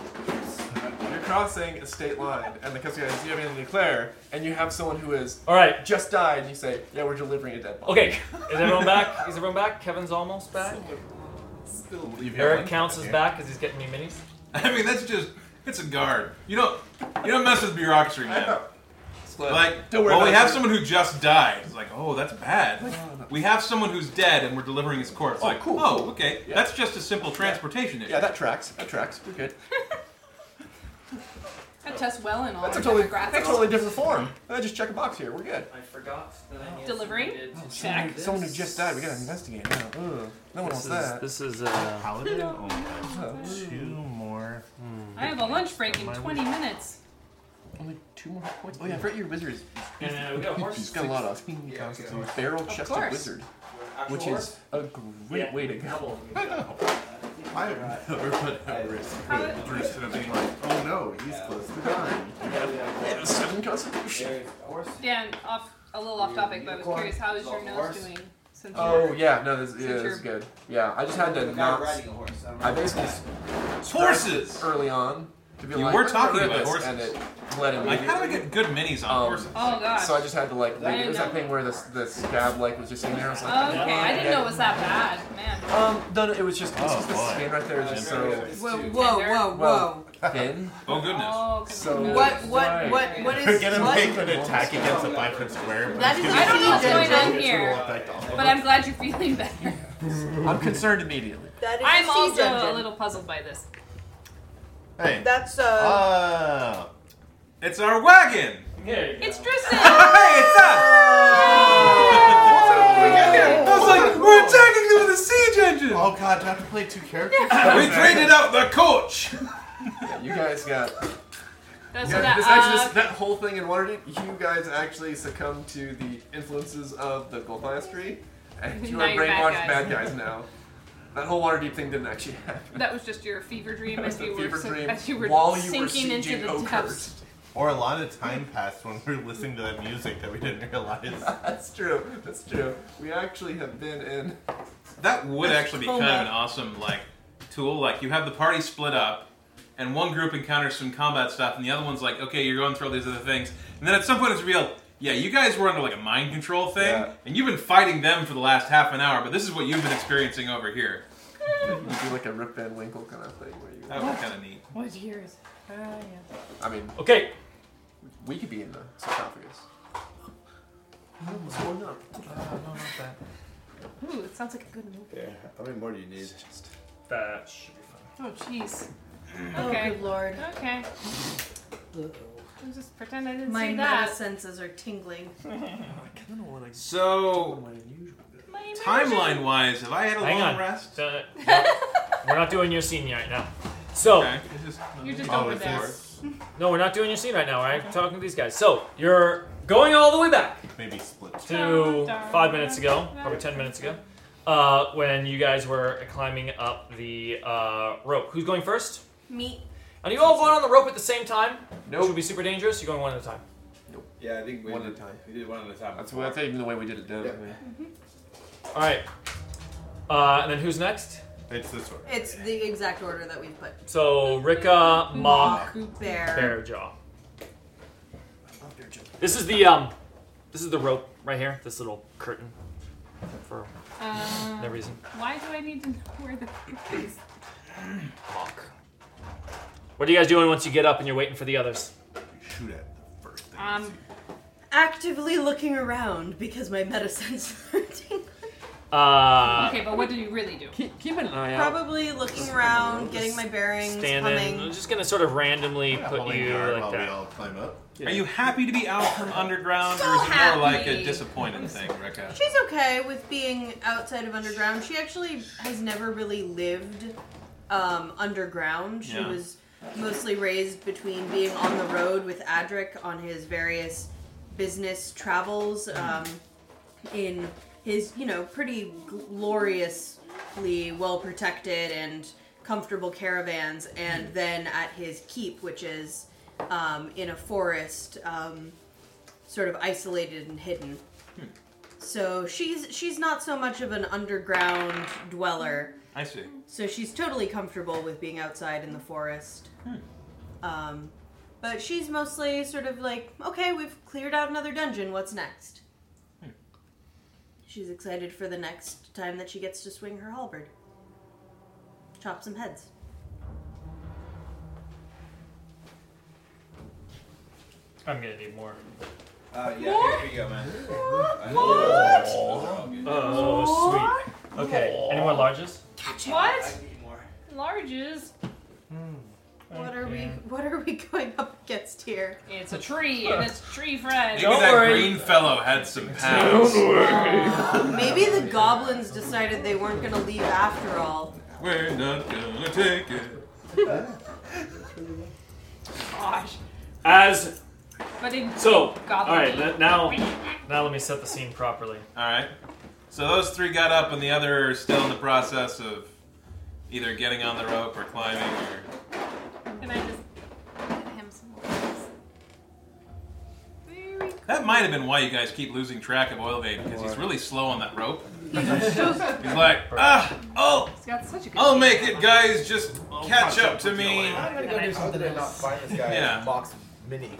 S8: You're crossing a state line, and the customs guy says, "Do you have anything to declare?" And you have someone who is
S2: all right,
S8: just died, and you say, "Yeah, we're delivering a dead body."
S2: Okay, is everyone back? Is everyone back? Kevin's almost back.
S8: Still
S2: Eric counts as back because he's getting me minis.
S5: I mean, that's just it's a guard. You don't you don't mess with bureaucratry, man. Like,
S2: Don't worry
S5: well, we
S2: about
S5: have
S2: it.
S5: someone who just died. It's like, oh, that's bad. Like, we have someone who's dead, and we're delivering his corpse.
S8: Oh,
S5: like,
S8: cool,
S5: Oh,
S8: cool.
S5: okay.
S8: Yeah.
S5: That's just a simple transportation issue.
S8: Yeah, that tracks. That tracks. We're good.
S7: That tests well in all
S8: That's
S7: our
S8: a totally,
S7: demographics.
S8: that's a totally different form. I just check a box here. We're good.
S24: I forgot that I
S7: Delivering?
S24: needed to
S8: Someone,
S24: check
S8: who- someone who
S24: this.
S8: just died. We gotta investigate. now. Ugh, no one
S24: This
S8: wants
S24: is-
S8: that.
S24: This is uh,
S9: Paladin
S7: No.
S9: only has two more.
S7: I have a lunch break in 20 minutes.
S8: Only two more hit points. Oh yeah, I forgot your wizard is.
S2: Yeah, yeah, we got a horse.
S8: He's got a lot of constitution. Barrel
S2: Of
S8: chested
S2: course.
S8: wizard,
S2: Actual
S8: which is a great way to go.
S25: I have never put at risk with Bruce and being like, oh no, he's close to dying.
S8: Yeah, seven constitution.
S7: Dan, off a little off topic, but I was curious, how is your nose doing? Since
S8: Oh
S7: you're-
S8: yeah, no, this,
S7: since
S8: yeah, this
S7: you're-
S8: is good. Yeah, I just had
S10: The
S8: to
S10: guy
S8: not.
S10: riding a horse, I don't
S8: I
S10: know.
S8: basically
S5: Horses!
S8: early on to be
S5: You
S8: like.
S5: were
S8: "Let's
S5: talking
S8: get
S5: about
S8: rid of this,"
S5: horses.
S8: and it bled
S5: Like, how do I
S8: immediately.
S5: get good minis on
S8: Um,
S5: horses?
S7: Oh gosh.
S8: So I just had to like.
S7: I
S8: Leave. It was that
S7: didn't know.
S8: thing where the the scab like was just in there. I was
S7: Okay,
S8: like,
S7: I didn't know it was that bad, man.
S5: Oh.
S8: Um, no, no, it was just this
S9: Oh,
S8: is the
S9: boy.
S8: skin right there is just so
S3: Whoa, whoa, whoa,
S8: well
S3: whoa.
S8: thin.
S5: Oh goodness.
S7: Oh,
S8: So
S3: What, what, what, what is.
S9: We're gonna
S3: what?
S9: make an attack against a five foot square.
S3: That is
S7: I don't know what's
S3: siege
S7: going on
S3: engine.
S7: here, but I'm glad you're feeling better.
S8: I'm concerned immediately.
S3: That is
S7: I'm
S3: a siege
S7: also a
S3: engine.
S7: little puzzled by this.
S9: Hey.
S3: That's uh.
S9: Oh.
S8: Ah.
S5: It's our wagon.
S7: It's Tristan!
S5: hey, it's
S8: Oh,
S9: us!
S5: I was like, we're attacking them with a siege engine.
S25: Oh god, do I have to play two characters?
S5: we traded out the coach.
S8: Yeah, you guys got.
S7: That's
S8: yeah,
S7: that,
S8: this actually,
S7: uh,
S8: this- that whole thing in Waterdeep, you guys actually succumbed to the influences of the Goldbias tree, and you
S7: Now
S8: are
S7: you're bad guys.
S8: brainwashed bad guys now. That whole Waterdeep thing didn't actually happen.
S7: That was just your fever dream
S8: That was
S7: as
S8: the
S7: you, were,
S8: fever
S7: so-
S8: dream
S7: as you were
S8: while you were
S7: sinking into
S8: sieging
S7: the
S8: Oakhurst.
S7: depths.
S25: Or a lot of time passed when we were listening to that music that we didn't realize.
S8: That's true. That's true. We actually have been in.
S5: That would actually be
S8: Oh,
S5: kind of
S8: man.
S5: an awesome like tool. Like you have the party split up, and one group encounters some combat stuff, and the other one's like, okay, you're going through all these other things, and then at some point it's real. Yeah, you guys were under like a mind control thing, and you've been fighting them for the last half an hour, but this is what you've been experiencing over here.
S8: You do like a Rip Van Winkle kind of thing where you.
S5: That was kind of neat.
S7: What year is it? Uh,
S8: I mean.
S2: Okay.
S8: We could be in the sarcophagus. What's going on?
S7: yeah. Ooh, it sounds like a good movie.
S25: How many more do you need?
S2: That should be
S7: Oh, jeez.
S3: Oh,
S7: Okay.
S3: good lord.
S7: Okay. I'll just pretend I didn't
S3: My
S7: see
S3: meta
S7: that.
S3: senses are tingling.
S5: So, timeline wise, have I had a
S2: Hang
S5: long
S2: on.
S5: rest?
S2: Uh, no. we're not doing your scene right now. So
S7: You're just over there.
S2: no, we're not doing your scene right now. Right, talking to these guys. So you're going all the way back
S25: Maybe split.
S2: to five minutes ago, probably ten minutes ago, uh, when you guys were climbing up the uh, rope. Who's going first?
S3: Me.
S2: Are you all going on the rope at the same time? No. Which would be super dangerous. You're going one at a time. Nope.
S5: Yeah, I think we
S9: One
S5: did,
S9: at a time.
S5: We did one at a time.
S9: That's,
S5: before.
S9: that's even the way we did it down.
S2: All right. Uh, and then who's next?
S26: It's this one.
S3: It's the exact order that we put.
S2: So Rika, Mock,
S3: Mock, Bear.
S2: Bearjaw. This is the um, this is the rope right here. This little curtain, for
S7: Um,
S2: no reason.
S7: Why do I need to know where the poop is?
S2: Mock. What are you guys doing once you get up and you're waiting for the others?
S26: Shoot at.
S3: Um, actively looking around because my meta sense
S2: Uh,
S7: okay, but what do you really do?
S2: Keep, keep an eye
S3: Probably looking around, getting my bearings,
S2: Standing. I'm
S3: coming.
S2: just gonna sort of randomly put
S26: holding
S2: you
S26: guard
S2: like
S26: while we
S2: that.
S26: all climb up.
S10: Are you happy to be out from underground, or is it more like a
S3: happy.
S10: disappointed thing, Rika?
S3: She's okay with being outside of underground. She actually has never really lived um, underground. She
S7: Yeah.
S3: was mostly raised between being on the road with Adric on his various business travels um, in his, you know, pretty gloriously well protected and comfortable caravans, and then at his keep, which is um, in a forest, um, sort of isolated and hidden. So she's she's not so much of an underground dweller.
S10: I see.
S3: So she's totally comfortable with being outside in the forest. Um, but she's mostly sort of like, okay, we've cleared out another dungeon. What's next? She's excited for the next time that she gets to swing her halberd, chop some heads.
S2: I'm gonna need more.
S5: Uh, yeah, here we go, man.
S2: Oh, sweet. Okay. Any more larges?
S7: What? Larges?
S3: What are we? What are we going up against here?
S7: It's a tree, and it's tree friend.
S10: Maybe that green fellow had some pounds.
S3: Maybe the goblins decided they weren't going to leave after all.
S10: We're not gonna take it.
S7: Gosh.
S2: As
S7: But in
S2: so,
S7: goblin.
S2: all right. n- Now, now let me set the scene properly.
S10: All right. So those three got up, and the other are still in the process of either getting on the rope or climbing. Or
S7: Can I just give him some words?
S10: that might have been why you guys keep losing track of Oil Vein because he's really slow on that rope. he's like, ah, oh,
S7: He's got such a good
S10: I'll
S7: name.
S10: make it, guys. Just catch up to me.
S27: I'm gonna go do something and not find this guy.
S10: Yeah.
S27: Box mini.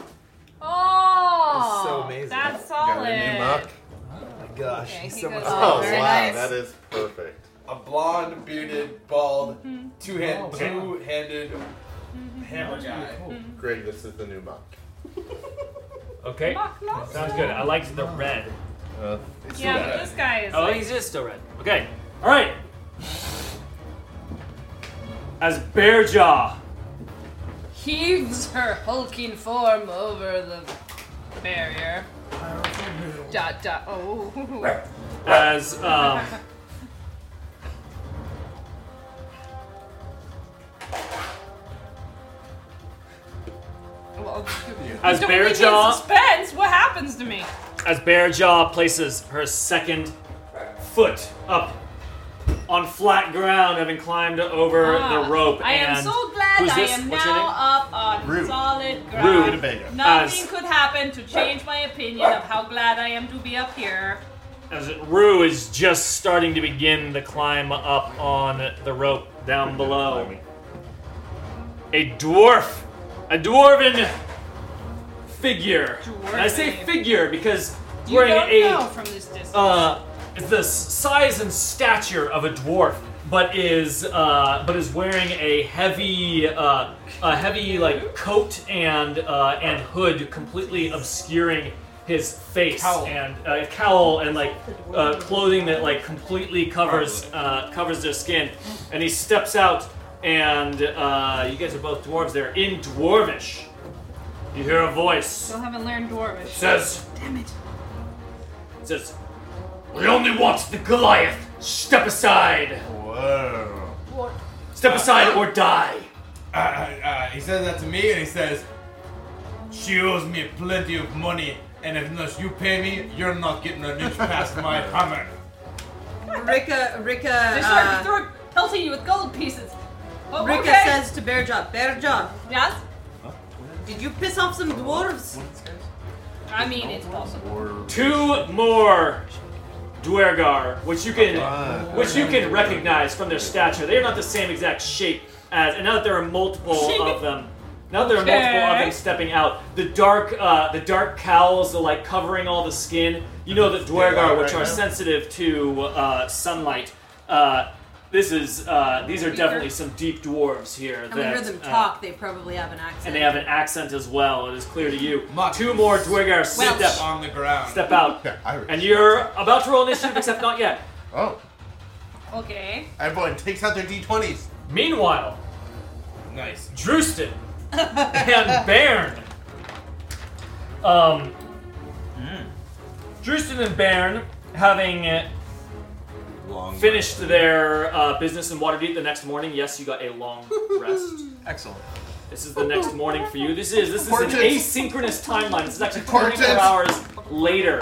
S7: Oh!
S27: That's so amazing.
S7: That's
S27: Got a new
S7: solid.
S27: Oh my gosh,
S7: Okay,
S27: he's
S7: he
S27: so much
S7: goes- Oh,
S27: fun.
S7: very Wow, nice. that
S26: is perfect.
S5: A blonde, bearded, bald,
S9: Mm-hmm.
S5: two-hand,
S26: Oh, wow.
S5: two-handed hammer guy.
S26: Greg, this is the new monk.
S2: Okay. Sounds good. I liked the red.
S7: Yeah, but this guy is.
S2: Oh,
S7: like-
S2: he's just still red. Okay. All right. As Bearjaw
S7: heaves her hulking form over the barrier. Dot dot. Oh.
S2: as um
S7: Well,
S2: As
S7: don't
S2: bear
S7: leave me in
S2: jaw-
S7: suspense. What happens to me?
S2: as Bearjaw places her second foot up on flat ground, having climbed over
S7: Ah,
S2: the rope.
S7: I am
S2: and
S7: so glad
S2: who's
S7: I
S2: this?
S7: am
S2: What's your
S7: now
S2: name?
S7: up on
S2: Rude.
S7: solid
S2: Rude.
S7: ground.
S2: Winnebago.
S7: Nothing
S2: As-
S7: could happen to change my opinion of how glad I am to be up here.
S2: As Rue is just starting to begin the climb up on the rope down below, a dwarf, a dwarven figure. And I say figure because it's
S7: You
S2: wearing
S7: don't
S2: a
S7: know from this distance.
S2: uh, is the size and stature of a dwarf, but is uh, but is wearing a heavy uh, a heavy like coat and uh, and hood, completely obscuring his face and uh, cowl and like uh, clothing that like completely covers uh, covers their skin, and he steps out. And uh, you guys are both dwarves. They're in dwarvish. You hear a voice.
S7: Still haven't learned dwarvish.
S2: Says-
S7: Damn it.
S3: Uh-uh.
S2: It says, We only want the Goliath! Step aside!
S8: Whoa.
S7: What?
S2: Step aside or die!
S8: Uh, uh, uh, he says that to me, and he says, "She owes me plenty of money, and if unless you pay me, you're not getting an inch past my hammer."
S3: Rika, Rika.
S7: They start
S3: uh,
S7: throw, pelting you with gold pieces. Oh,
S3: Rika
S7: okay.
S3: says to Bearjaw, Bearjaw,
S7: Yes?
S3: did you piss off some dwarves?
S7: I mean, it's possible.
S2: Two more Dwergar, which you can
S7: Alright.
S2: which you can recognize from their stature. They are not the same exact shape as, and now that there are multiple of them, now that there are multiple of them
S7: Okay.
S2: stepping out, the dark uh, the dark cowls are like covering all the skin. You know that Dwergar, which are sensitive to uh, sunlight. Uh, this is uh, these are definitely some deep dwarves here.
S3: And we
S2: that,
S3: hear them
S2: uh,
S3: talk, they probably have an accent.
S2: and they have an accent as well. It is clear to you. Two more Dwiggar
S3: Welsh.
S2: step
S5: on the ground.
S2: Step out. And you're about to roll initiative, except not yet.
S8: Oh.
S7: Okay.
S8: Everyone takes out their d20s.
S2: Meanwhile,
S5: nice.
S2: Drewston and Bairn. Um, Hmm. Drewston and Bairn, having uh, finished their uh, business in Waterdeep the next morning, yes, you got a long rest. Excellent. This is the next morning for you. This is this is an
S17: Cortez.
S2: asynchronous timeline. This is actually 24 hours later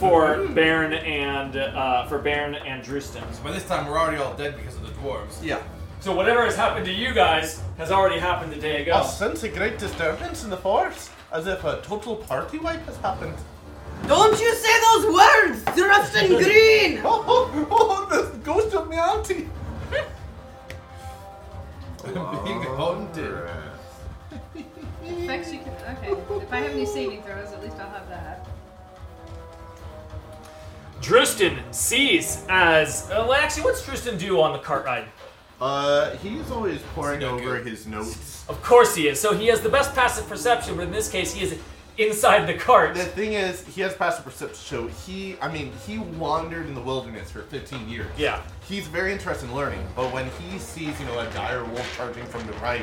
S2: for Bairn and uh, for Bairn and Drewston.
S5: By this time, we're already all dead because of the dwarves.
S8: Yeah.
S2: So whatever has happened to you guys has already happened a day ago.
S8: I sense a great disturbance in the force, as if a total party wipe has happened.
S3: Don't you say those words, Thruston Green!
S8: oh, oh, oh, the ghost of my auntie!
S5: Being haunted.
S16: Effects you can. Okay. If I have any saving throws, at least I'll have that.
S2: Drustin sees as uh, well. Actually, what's Drustin do on the cart ride?
S8: Uh, he's always pouring over his notes.
S2: Of course he is. So he has the best passive perception, but in this case, he is inside the cart.
S8: The thing is, he has passive perception, so he, I mean, he wandered in the wilderness for 15 years.
S2: Yeah.
S8: He's very interested in learning, but when he sees, you know, a dire wolf charging from the right,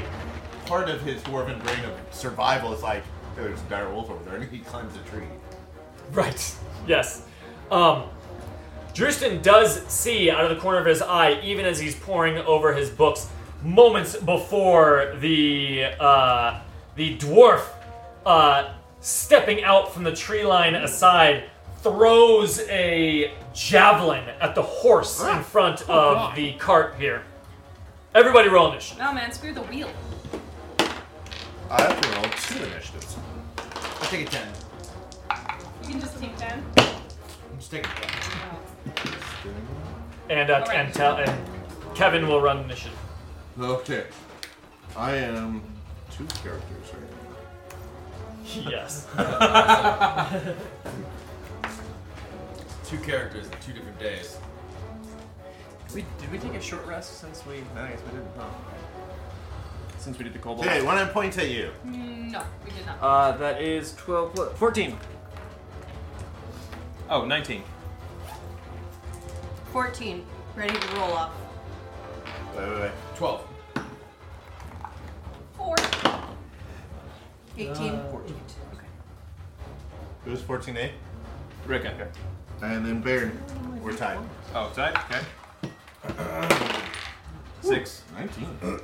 S8: part of his dwarven brain of survival is like, "Hey, there's a dire wolf over there, and he climbs a tree.
S2: Right. Yes. Um, Drustin does see out of the corner of his eye, even as he's poring over his books, moments before the uh, the dwarf uh, stepping out from the tree line aside throws a javelin at the horse in front of the cart here. Everybody roll initiative.
S7: No, man, screw the wheel.
S8: I have to roll two initiatives.
S28: I'll take a 10.
S7: You can just take 10.
S28: I'm sticking to that.
S2: And uh, and, tell, and Kevin will run initiative.
S8: Okay. I am two characters right
S2: Yes.
S5: Two characters in two different days.
S29: We, did we take a short rest since we? I guess we didn't. Huh. Since we did the
S8: now.
S29: cobalt.
S8: Okay, when I point at you.
S7: No, we did not.
S29: Uh, that is 12 plus 14.
S9: Oh, 19.
S3: 14. Ready to roll up.
S8: Wait, wait, wait.
S5: 12.
S7: 4.
S3: 18.
S8: It was 14A?
S9: Rick.
S8: And then Baron. We're tied.
S9: Oh, tied? Okay. Six.
S8: 19.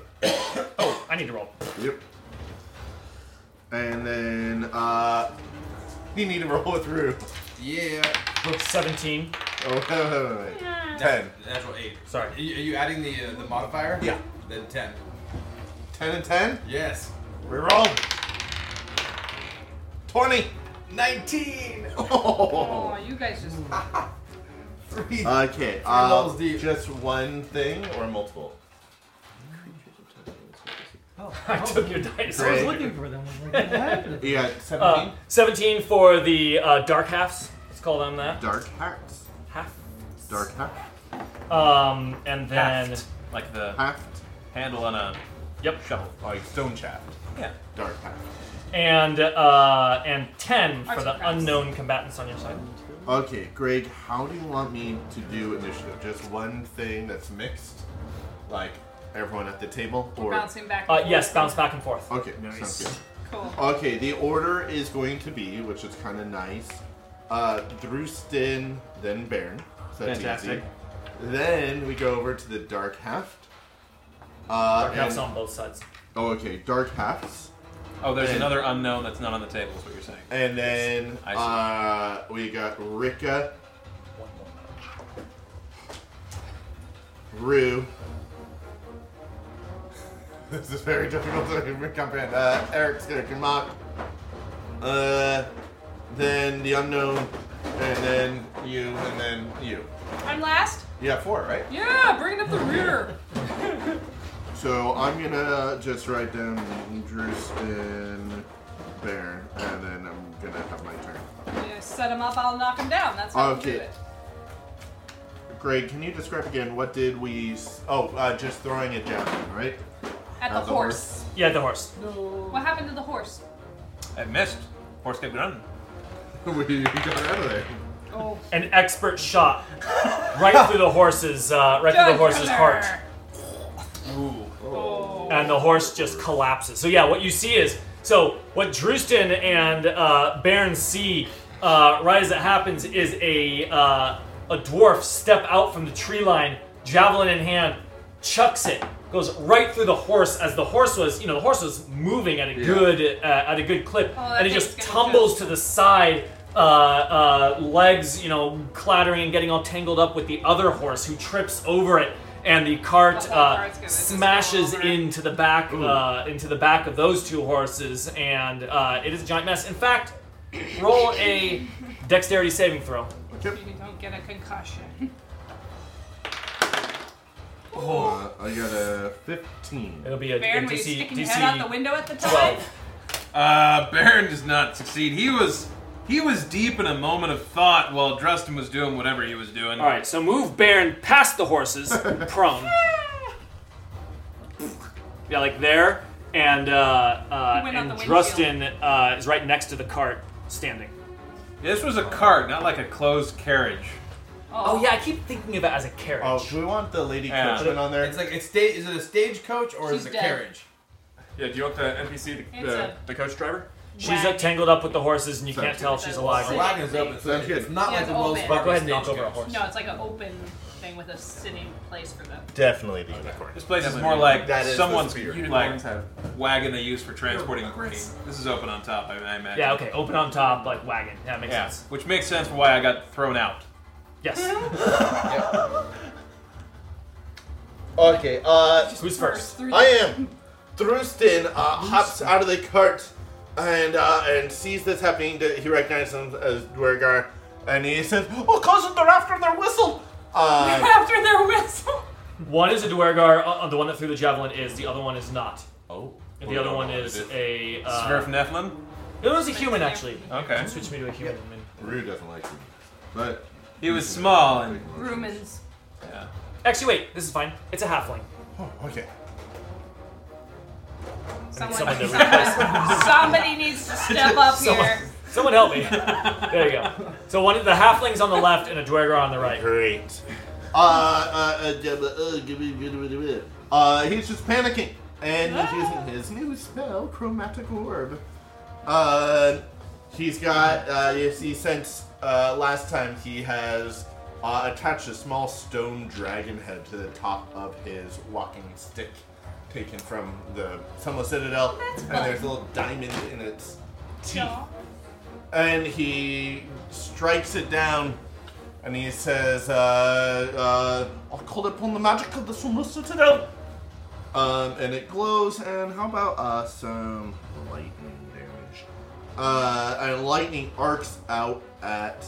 S2: oh, I need to roll.
S8: Yep. And then, uh, you need to roll through.
S5: Yeah.
S2: 17.
S8: Oh, wait, wait, wait. Ten.
S5: Natural 8.
S2: Sorry.
S5: Are you, are you adding the uh, the modifier?
S8: Yeah.
S5: Then 10.
S8: 10 and 10?
S5: Yes.
S8: Reroll. 20.
S5: 19.
S7: Oh, you guys just.
S8: Okay, uh, just one thing or multiple?
S2: I took your dice.
S8: I was Great. looking
S11: for them. I'm
S8: like, what happened? You got 17?
S2: Uh, 17 for the uh, dark halves. Let's call them that.
S8: Dark hats.
S2: Half.
S8: Dark hat.
S2: Um, and then
S9: Like the
S8: haft.
S9: handle on a
S2: yep
S9: shovel.
S8: Like stone shaft.
S9: Yeah.
S8: Dark haft.
S2: and uh, and 10 for
S9: Arts
S2: the
S9: and crafts.
S2: unknown combatants on your side.
S8: Okay, Greg, how do you want me to do initiative? Just one thing that's mixed? Like everyone at the table? Or
S7: Bouncing back.
S2: Uh, yes, bounce back and forth.
S8: Okay, sounds good.
S7: Cool.
S8: Okay, the order is going to be, which is kind of nice, uh, Drewston, then Bairn. So that's
S9: Fantastic.
S8: easy. Then we go over to the Dark Haft. Uh,
S2: Dark halves
S8: and-
S2: on both sides.
S8: Oh, okay, Dark Hafts.
S9: Oh, there's
S8: And-
S9: another unknown that's not on the table, is what you're saying.
S8: And then uh, we got Rika. Rue. this is very difficult to comprehend. Uh, Eric's gonna come up. Uh, then the unknown, and then you, and then you.
S7: I'm last.
S8: You have four, right?
S7: Yeah, bringing up the rear.
S8: So I'm gonna just write down Drew's and Baron, and then I'm gonna have my turn.
S7: You set him up, I'll knock him down. That's how you do
S8: Okay.
S7: it.
S8: Greg, can you describe again what did we? s- Oh, uh, just throwing it down, right?
S7: At the
S8: Uh,
S7: horse.
S2: Yeah, the horse.
S7: What happened to the horse?
S9: I missed. Horse kept running.
S8: we got out of there.
S7: Oh.
S2: An expert shot right through the horse's uh, right through the horse's heart. and the horse just collapses. So yeah, what you see is so what Drustin and uh, Baron see uh, right as it happens is a uh, a dwarf step out from the tree line, javelin in hand, chucks it, goes right through the horse as the horse was you know the horse was moving at a good uh, at a good clip,
S17: Oh, that
S2: and it
S17: thing's
S2: just
S17: gonna
S2: tumbles to the side. Uh, uh, legs, you know, clattering and getting all tangled up with the other horse who trips over it, and the cart
S17: The whole
S2: uh,
S17: cart's
S2: smashes into the back uh, into the back of those two horses, and uh, it is a giant mess. In fact, roll a dexterity saving throw.
S7: You don't get a concussion.
S8: Oh. I got a 15.
S2: It'll be a
S7: Baron, were you sticking your head out the window at the time?
S9: Uh, Baron does not succeed. He was he was deep in a moment of thought while Dresden was doing whatever he was doing.
S2: All right, so move Baron past the horses, prone. yeah, like there, and uh, uh,
S9: He went out
S2: and
S9: the
S2: Drustin uh, is right next to the cart, standing.
S9: This was a cart, not like a closed carriage.
S2: Oh, yeah, I keep thinking of it as a carriage.
S8: Oh, do we want the lady
S9: Yeah.
S8: coachman on there?
S5: It's like it's sta- is it a stagecoach or
S9: She's
S5: is it a
S9: dead.
S5: carriage?
S9: Yeah, do you want the NPC,
S5: It's the- a-
S9: the coach driver?
S7: Oh,
S2: She's like tangled up with the horses, and you
S5: Sounds
S2: can't tell if
S5: good.
S2: she's alive.
S5: The wagon is open, so Sounds good. it's not
S7: Yeah,
S5: like
S7: it's
S5: the Wells
S7: open.
S5: Fargo
S2: Go ahead and knock over a
S5: stagecoach.
S2: horse.
S7: No, it's like an open thing with a sitting place for them.
S8: Definitely the unicorn.
S9: This place is
S8: Definitely
S9: more
S8: the
S9: like
S8: unicorn. That is the
S9: someone's
S8: spirit.
S9: like
S8: Unicorns have-
S9: wagon they use for transporting the meat. This is open on top, I, I imagine.
S2: Yeah, okay, open on top, like wagon. That makes
S9: Yeah,
S2: sense.
S9: which makes sense for why I got thrown out.
S2: Yes.
S8: Okay, uh.
S2: Who's first?
S8: I am. Drustin uh, hops out of the cart and uh, and sees this happening. To, he recognizes him as Dwergar and he says, Oh, cousin, they're after their whistle! Uh,
S7: After their whistle.
S2: One is a Dwergar, uh, uh, the one that threw the javelin is, the other one is not.
S9: Oh.
S2: And
S9: Well,
S2: the other
S9: we
S2: one
S9: don't know
S2: is
S9: what
S2: a. Uh,
S9: Smurf Nephilim?
S2: It was a human, actually.
S9: Okay.
S2: Switch me to a human.
S8: Rue doesn't like him. But.
S9: He was small and.
S7: Rumens.
S9: Yeah.
S2: Actually, wait, this is fine. It's a halfling.
S8: Oh, okay.
S7: Someone,
S2: someone to
S7: someone, somebody needs to step up
S2: Someone-
S7: here.
S2: Someone help me. there you go. So one of the halflings on the left and a Dwergar on the right.
S8: Great. Uh, uh, uh, uh, uh, give me- give me- give me- uh, he's just panicking and he's using his new spell, Chromatic Orb. Uh, he's got, uh, you see, since uh, last time he has uh, attached a small stone dragon head to the top of his walking stick taken from the Sunless Citadel. and there's a little diamond in its teeth. And he strikes it down and he says, uh, uh, I'll call upon the magic of the Sunless Citadel. Um, and it glows, and how about uh, some lightning damage? Uh, and lightning arcs out at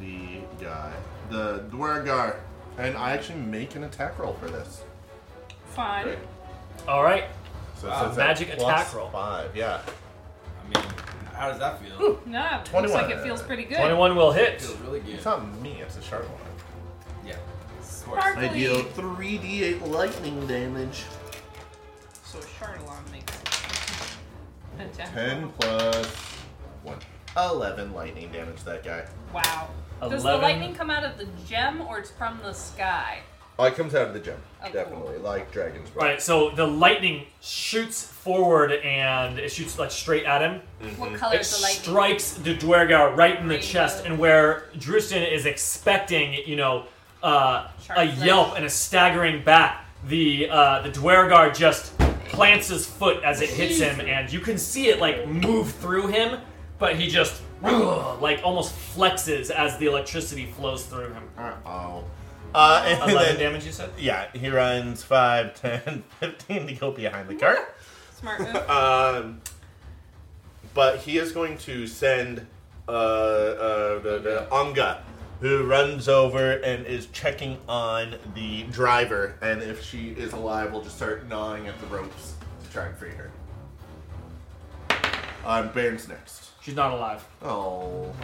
S8: the guy, the Dwergar. And I actually make an attack roll for this.
S7: Fine.
S2: All right.
S8: So
S5: Wow.
S8: it's
S5: Magic
S8: at
S5: attack
S8: plus
S5: roll.
S8: Five, yeah.
S5: I mean, how does that feel?
S7: No, it looks
S8: 21.
S7: like it feels pretty good.
S2: 21 will hit.
S5: Feels really good.
S8: It's not me, it's a sharp one.
S5: Yeah.
S8: Of
S7: course. Sparkly.
S8: I deal 3d8 lightning damage.
S7: So Chardelon makes a death.
S8: 10 plus 1. 11 lightning damage to that guy.
S7: Wow. Does the
S8: 11.
S7: lightning come out of the gem or it's from the sky?
S8: Oh, it comes out of the gem.
S7: Oh, cool.
S8: definitely. Like Dragon's Breath.
S2: Right, so the lightning shoots forward and it shoots like straight at him.
S7: What color
S2: it
S7: is the lightning?
S2: strikes the Dwergar right in the chest, and where Drustin is expecting, you know, uh, a
S7: Sharp
S2: yelp and a staggering back, the uh, the Dwergar just plants his foot as it hits him, and you can see it like move through him, but he just like almost flexes as the electricity flows through him.
S8: Oh. Uh, and
S2: 11
S8: then-
S2: damage, you said?
S8: Yeah, he runs 5, 10, 15 to go behind the cart.
S7: Smart move.
S8: um, but he is going to send uh, uh, the, the Anga, who runs over and is checking on the driver. And if she is alive, we'll just start gnawing at the ropes to try and free her. Um, Baron's next.
S2: She's not alive.
S8: Oh.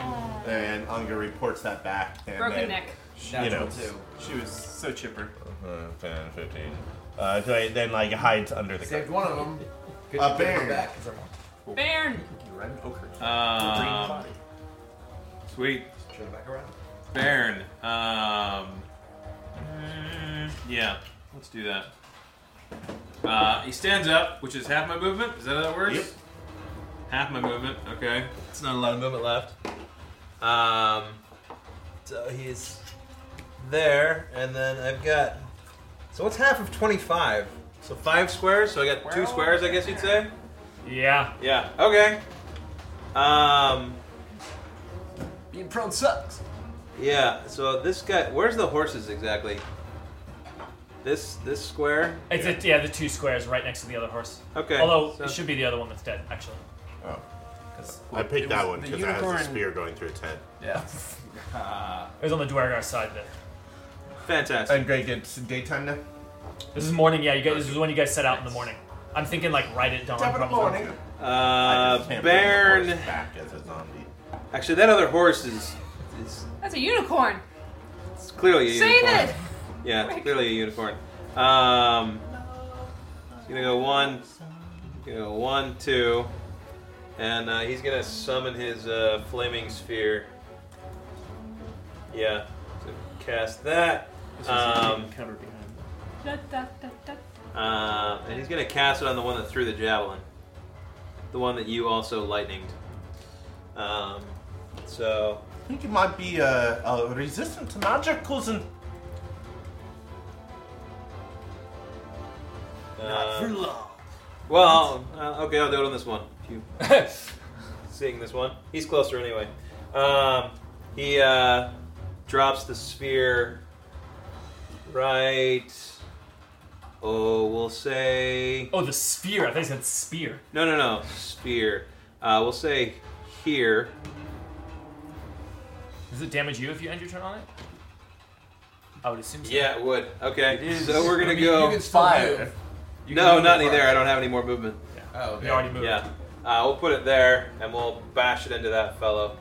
S8: And Anga reports that back. And
S7: Uh. Broken
S8: then,
S7: neck.
S8: You know,
S17: Natural two. She was so chipper.
S8: uh, 10, 15. Uh, so it then like hides under the.
S30: Saved
S8: car.
S30: one of them. Good
S8: A
S30: to get
S8: bear.
S30: them back.
S7: Bairn!
S17: Red ochre.
S9: Um, sweet.
S30: Turn back around.
S9: Baron. Um, mm, yeah, let's do that. Uh, he stands up, which is half my movement. Is that how that works? Yep. Half my movement. Okay. It's not a lot of movement left.
S5: Um, so he's there, and then I've got. So what's half of 25? So five squares? So I got two squares, I guess you'd say?
S2: Yeah.
S5: Yeah, okay. Um,
S17: Being prone sucks.
S5: yeah, so this guy. Where's the horses exactly? This this square?
S2: It's yeah. yeah, the two squares right next to the other horse.
S5: Okay,
S2: Although
S5: so-
S2: it should be the other one that's dead, actually.
S8: Oh.
S2: 'Cause-
S8: I picked that one
S2: the
S8: because it has a
S2: unicorn-
S8: spear going through its head.
S17: Yeah.
S2: It was on the Dwargar side then.
S5: Fantastic.
S8: And Greg, it's daytime now?
S2: This is morning, yeah. You guys, this is when you guys set out in the morning. I'm thinking like right at dawn.
S8: Top of the
S2: probably.
S8: morning.
S5: Uh,
S8: can't bring the horse
S5: Bairn.
S8: back as a zombie.
S5: Actually, that other horse is, is
S7: That's a unicorn.
S5: it's clearly a
S7: Save
S5: unicorn.
S7: it!
S5: Yeah, it's clearly a unicorn. Um, he's gonna go one, gonna go one, two, and uh, he's gonna summon his uh, flaming sphere. Yeah, so cast that. Um,
S31: cover behind.
S7: Da, da, da, da.
S5: uh, and he's gonna cast it on the one that threw the javelin, the one that you also lightninged. Um, so
S8: I think you might be uh, uh, resistant to magic, cousin.
S5: uh,
S8: for long.
S5: Well, uh, okay, I'll do it on this one. If you seeing this one, he's closer anyway. Um, he uh, drops the sphere right. Oh, we'll say.
S2: Oh, the sphere. I think it said spear.
S5: No, no, no, sphere. Uh, we'll say here.
S2: Does it damage you if you end your turn on it? I would assume so.
S5: Yeah, it would. Okay,
S2: It is.
S5: so we're gonna
S2: I mean,
S5: go
S2: you can still Five. move. You can
S5: no,
S2: move
S5: not
S2: that
S5: any there.
S2: far.
S5: I don't have any more movement.
S2: Oh, okay. You already moved.
S5: Yeah, uh, we'll put it there, and we'll bash it into that fellow.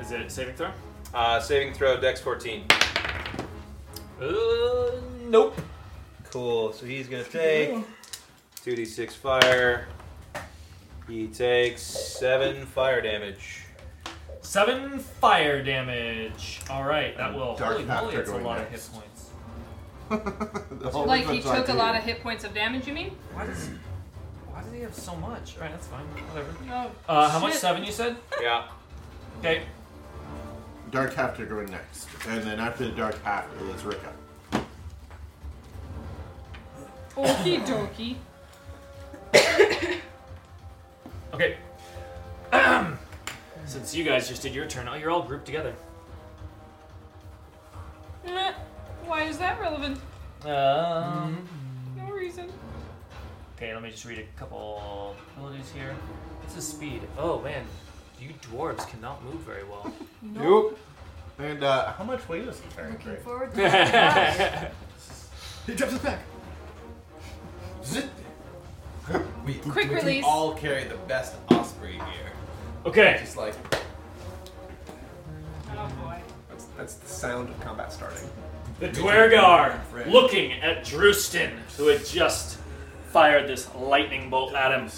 S2: Is it a saving throw?
S5: Uh, saving throw, Dex 14.
S2: Uh, nope.
S5: Cool. So he's gonna take 2d6 fire. He takes seven fire damage.
S2: Seven fire damage. All right, that will.
S5: Dark
S2: holy moly,
S5: Factor
S2: that's a
S5: going
S2: lot of hit
S5: next.
S2: points.
S7: Like he took a lot of hit points of damage, you mean?
S2: Why does, why does he have so much? All right, that's fine. Whatever.
S7: Oh,
S2: Uh, how much?
S7: shit.
S2: Seven, you said?
S5: Yeah.
S2: Okay.
S8: Dark Hafter going next. And then after the Dark Hafter is Rika.
S7: Okie dokie.
S2: Okay. Since you guys just did your turn, oh, you're all grouped together.
S7: Eh, Why is that relevant?
S2: Um.
S7: No reason.
S2: Okay, let me just read a couple abilities here. What's his speed? Oh man, you dwarves cannot move very well.
S8: Nope. And uh, how much weight is he carrying? Looking
S2: forward to that.
S8: He drops his back. Zip.
S30: We,
S7: Quick
S30: we
S7: release.
S30: all carry the best Osprey gear.
S2: Okay.
S30: Just like
S7: Oh boy.
S17: That's, that's the sound of combat starting.
S2: The Dwergar looking at Drustin, who had just fired this lightning bolt at him.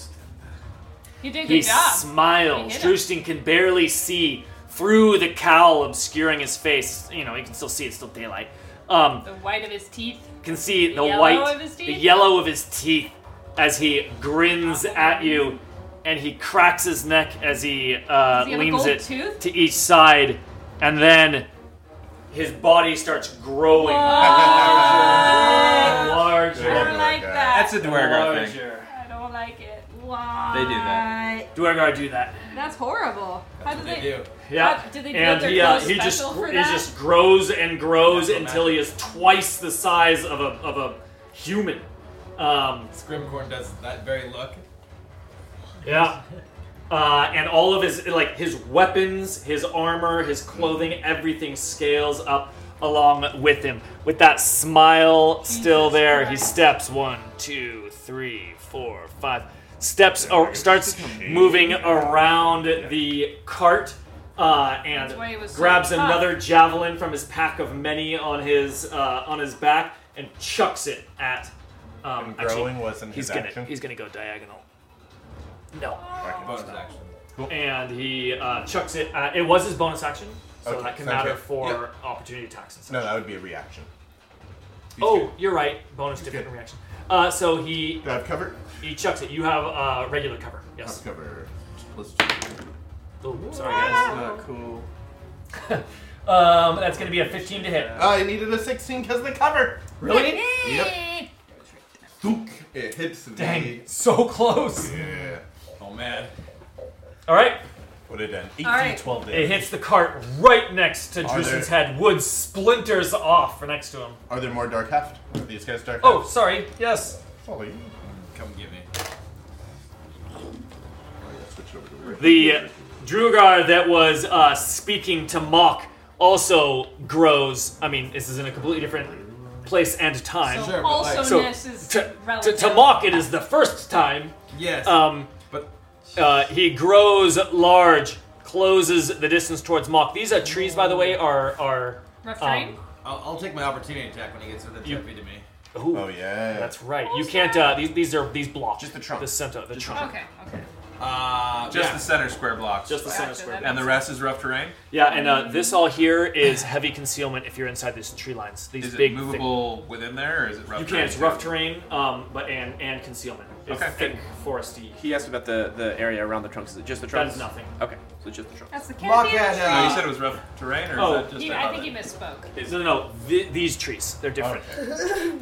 S7: He did a
S2: He
S7: good job.
S2: smiles.
S7: He hit him.
S2: Drustin can barely see through the cowl obscuring his face. You know, he can still see it's still daylight. Um,
S7: The white of his teeth.
S2: can see the,
S7: yellow
S2: white,
S7: of his
S2: the
S7: teeth?
S2: yellow of his teeth as he grins at you, and he cracks his neck as he, uh,
S7: Does he have a
S2: leans
S7: gold
S2: it
S7: tooth?
S2: to each side, and then his body starts growing larger,
S7: I don't like that.
S2: That's a
S5: Dwargar thing.
S7: I don't like it.
S5: They do that.
S7: Why?
S2: Dwargar do that.
S7: That's horrible. How do they?
S2: Yeah,
S7: How, did they
S2: and
S7: build their
S2: he, uh,
S7: clothes
S2: he just
S7: special for
S2: he
S7: that?
S2: just grows and grows
S30: That's what
S2: until he is twice the size of a of a human. Um,
S30: Scrimcorn does that very look.
S2: yeah. Uh, and all of his like his weapons, his armor, his clothing, everything scales up along with him. With that smile still there, he steps one, two, three, four, five. Steps or starts moving around the cart uh, and
S7: That's why he was so
S2: grabs
S7: tough.
S2: another javelin from his pack of many on his uh, on his back and chucks it at. Um,
S4: And growling wasn't
S2: he's
S4: his
S2: gonna
S4: action?
S2: he's gonna go diagonal. No.
S28: Bonus action.
S2: And he uh, chucks it. At, it was his bonus action, so
S4: Okay,
S2: that can
S4: sounds
S2: matter
S4: good.
S2: for
S4: Yeah.
S2: opportunity attacks and stuff.
S4: No, that would be a reaction.
S2: oh, you're right. Bonus different reaction. Uh, so he.
S8: Do I have cover?
S2: He chucks it. You have uh, regular cover. Yes.
S8: cover. Plus
S2: Oh, sorry guys. Not cool. um, that's gonna be a 15 to hit.
S8: I needed a 16 because of the cover.
S2: Really?
S8: yep. Thunk. It hits me.
S2: Dang, so close.
S8: Yeah.
S5: Oh man.
S2: All right.
S4: What it done? 18,
S2: All right.
S4: 12
S2: It
S4: damage.
S2: hits the cart right next to
S4: Are
S2: Drusen's
S4: there-
S2: head. Wood splinters off right next to him.
S8: Are there more dark heft? Are these guys dark
S2: Oh, sorry. Yes.
S8: Follow you.
S28: Come get me.
S2: The Drugar that was uh, speaking to Mock also grows. I mean, this is in a completely different place and time.
S7: So Sure, but like- also-ness is
S2: to, to,
S7: relative.
S2: to Mock, it is the first time.
S28: Yes.
S2: Um,
S28: but
S2: uh, he grows large, closes the distance towards Mock. These are trees, by the way, are are.
S28: Rough
S2: um,
S28: terrain? I'll, I'll take my opportunity attack when he gets within 10 feet of me.
S2: ooh,
S8: oh yeah.
S2: That's right. You can't. Uh, these these are these blocks. Just the trunk. The center. The trunk.
S7: Okay, okay.
S28: Uh,
S2: Just
S28: yeah.
S2: the
S17: center square blocks.
S2: Just the center square
S17: And the rest is rough terrain?
S2: Yeah, and uh, this all here is heavy concealment if you're inside these tree lines. These
S17: Is it
S2: big
S17: movable within there, or is it rough
S2: Thick, you can.
S17: terrain
S2: It's rough terrain, um, but and and concealment. It's
S10: Okay.
S2: thick, foresty.
S10: He asked about the, the area around the trunks. Is it just the trunks?
S2: That is nothing.
S10: Okay, so just the trunks.
S7: That's the canopy.
S28: at,
S7: of the
S28: uh,
S7: tree.
S28: No, you said it
S17: was rough terrain, or
S2: Oh.
S17: is that just
S7: He- I
S17: above
S7: think
S17: it?
S7: he misspoke.
S2: No, no, no. Th- these trees, they're different.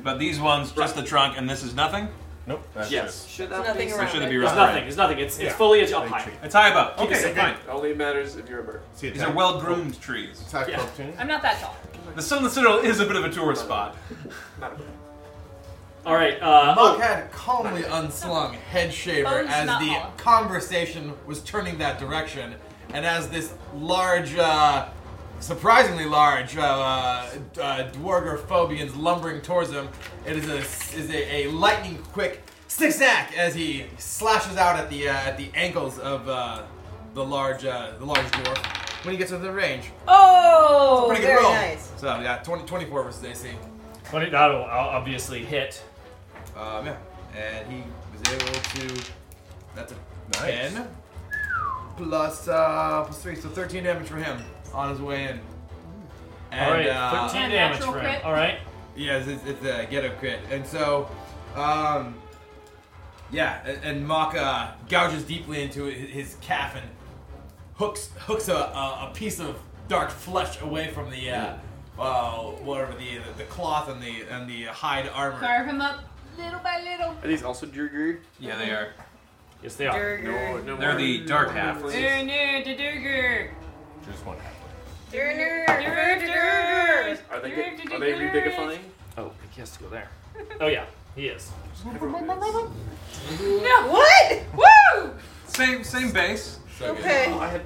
S17: But these ones, just the trunk, and this is nothing?
S4: Nope.
S2: yes.
S10: There's nothing
S17: There
S10: around
S17: should
S10: it.
S17: it be
S2: There's
S17: rough
S2: nothing.
S17: terrain?
S2: It's nothing. It's it's
S10: Yeah.
S2: foliage up
S10: Big
S2: high.
S10: tree.
S17: It's high above.
S2: Keep it
S17: Okay,
S2: safe.
S17: fine.
S10: Only matters if you're a bird.
S17: These are well groomed trees.
S2: Yeah.
S7: I'm not that tall.
S17: The Sun of the Citadel is a bit of a tourist spot.
S2: All right. Uh,
S5: Mock had calmly unslung head shaver
S7: Bones
S5: as
S7: not
S5: the
S7: hollow.
S5: conversation was turning that direction, and as this large, uh, surprisingly large, uh, uh, dwarger phobians lumbering towards him, it is a is a, a lightning quick six sack as he slashes out at the uh, at the ankles of uh, the large uh, the large dwarf when he gets within range.
S7: Oh,
S5: Pretty good roll. So yeah, 20, 24 versus AC.
S2: Twenty. That'll obviously hit.
S5: Um, yeah, and he was able to. That's a
S2: Nice.
S5: ten. Plus, uh, plus three, so thirteen damage for him on his way in. And,
S2: Alright,
S5: uh,
S2: 13 And damage natural for him, crit. alright.
S5: Yeah, it's, it's, it's a get up crit, and so, um, yeah, and, and Mock uh, gouges deeply into hi- his calf and hooks hooks a, a, a piece of dark flesh away from the. Uh, uh, whatever the, the cloth and the and the hide armor.
S7: Carve him up little by little.
S10: Are these also Jurgur?
S17: Yeah, they are.
S2: Yes, they are.
S17: No, no They're the dark half.
S7: Durner, Durner,
S4: Just one.
S7: Durner,
S10: Are they are they rebigifying?
S2: Oh, he has to go there. Oh yeah, he is.
S7: No.
S3: What?
S7: Woo!
S17: Same same base.
S3: Okay.
S5: I
S17: had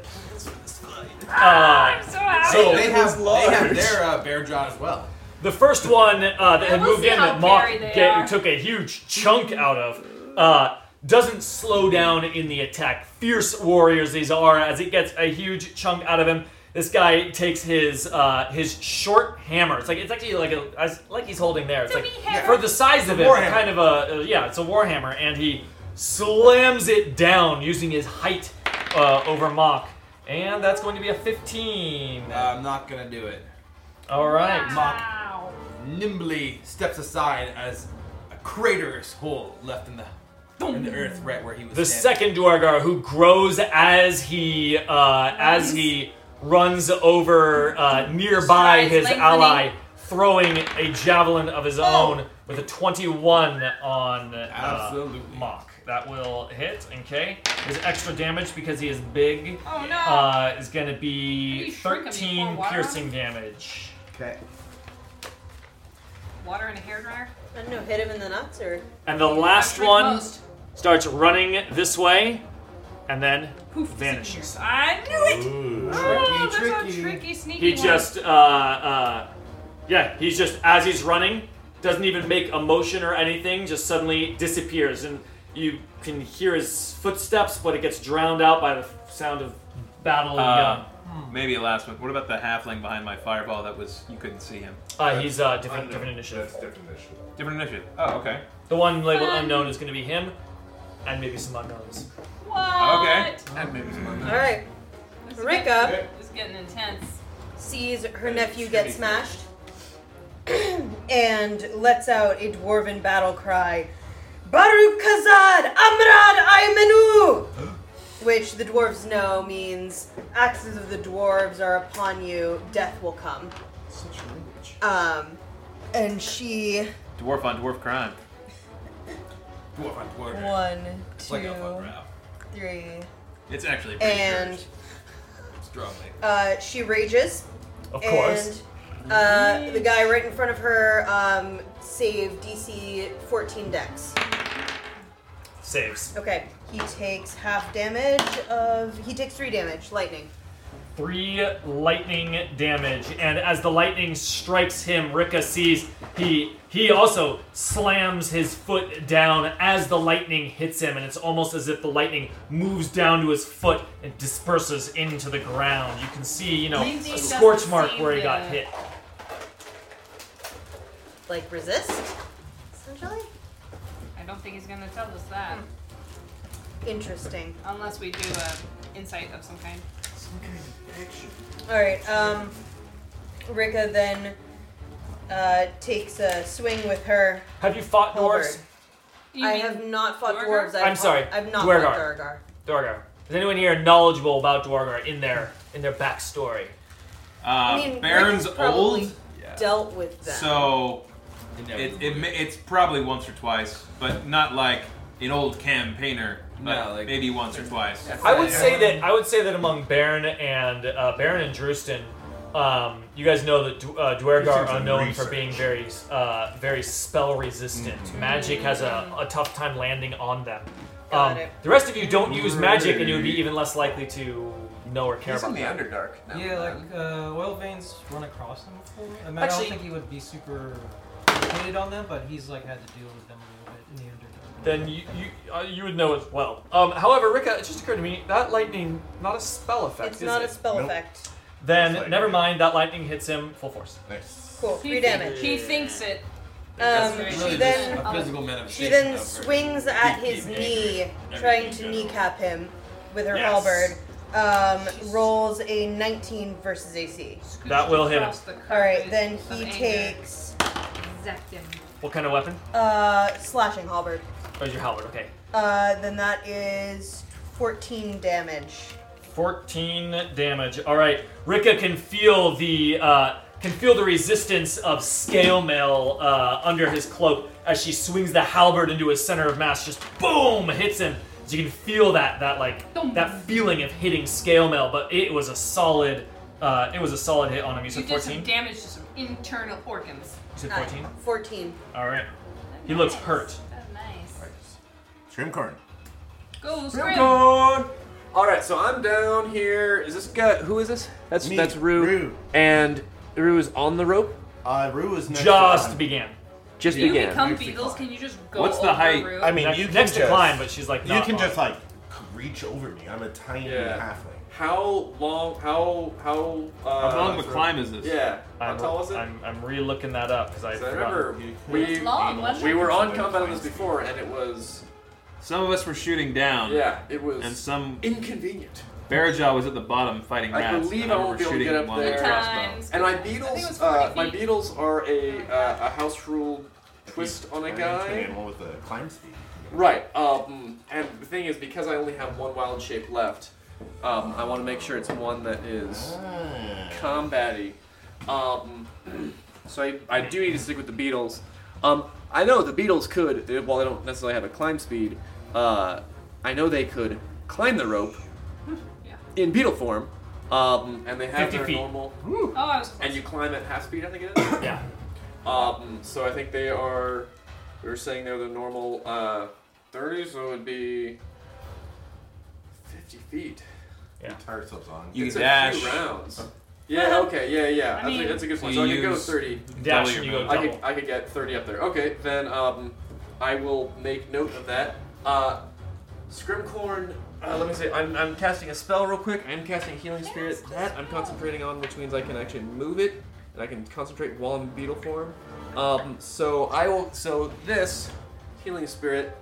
S2: Uh,
S7: I'm so happy.
S5: So they have, they have their uh, bear jaw as well.
S2: The first one uh, that had
S7: will
S2: moved
S7: see
S2: in
S7: how
S2: that Mock
S7: fairy they
S2: ga-
S7: are.
S2: took a huge chunk out of uh, doesn't slow down in the attack. Fierce warriors these are. As it gets a huge chunk out of him, this guy takes his uh, his short hammer. It's like it's actually like a as, like he's holding there. It's like for the size of it,
S5: Warhammer.
S2: kind of a uh, yeah, it's a warhammer, and he slams it down using his height uh, over Mock, and that's going to be a fifteen.
S5: Uh, I'm not gonna do it.
S2: All right.
S5: Mock nimbly steps aside as a craterous hole left in the in the earth right where he was.
S2: the
S5: standing.
S2: second Duergar who grows as he uh, as he runs over uh, nearby
S5: Strides
S2: his
S5: lengthening. Oh.
S2: ally, throwing a javelin of his own with a twenty-one on uh,
S5: Absolutely.
S2: mock. That will hit. Okay, his extra damage because he is big.
S7: Oh, no.
S2: Uh, is going to be
S7: you shrink him
S2: thirteen
S7: before water?
S2: piercing damage.
S8: Okay.
S7: Water and a hair dryer.
S3: I don't know, hit him in the nuts or.
S2: And the last
S3: Shrink
S2: one
S3: most.
S2: starts running this way. and then vanishes.
S7: I knew it! Oh, that's how
S2: tricky.
S7: tricky, sneaky
S2: He
S7: one.
S2: just, uh, uh, yeah, he's just, as he's running, doesn't even make a motion or anything, just suddenly disappears. And you can hear his footsteps, but it gets drowned out by the sound of battle.
S32: Uh,
S2: and,
S32: maybe a last one. What about the halfling behind my fireball that was you couldn't see him?
S2: uh, he's uh, different, different initiative. different initiative.
S32: Different initiative. Oh, okay.
S2: The one labeled
S32: Um,
S2: unknown is going to be him, and maybe some unknowns.
S32: Okay.
S29: And maybe some unknowns.
S3: All right. Rika
S7: It's getting intense.
S3: sees her nephew get smashed and lets out a dwarven battle cry Baruch Kazad Amrad Aymenu! Which the dwarves know means axes of the dwarves are upon you, death will come.
S29: Such language.
S3: Um, and she.
S32: Dwarf on dwarf crime.
S28: Dwarf on dwarf.
S3: One,
S28: It's
S3: two,
S28: like Elf on Brow.
S3: three.
S32: It's actually pretty
S3: And
S28: Strongly.
S3: uh, she rages.
S28: Of course.
S3: And uh, the guy right in front of her um, save DC 14 dex.
S2: Saves.
S3: Okay, he takes half damage of. He takes three damage, lightning.
S2: Three lightning damage, and as the lightning strikes him, Rika sees he he also slams his foot down as the lightning hits him, and it's almost as if the lightning moves down to his foot and disperses into the ground. You can see, you know,
S3: Lightning
S2: a
S3: doesn't
S2: scorch mark
S3: seem
S2: where he
S3: to-
S2: got hit.
S3: Like resist, essentially?
S7: I don't think he's gonna tell us that.
S3: Hmm. Interesting.
S7: Unless we do a insight of some kind.
S29: Some kind of action.
S3: Alright, um. Rika then uh, takes a swing with her.
S2: Have you fought dwarves?
S3: I have not fought dwarves. I've
S2: I'm sorry.
S3: I've not
S2: Dwargar.
S3: fought Dwargar.
S2: Dwargar. Is anyone here knowledgeable about Dwargar in their in their backstory?
S32: Uh, Baron's
S3: Rick's probably
S32: old.
S3: Dealt with them.
S32: So it, it, ma- it's probably once or twice, but not like an old campaigner. But maybe once or twice.
S2: I would say that I would say that among Baron and uh, Baron and Drustin, um, you guys know that Du- uh, Duergar
S17: Drustin's
S2: are
S17: in
S2: known for
S17: research.
S2: being very uh, very spell resistant. Magic has a, a tough time landing on them.
S29: Got
S2: Um,
S29: it.
S2: the rest of you don't use magic, and you would be even less likely to know or care
S29: He's in
S2: about
S29: the
S2: that.
S29: Underdark. now.
S11: yeah, like uh, oil veins run across him before. I, mean, I don't
S2: Actually-
S11: think he would be super hated on them, but he's like had to deal with them a little bit in the Underdark.
S2: Then you you, uh, you would know as well. Um, however, Rika, it just occurred to me that lightning not a spell effect.
S3: It's
S2: is
S3: not
S2: it?
S3: a spell effect.
S2: Then never mind. That lightning hits him full force.
S8: Nice.
S3: Cool.
S7: He
S3: Three
S7: think-
S3: damage.
S7: he thinks it.
S3: Um,
S7: That's
S3: she
S7: really just
S3: then
S7: a physical
S3: she
S7: manifestation
S3: then
S7: of her
S3: swings at his
S7: deep
S3: knee,
S7: anger. Everything
S3: trying
S7: in
S3: to
S7: general.
S3: kneecap him with her
S2: Yes.
S3: halberd. Um, rolls a 19 versus AC.
S2: That will hit him.
S3: All right, then
S7: of
S3: he
S7: anger.
S3: takes
S7: Zapped him.
S2: What kind of weapon?
S3: uh, slashing halberd.
S2: Oh, your halberd. Okay.
S3: Uh, then that is 14 damage.
S2: 14 damage. All right, Rika can feel the uh, can feel the resistance of scale mail uh, under his cloak as she swings the halberd into his center of mass. Just boom, hits him. So you can feel that that like that feeling of hitting scale mail, but it was a solid uh, it was a solid hit on him. You
S7: You
S2: said
S7: did some
S2: 14.
S7: damage to some internal organs.
S2: You said 14.
S3: 14.
S2: All right, he looks hurt.
S7: Nice.
S8: Shrimcorn.
S7: Go,
S10: Real
S7: Scrim.
S10: gone. All right, so I'm down here. Is this guy? Who is this? That's
S8: Me,
S10: that's Rue.
S8: Rue.
S10: And Rue is on the rope.
S8: Uh, Rue is next
S2: Just began.
S10: Just
S7: You
S10: began.
S7: become beagles. Can you just go
S8: What's
S7: over
S8: the height?
S7: Rue?
S8: I mean,
S10: Next-
S8: you can
S10: next to
S8: just,
S10: climb, but she's, like,
S8: you
S10: not
S8: can
S10: on
S8: just like reach over me. I'm a tiny halfling.
S10: How long? How how? Uh,
S32: How long of a climb is this?
S10: Yeah.
S2: I'm,
S10: how tall is it?
S2: I'm, I'm re-looking that up because I,
S10: I
S2: forgot.
S10: remember we
S7: long, wasn't
S10: we
S7: it?
S10: were on combat on this before, and it was
S32: Some of us were shooting down.
S10: Yeah, it was
S32: And some
S10: inconvenient.
S32: Barajaw was at the bottom fighting
S10: I
S32: rats.
S10: believe
S32: and
S10: I
S32: we
S10: won't
S32: were
S10: be able to
S32: shooting
S10: get up
S32: one with
S10: there.
S32: a crossbow.
S10: And my beetles, uh, my beetles are a uh, a house rule twist on a guy.
S8: Animal with a climb speed.
S10: Right. Um, and the thing is, because I only have one wild shape left, um, I want to make sure it's one that is combat-y. Um, so I, I do need to stick with the Beatles. Um, I know the Beatles could, they- while they don't necessarily have a climb speed, uh, I know they could climb the rope in beetle form, um, and they have
S2: 50
S10: their
S2: feet.
S10: normal.
S7: Oh, I was.
S10: And you climb at half speed, I think it is.
S2: yeah.
S10: Um, so I think they are. We were saying they're the normal uh, 30, so it would be 50 feet.
S2: Yeah.
S8: Entire subs on.
S10: You
S8: It's
S10: can
S8: a
S10: dash.
S8: few rounds.
S10: Yeah, okay, yeah, yeah.
S8: I
S10: That's,
S8: mean-
S10: a, that's a good point.
S8: You
S10: So I could go
S8: use
S10: 30.
S8: dash and you go
S10: I could,
S8: double.
S10: I could get 30 up there. Okay, then um, I will make note of that. Uh, Scrimcorn, uh, let me see. I'm, I'm casting a spell real quick. I'm casting Healing Spirit. That I'm concentrating on, which means I can actually move it, and I can concentrate while I'm in beetle form. Um, so I will. So this Healing Spirit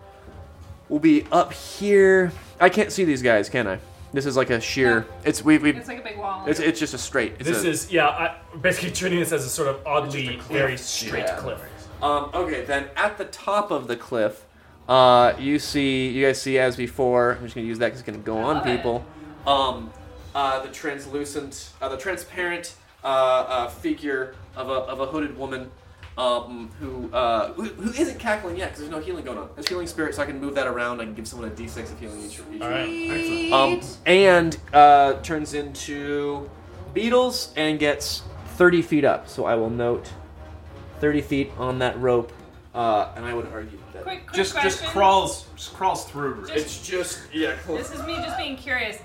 S10: will be up here. I can't see these guys, can I? This is like a sheer. It's we we.
S7: It's like a big wall.
S10: It's, it's just a straight. It's
S2: this
S10: a-
S2: is yeah. I, basically treating this as a sort of oddly very straight
S10: Yeah.
S2: cliff.
S10: Um, okay, then at the top of the cliff, uh, you see, you guys see as before. I'm just gonna use that because it's gonna go on
S29: love it.
S10: people. Um, uh, the translucent, uh, the transparent uh, uh, figure of a, of a hooded woman um, who, uh, who who isn't cackling yet because there's no healing going on. There's healing spirit, so I can move that around. I can give someone a d6 of healing each. each
S2: All right.
S10: round. Um, and uh, turns into beetles and gets 30 feet up. So I will note 30 feet on that rope, uh, and I would argue that
S7: Quick- quick
S17: Just just
S7: question.
S17: crawls just crawls through.
S7: Just- It's
S10: just yeah.
S7: This is me just being curious.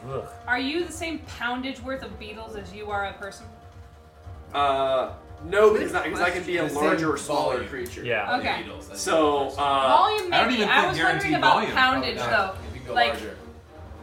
S7: Are you the same poundage worth of beetles as you are a person?
S10: Uh, no, because I, because I can be a
S29: The same
S10: larger or smaller
S29: volume.
S10: creature.
S2: Yeah.
S7: Okay.
S10: So uh,
S7: Volume, maybe. I, was wondering about poundage,
S5: Oh,
S7: though. Like,
S10: in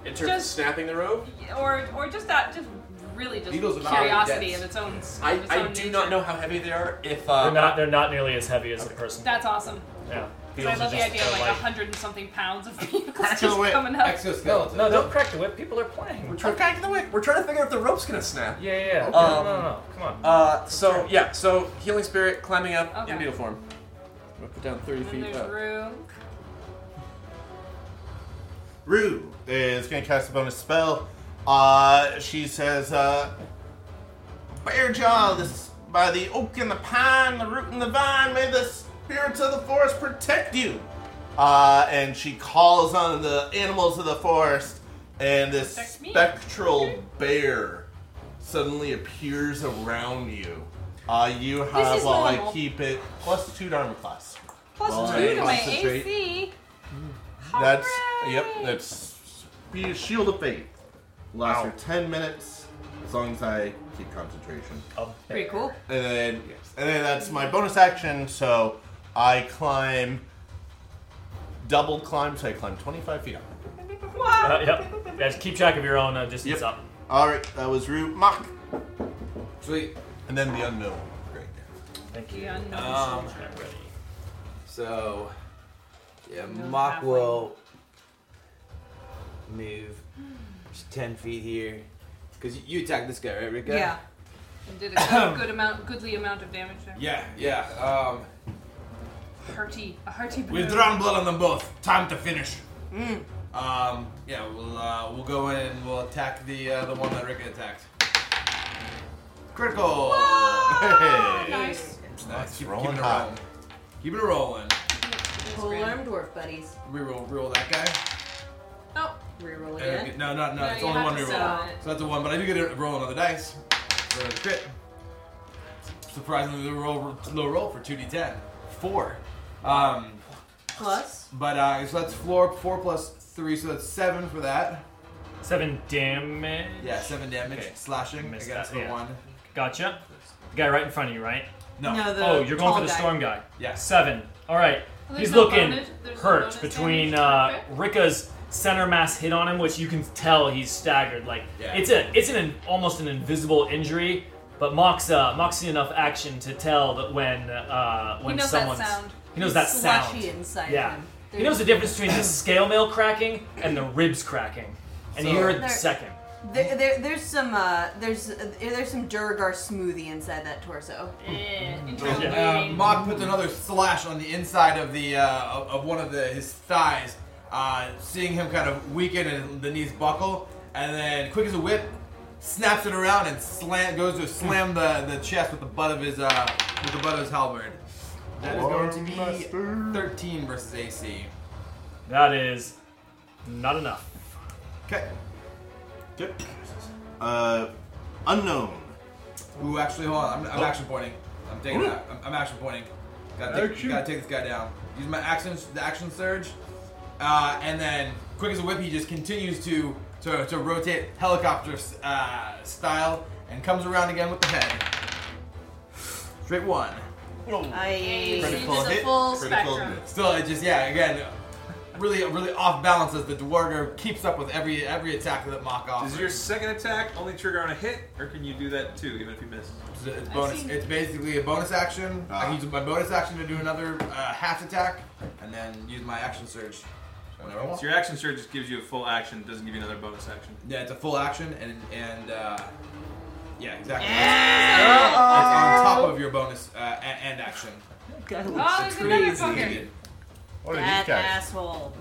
S10: terms of
S7: Just-
S10: snapping the rope.
S7: or or just that, just really just
S10: Beetles are not
S7: curiosity
S10: dense.
S7: of its own. Of
S10: I,
S7: its
S10: I
S7: own
S10: do not know how heavy they are. If
S2: they're
S10: uh,
S2: not they're not nearly as heavy as a person.
S7: That's awesome.
S2: Yeah.
S7: 'Cause I love the idea of like a hundred and something pounds of beetles just coming up.
S2: Exoskeleton. No, no, don't crack the whip. People are playing.
S10: We're trying, cracking the whip. We're trying to figure out if the rope's gonna snap.
S2: Yeah, yeah, yeah.
S10: Um,
S2: No, no, no, no. Come on.
S10: Uh, so yeah, so healing spirit climbing up
S7: Okay.
S10: in beetle form. I'm gonna put down 30
S7: And then
S10: feet
S7: there's
S10: up.
S7: room.
S8: Rue is going to cast a bonus spell. Uh, she says, uh, Bear Jaw, this by the oak and the pine, the root and the vine, may the spirits of the forest protect you. Uh, and she calls on the animals of the forest, and this spectral bear suddenly appears around you. Uh, you have,
S7: is
S8: while I
S7: normal.
S8: keep it, plus two to armor class.
S7: Plus
S8: While I
S7: two to my
S8: concentrate-
S7: AC.
S8: that's yep. That's be a shield of faith. Lasts for ten minutes, as long as I keep concentration.
S2: Um,
S7: Pretty cool.
S8: And then yes, and then that's my bonus action. So I climb, double climb. So I climb twenty-five feet up.
S2: Uh, yep. Guys, keep track of your own uh, distance up.
S8: All right, that was Root Mach. Sweet. And then the unknown. Great.
S2: Thank
S7: you.
S28: Um, so, yeah, Mock will move just 10 feet here. Because you attacked this guy, right, Rika?
S7: Yeah. And did a good, good amount, goodly amount of damage there.
S5: Yeah,
S28: yeah.
S7: Hearty, a hearty.
S5: Um, we've
S7: blow.
S5: drawn blood on them both. Time to finish.
S7: Mm.
S5: Um, yeah, we'll uh, we'll go in and we'll attack the uh, the one that Rika attacked. Critical. Hey.
S3: Nice.
S5: Nice. Keep,
S8: rolling
S5: keep it
S8: high.
S5: rolling. Keep it rolling.
S3: Full arm dwarf buddies.
S5: Reroll, roll that guy.
S7: Oh.
S3: Reroll
S5: And
S3: again.
S5: okay, No, no, no.
S3: No,
S5: it's
S3: you
S5: only
S3: have
S5: one
S3: to sit on
S5: reroll.
S3: it.
S5: So that's a one, but I do get to roll another dice for a crit. Surprisingly, the roll low roll for two d10. Four. Um,
S3: Plus.
S5: But uh, so that's four, four plus three, so that's seven for that.
S2: Seven damage.
S5: Yeah, seven damage.
S2: Okay.
S5: Slashing
S2: Missed
S5: against
S2: that,
S5: the
S2: yeah.
S5: one.
S2: Gotcha. The guy right in front of you, right?
S5: No. No, the
S2: oh, you're going
S5: tall
S2: for the
S5: guy.
S2: storm guy.
S5: Yeah.
S2: Seven. All right.
S7: Well,
S2: He's
S7: there's no
S2: looking
S7: bonus- there's no bonus
S2: hurt between uh, Rika's center mass hit on him, which you can tell he's staggered. Like
S5: Yeah.
S2: it's a it's an, almost an invisible injury, but Mox uh, Mox seen enough action to tell that when uh,
S3: He
S2: when
S3: knows that
S2: someone's
S3: sound.
S2: he knows that sound.
S3: Slushy inside
S2: yeah.
S3: him.
S2: He knows the difference between the scale mail cracking and the ribs cracking, and he
S3: So-
S2: heard the
S3: There-
S2: second.
S3: There, there, there's some, uh, there's, uh, there's some Durgar smoothie inside that torso.
S5: Uh, Mog puts another slash on the inside of the uh, of, of one of the his thighs, uh, seeing him kind of weaken and the knees buckle, and then quick as a whip, snaps it around and slam goes to slam the, the chest with the butt of his uh, with the butt of his halberd. That is going to be thirteen versus AC.
S2: That is not enough.
S5: Okay.
S8: Yep. Uh, unknown.
S5: Ooh, actually, hold on. I'm, I'm
S8: Oh.
S5: action pointing. I'm taking
S8: Ooh.
S5: that. I'm, I'm action pointing. Gotta take,
S8: Action.
S5: gotta take this guy down. Use my action, the action surge, uh, and then quick as a whip, he just continues to to, to rotate helicopter uh, style and comes around again with the head. Straight one.
S3: I.
S5: Critical hit.
S3: Critical
S5: Still, it just yeah. Again, really, really off balance as the dwarger keeps up with every every attack that Mach offers.
S9: Does your second attack only trigger on a hit, or can you do that too, even if you miss?
S5: It's, it's bonus. It's basically a bonus action. I can use my bonus action to do another uh, half attack, and then use my action surge whenever I want.
S9: So your action surge just gives you a full action, doesn't give you another bonus action.
S5: Yeah, it's a full action, and and uh, yeah, exactly.
S9: Yeah.
S5: It's on top of your bonus uh, a- and action.
S3: That looks Oh, there's another crazy. fucker.
S5: What
S3: That asshole.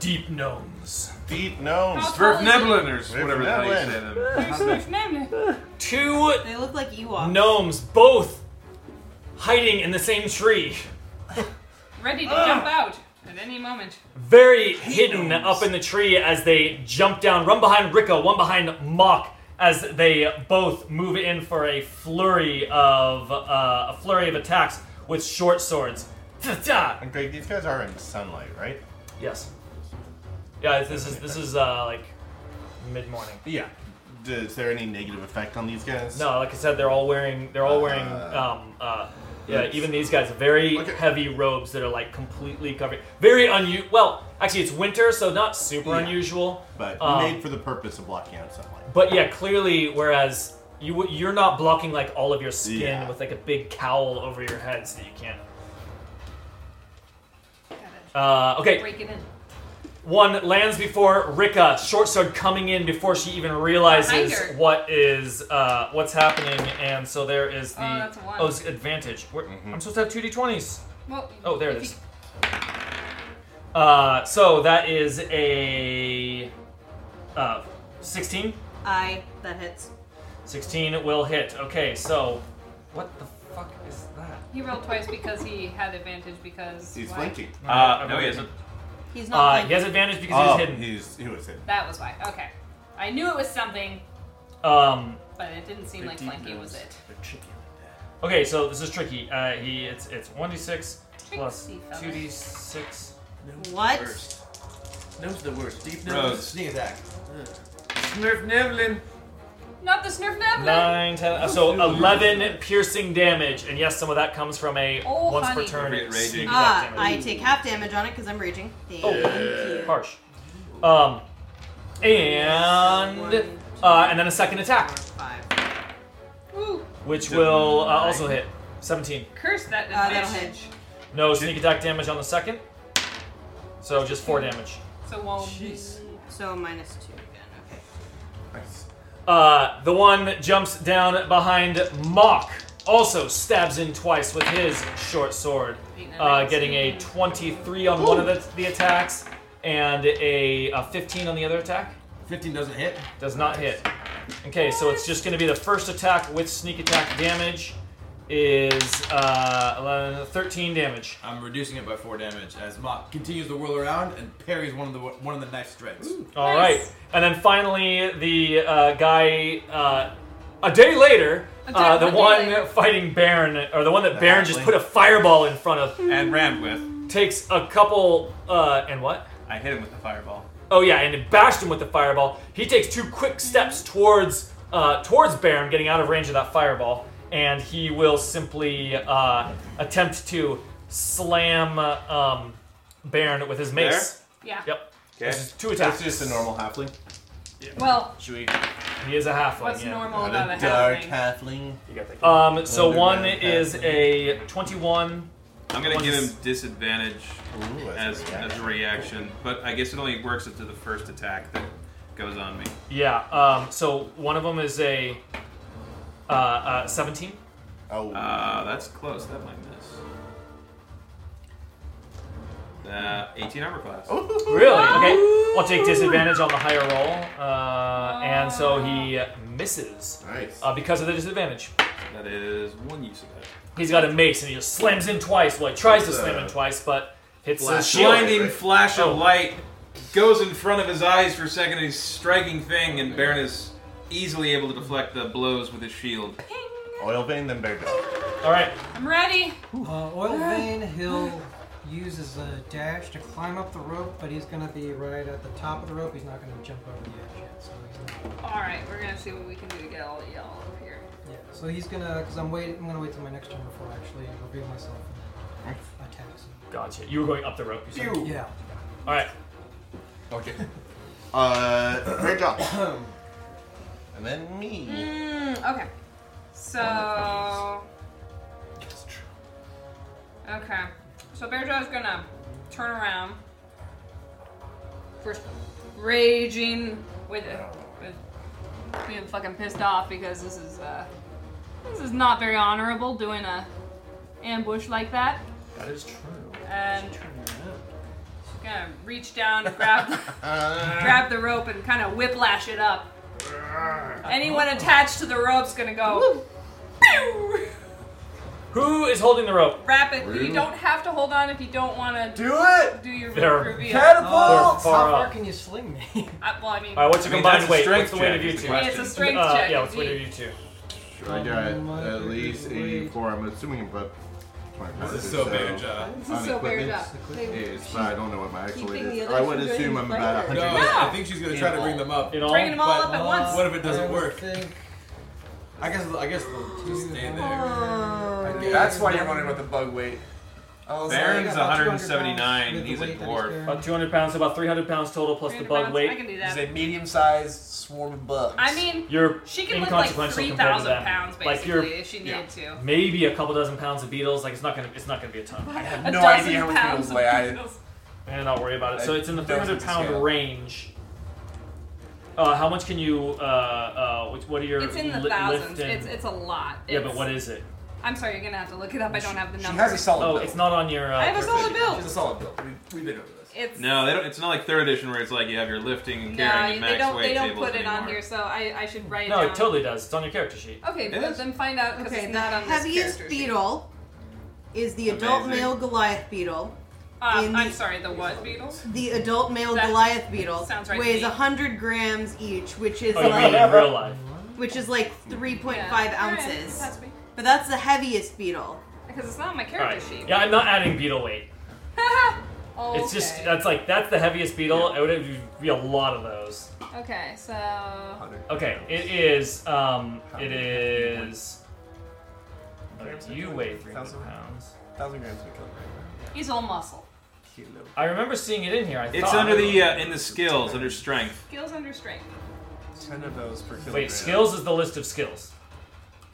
S2: Deep gnomes.
S4: Deep gnomes.
S3: How tall is he?
S9: Sverfnebliners, whatever the hell you say them.
S2: Two
S3: They look like Ewoks.
S2: gnomes, both hiding in the same tree.
S7: Ready to
S2: Ah.
S7: jump out at any moment.
S2: very hidden up in the tree as they jump down. Run behind Ricka, one behind Mock, as they both move in for a flurry of uh, a flurry of attacks with short swords. And
S4: Greg, these guys are in sunlight, right?
S2: Yes. Yeah, this is this is uh, like mid morning.
S4: Yeah.
S8: Is there any negative effect on these guys?
S2: No, like I said, they're all wearing they're all wearing um, uh, yeah, even these guys very heavy robes that are like completely covering. Very unusual. Well, actually, it's winter, so not super
S8: Yeah.
S2: unusual.
S8: But
S2: Um,
S8: made for the purpose of blocking out sunlight.
S2: But yeah, clearly, whereas you w- you're not blocking like all of your skin
S8: Yeah.
S2: with like a big cowl over your head, so you can't. Uh, okay,
S7: Break it in.
S2: one lands before Rika, short sword coming in before she even realizes
S7: Behind her.
S2: what is uh, what's happening, and so there is the
S7: Oh, that's a one.
S2: oh, it's advantage. Where- I'm supposed to have two d20s.
S7: Well,
S2: Oh, there it
S7: if
S2: is. Uh, so that is a uh, 16.
S3: I. That hits.
S2: 16 will hit. Okay, so what the fuck is that?
S7: He rolled twice because he had advantage because. why?
S2: Uh,
S9: no, he hasn't.
S7: He's
S2: Uh,
S7: not.
S3: Uh-huh.
S2: he has advantage because
S8: Oh,
S2: he's hidden.
S8: He's, he was hidden.
S7: That was why. Okay. I knew it was something,
S2: Um,
S7: but it didn't seem like flanking was it.
S2: okay, so this is tricky. Uh, he it's it's 1d6 plus
S7: Tricksy fella.
S2: 2d6.
S3: What?
S12: Gnome's the worst. Deep
S2: Rogues.
S12: nose.
S5: Sneak attack.
S12: Snurf Nevlin.
S7: Not the Snurf Nevlin!
S2: 9, 10, uh, so 11 piercing damage, and yes, some of that comes from a
S3: Oh,
S2: once
S3: honey.
S2: per turn.
S3: Appropriate
S2: sneak attack
S3: Ah,
S2: damage.
S3: I take half damage on it because I'm raging. Thank
S2: Oh,
S3: you.
S2: harsh. Um, and uh, and then a second attack,
S7: Woo!
S2: which will uh, also hit 17.
S7: Curse that
S3: Uh, that'll
S7: advantage.
S2: No sneak attack damage on the second, so just four damage.
S7: So one.
S3: So minus two again. Okay.
S2: Uh, the one jumps down behind Mock, also stabs in twice with his short sword, uh, getting a 23 on one of the, the attacks and a, a 15 on the other attack.
S5: 15 doesn't hit?
S2: Does not hit. Okay, so it's just going to be the first attack with sneak attack damage is uh, 11, 13 damage.
S5: I'm reducing it by four damage as Mach continues to whirl around and parries one of the one of the knife strikes.
S2: All right, and then finally the uh, guy. Uh, a day later,
S5: A day-
S2: uh, the
S5: a day
S2: one
S5: later.
S2: fighting Baron, or the one that Baron just put a fireball in front of
S9: and rammed with,
S2: takes a couple. Uh, and what?
S9: I hit him with the fireball.
S2: Oh yeah, and it bashed him with the fireball. He takes two quick steps towards uh, towards Baron, getting out of range of that fireball, and he will simply uh, attempt to slam uh, um, Baron with his mace.
S7: Yeah.
S2: Yep.
S8: Okay.
S2: This is two attacks.
S8: That's just a normal halfling.
S7: Well,
S8: Should we?
S2: He is a halfling.
S7: What's
S2: yeah.
S7: normal Not about a a
S8: dark
S9: halfling?
S8: You got that.
S2: Um, so
S8: Wonder
S2: one
S8: Man
S2: is a 21.
S9: I'm gonna
S2: One
S9: give
S2: is-
S9: him disadvantage as as a reaction, but I guess it only works up to the first attack that goes on me.
S2: Yeah. Um, so one of them is a uh, uh, 17.
S8: Oh.
S9: Uh, that's close. That might miss. Uh, 18 armor class.
S2: Really? Okay. I'll take disadvantage on the higher roll, uh, and so he misses.
S8: Nice.
S2: Uh, because of the disadvantage.
S9: That is one use of it.
S2: He's got a mace, and he just slams in twice. Well, he tries to
S9: It's,
S2: slam
S9: uh,
S2: in twice, but hits
S9: a
S2: his shield.
S9: blinding flash of light goes in front of his eyes for a second. and He's striking thing, and Baron is easily able to deflect the blows with his shield.
S8: Oil vein, then bear down.
S2: All right.
S7: I'm ready.
S11: Uh, oil vein, he'll use his uh, dash to climb up the rope, but he's going to be right at the top of the rope. He's not going to jump over the edge yet. So he's, not,
S7: All right, we're gonna see what we can do to get all y'all over here.
S11: yeah. So he's going to, because I'm waiting. I'm going to wait till my next turn before I actually reveal myself and attack.
S2: Gotcha. You were going up the rope. You said.
S11: Phew. Yeah.
S2: All right.
S8: Okay. Uh, great job. and then me.
S7: Mm, okay. So. Okay. So Bearjaw's gonna turn around. First, raging with with being fucking pissed off because this is uh this is not very honorable doing a ambush like that.
S2: That is true.
S7: And she's gonna reach down and grab grab the rope and kind of whiplash it up. Anyone attached to the rope's gonna go. pew!
S2: Who is holding the rope?
S7: Wrap it. You don't have to hold on if you don't want to.
S2: Do it!
S7: Do your
S2: They're-
S7: reveal.
S2: Catapult! They're far
S11: How far
S2: up.
S11: can you sling me?
S7: Uh, well, I mean.
S2: All right, what's your
S7: I mean,
S2: combined
S7: that's a
S2: weight?
S7: strength
S2: What's the weight
S7: check
S2: of you
S7: is the
S2: two?
S7: question. It's a strength
S2: uh,
S7: check,
S2: Yeah, what's the weight of you
S7: indeed.
S2: two?
S8: I got at least 84. I'm assuming about 25.
S5: This is so bad, Josh.
S8: on
S5: This is so bad,
S8: equipment,
S5: Josh.
S8: it is, but I don't know what my actual weight
S5: keeping the
S8: is.
S5: other
S8: I would
S5: two
S8: assume I'm
S5: in
S8: about
S5: flavor.
S8: 100.
S5: No, I think she's gonna try to bring them up. In all? Bringing them all But up at once. what if it doesn't work? I guess I guess they'll just stay
S7: Oh.
S5: there.
S29: That's why you're running with the bug weight. I was
S2: Baron's
S29: like, about
S9: 179,
S29: with the
S9: he's a
S29: weight that
S9: dwarf.
S2: About 200 pounds, so about 300 pounds total plus the
S7: 300
S2: bug
S7: pounds,
S2: weight.
S7: I can do that. He's a
S2: medium-sized swarm of bugs.
S7: I mean,
S2: you're
S7: she can lift like
S2: inconsequential
S7: three
S2: compared to
S7: thousand
S2: them.
S7: pounds basically
S2: Like you're
S7: if she needed to.
S2: maybe a couple dozen pounds of beetles. Like it's not gonna, it's not gonna be a ton. I
S7: have A no dozen idea how it pounds feels, of like, I- beetles.
S2: Man, not worry about it. So
S7: I
S2: it's in the
S7: don't
S2: 300 pound
S7: scale.
S2: range. Uh, how much can you? Uh, uh, what, what are your?
S7: It's in the
S2: li-
S7: thousands.
S2: lift and-
S7: It's it's a lot.
S2: yeah,
S7: It's-
S2: but what is it?
S7: I'm sorry, you're gonna have to look it up. I don't have the number.
S2: Oh, it's not on your. Uh,
S7: I have a
S2: third
S7: solid
S2: edition.
S7: build.
S29: It's a solid build. We, we've been over this.
S7: It's
S9: No, they don't, it's not like third edition where it's like you have your lifting and
S7: no,
S9: carrying and
S7: they
S9: max
S7: don't
S9: weight
S7: they don't
S9: tables
S7: put it
S9: anymore.
S7: on here, so I I should write it
S2: No,
S7: down.
S2: it totally does. It's on your character sheet.
S7: Okay, but then find out because
S3: Okay,
S7: it's
S3: the
S7: not on this
S3: heaviest
S7: character sheet.
S3: beetle is the adult
S7: Amazing.
S3: male Goliath beetle.
S7: Uh,
S3: In
S7: I'm
S3: the-
S7: sorry, the what beetle?
S3: The adult male Goliath beetle
S7: sounds right to
S3: weighs
S7: me.
S3: 100 grams each, which is
S2: Oh, you
S3: like
S2: mean in real life?
S3: which is like 3.5
S7: Yeah.
S3: ounces.
S7: Yeah, that's me.
S3: but that's the heaviest beetle.
S7: Because it's not on my
S2: All right.
S7: character sheet.
S2: Yeah, I'm not adding beetle weight.
S7: Oh,
S2: It's just uh,
S7: okay.
S2: that's like that's the heaviest beetle. It would be a lot of those.
S7: Okay, so
S2: Okay, it is. Um, it is. okay, you weigh 300 pounds.
S29: Thousand grams of
S7: he's all muscle.
S29: kilogram.
S2: I remember seeing it in here. I
S9: It's
S2: thought.
S9: under the uh, in the skills under strength.
S7: Skills under strength.
S29: Ten of those per kilogram.
S2: Wait, skills is the list of skills.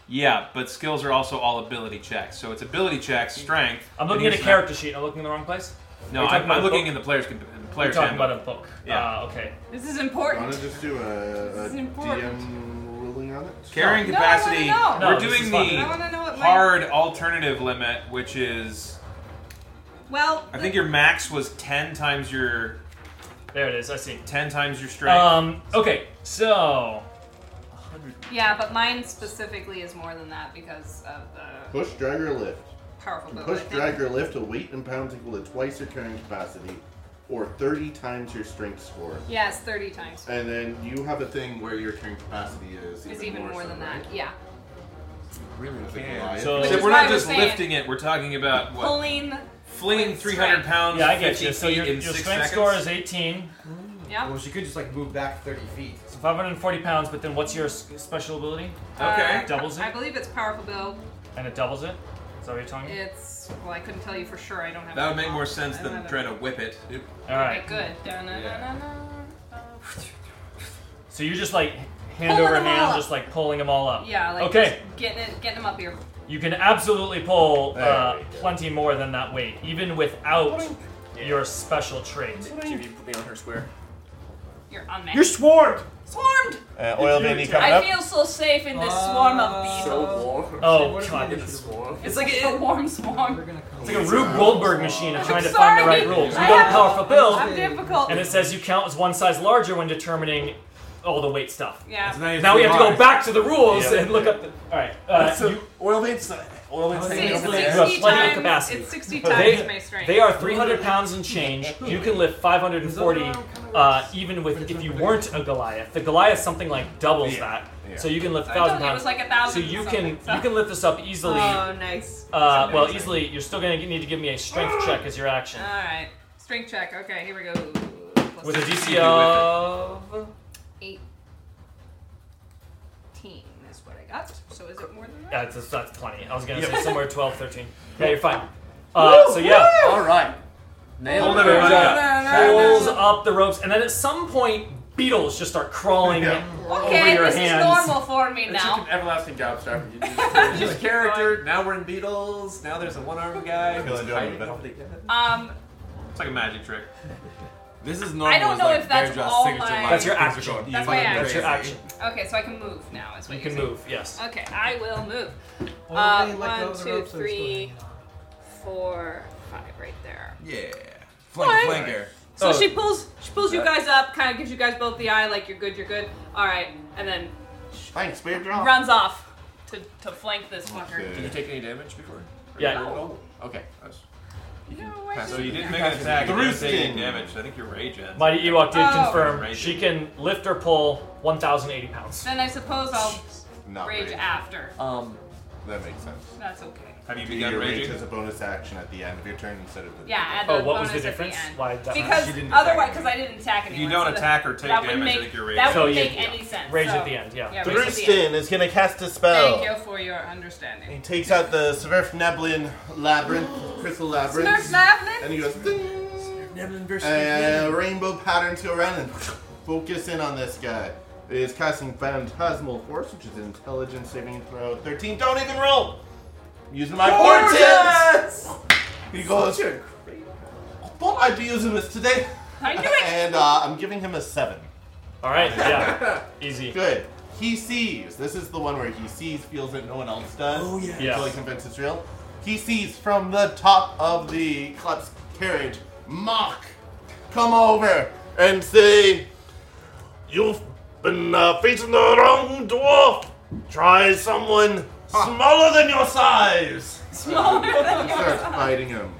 S9: Yeah, but skills are also all ability checks. So it's ability checks, strength.
S2: I'm
S9: and
S2: looking at a
S9: here's an-
S2: character sheet. I'm looking in the wrong place. Are
S9: No,
S2: you talking
S9: I'm,
S2: about
S9: I'm
S2: a
S9: looking
S2: book?
S9: in the player's com- in the player's
S2: You're talking
S9: handbook.
S2: about a book.
S9: Yeah.
S2: Uh, okay.
S7: This is important.
S8: Why don't I just do a,
S7: This is
S8: a
S7: important.
S8: DM ruling on it?
S9: Carrying
S7: No, I wanna
S9: capacity.
S7: know.
S9: We're
S7: No, this
S9: doing
S7: is
S9: the
S7: fun. I wanna know what my-
S9: hard alternative limit, which is
S7: Well,
S9: I think your max was ten times your.
S2: There it is. I see.
S9: Ten times your strength.
S2: Um. Okay. So.
S7: yeah, but mine specifically is more than that because of the
S8: Push, drag, or lift.
S7: powerful
S8: To
S7: build.
S8: push,
S7: I think.
S8: drag, or lift a weight in pounds equal to twice your carrying capacity or 30 times your strength score.
S7: Yes, thirty times
S8: And then you have a thing where your carrying capacity is
S7: is even more
S8: so,
S7: than
S8: right?
S7: that. Yeah,
S8: Really? As a
S9: Yeah.
S8: Goliath.
S9: So,
S7: Which is
S9: we're
S7: why I
S9: not
S7: was
S9: just
S7: saying-
S9: lifting it. We're talking about what?
S7: pulling.
S9: Flinging 300 pounds.
S2: Yeah, I get
S9: 50
S2: you. So
S9: feet
S2: your,
S9: in
S2: your
S9: six
S2: strength
S9: seconds.
S2: score is 18.
S7: Yeah.
S28: Well, she could just like move back 30 feet.
S2: So 540 pounds. But then what's your s- special ability?
S7: Uh,
S2: It doubles
S7: I
S2: it.
S7: believe it's powerful build.
S2: And it doubles it. Is that what you're talking?
S7: It's well, I couldn't tell you for sure. I don't have.
S9: That would
S7: it.
S9: make more sense
S7: I don't
S9: than
S7: have it.
S9: trying to whip it.
S2: All
S7: Okay,
S2: right.
S7: good. Da-na-na-na-na.
S2: So you're just like hand
S7: Pulling
S2: over
S7: them all
S2: hand,
S7: up.
S2: just like pulling them all up.
S7: Yeah, like
S2: okay.
S7: just getting it, getting them up here.
S2: You can absolutely pull
S7: There
S2: uh, plenty more than that weight, even without your special trait.
S29: you put me on her square.
S7: You're on that.
S29: swarmed.
S7: swarmed.
S29: Uh,
S2: oil veiny
S7: I feel so safe in this swarm of
S9: Uh,
S7: beetles.
S29: warm.
S2: Oh god, it's,
S7: It's like a, warm swarm.
S2: it's like a Rube Goldberg machine of
S7: I'm
S2: trying to find
S7: sorry.
S2: the right rules. You
S7: I
S2: got a
S7: have-
S2: powerful build,
S7: I'm difficult.
S2: and it says you count as one size larger when determining all the weight stuff.
S7: Yeah.
S2: Now we have to go back to the rules
S29: Yeah.
S2: and look up the. All right, uh,
S29: so,
S2: you-
S29: oil veins. oil
S2: It's
S29: intake over
S2: 60
S29: there.
S2: times-
S29: Plenty of
S2: it's
S29: capacity.
S7: 60
S2: They-
S7: times my strength.
S2: They are 300 pounds and change. You can lift 540, uh, even with if you weren't a Goliath. The Goliath something like doubles that, so you can lift
S7: I thought
S2: thousand
S7: it
S2: pounds.
S7: was like a thousand
S2: So you
S7: something,
S2: can
S7: so.
S2: you can lift this up easily.
S7: Oh, nice.
S2: Uh, well, easily. You're still gonna need to give me a strength check as your action
S7: Alright. Strength check. Okay, here we go. Plus
S2: with a DC
S7: two.
S2: of
S7: 18 is what I got. So is it more than that?
S2: yeah, that's, that's 20. I was gonna
S7: Yep.
S2: say somewhere 12, 13. Yeah, you're fine. Uh,
S7: Woo,
S2: so yeah.
S7: woo!
S2: All right.
S7: Nailed
S2: Pulls
S7: it.
S2: up- Pulls up the ropes, and then at some point, beetles just start crawling over
S7: Okay,
S2: your
S7: this
S2: hands.
S7: is normal for me now.
S29: Everlasting gobstopper. You
S7: just-
S29: Just character. Now we're in Beatles. Now there's a one-armed guy. who's hiding all the-
S7: Um,
S9: It's like a magic trick.
S5: This is
S7: I don't know if that's all my.
S2: That's your action.
S7: That's my action.
S2: That's your action.
S7: Okay, so I can move now. Is what
S2: You
S7: you're
S2: can
S7: saying.
S2: move, yes.
S7: Okay, I will move.
S11: Well,
S7: Uh,
S11: they let go
S7: one,
S11: of the
S7: two,
S11: ropes, so it's
S7: three, four, five, right there.
S5: Yeah.
S7: Fine.
S5: Flank, flanker.
S7: So
S5: Oh.
S7: she pulls, she pulls you
S5: Uh,
S7: guys up, kind of gives you guys both the eye, like you're good, you're good. All right, and then
S29: Thanks, Beard Drop.
S7: runs off to, to flank this fucker.
S29: Did you take any damage before?
S2: Yeah.
S29: No. Okay. That's- you can pass
S9: So
S29: it.
S9: you didn't make
S29: Pass
S9: an
S29: it.
S9: attack.
S29: The
S9: you
S29: roof
S9: didn't take any
S29: thing.
S9: damage. I think your rage ends.
S2: Mighty Ewok did
S7: Oh.
S2: confirm she can lift or pull 1,080 pounds.
S7: Then I suppose I'll
S8: Not
S7: rage,
S8: rage.
S7: after.
S8: Um, that makes sense.
S7: That's okay.
S9: Have you
S8: Do
S9: begun
S8: your rage
S9: raging?
S8: as a bonus action at the end of your turn instead of. at the
S7: Yeah,
S8: beginning.
S7: add the Oh, what was the bonus at the difference? end.
S2: Why did that
S7: Because otherwise, because I didn't attack
S8: If
S7: anyone.
S8: you don't
S7: so that-
S8: attack or take
S7: that would
S8: damage, I
S7: make,
S8: think you're raging.
S7: That
S8: So
S7: would
S8: you-
S7: make any sense.
S8: Rage
S7: so-
S8: at the end, yeah.
S7: yeah rage at the
S8: Thurston
S7: end.
S8: is gonna cast a spell.
S7: Thank you for your understanding.
S8: He takes out the Sverf Neblin Labyrinth, Crystal Labyrinth.
S7: Smurf Labyrinth?
S8: And he goes, ding!
S29: versus
S8: Uh,
S29: Neblin.
S8: rainbow patterns go around and focus in on this guy. He is casting Phantasmal Force, which is an intelligence saving throw. 13, don't even roll! I'm using my
S29: Fortress!
S8: fortune! He goes,
S29: Such a
S8: I thought I'd be using this today.
S7: I knew
S8: it! And uh, I'm giving him a 7.
S2: Alright, yeah. Easy.
S8: Good. He sees. This is the one where he sees, feels that no one else does. Oh, yeah.
S2: Yes.
S8: Until he convinces it's real. He sees from the top of the Klepp's carriage, Mock come over and say, You've been uh, facing the wrong dwarf. Try someone smaller than your size.
S7: Smaller than your
S8: Starts
S7: size.
S8: biting him.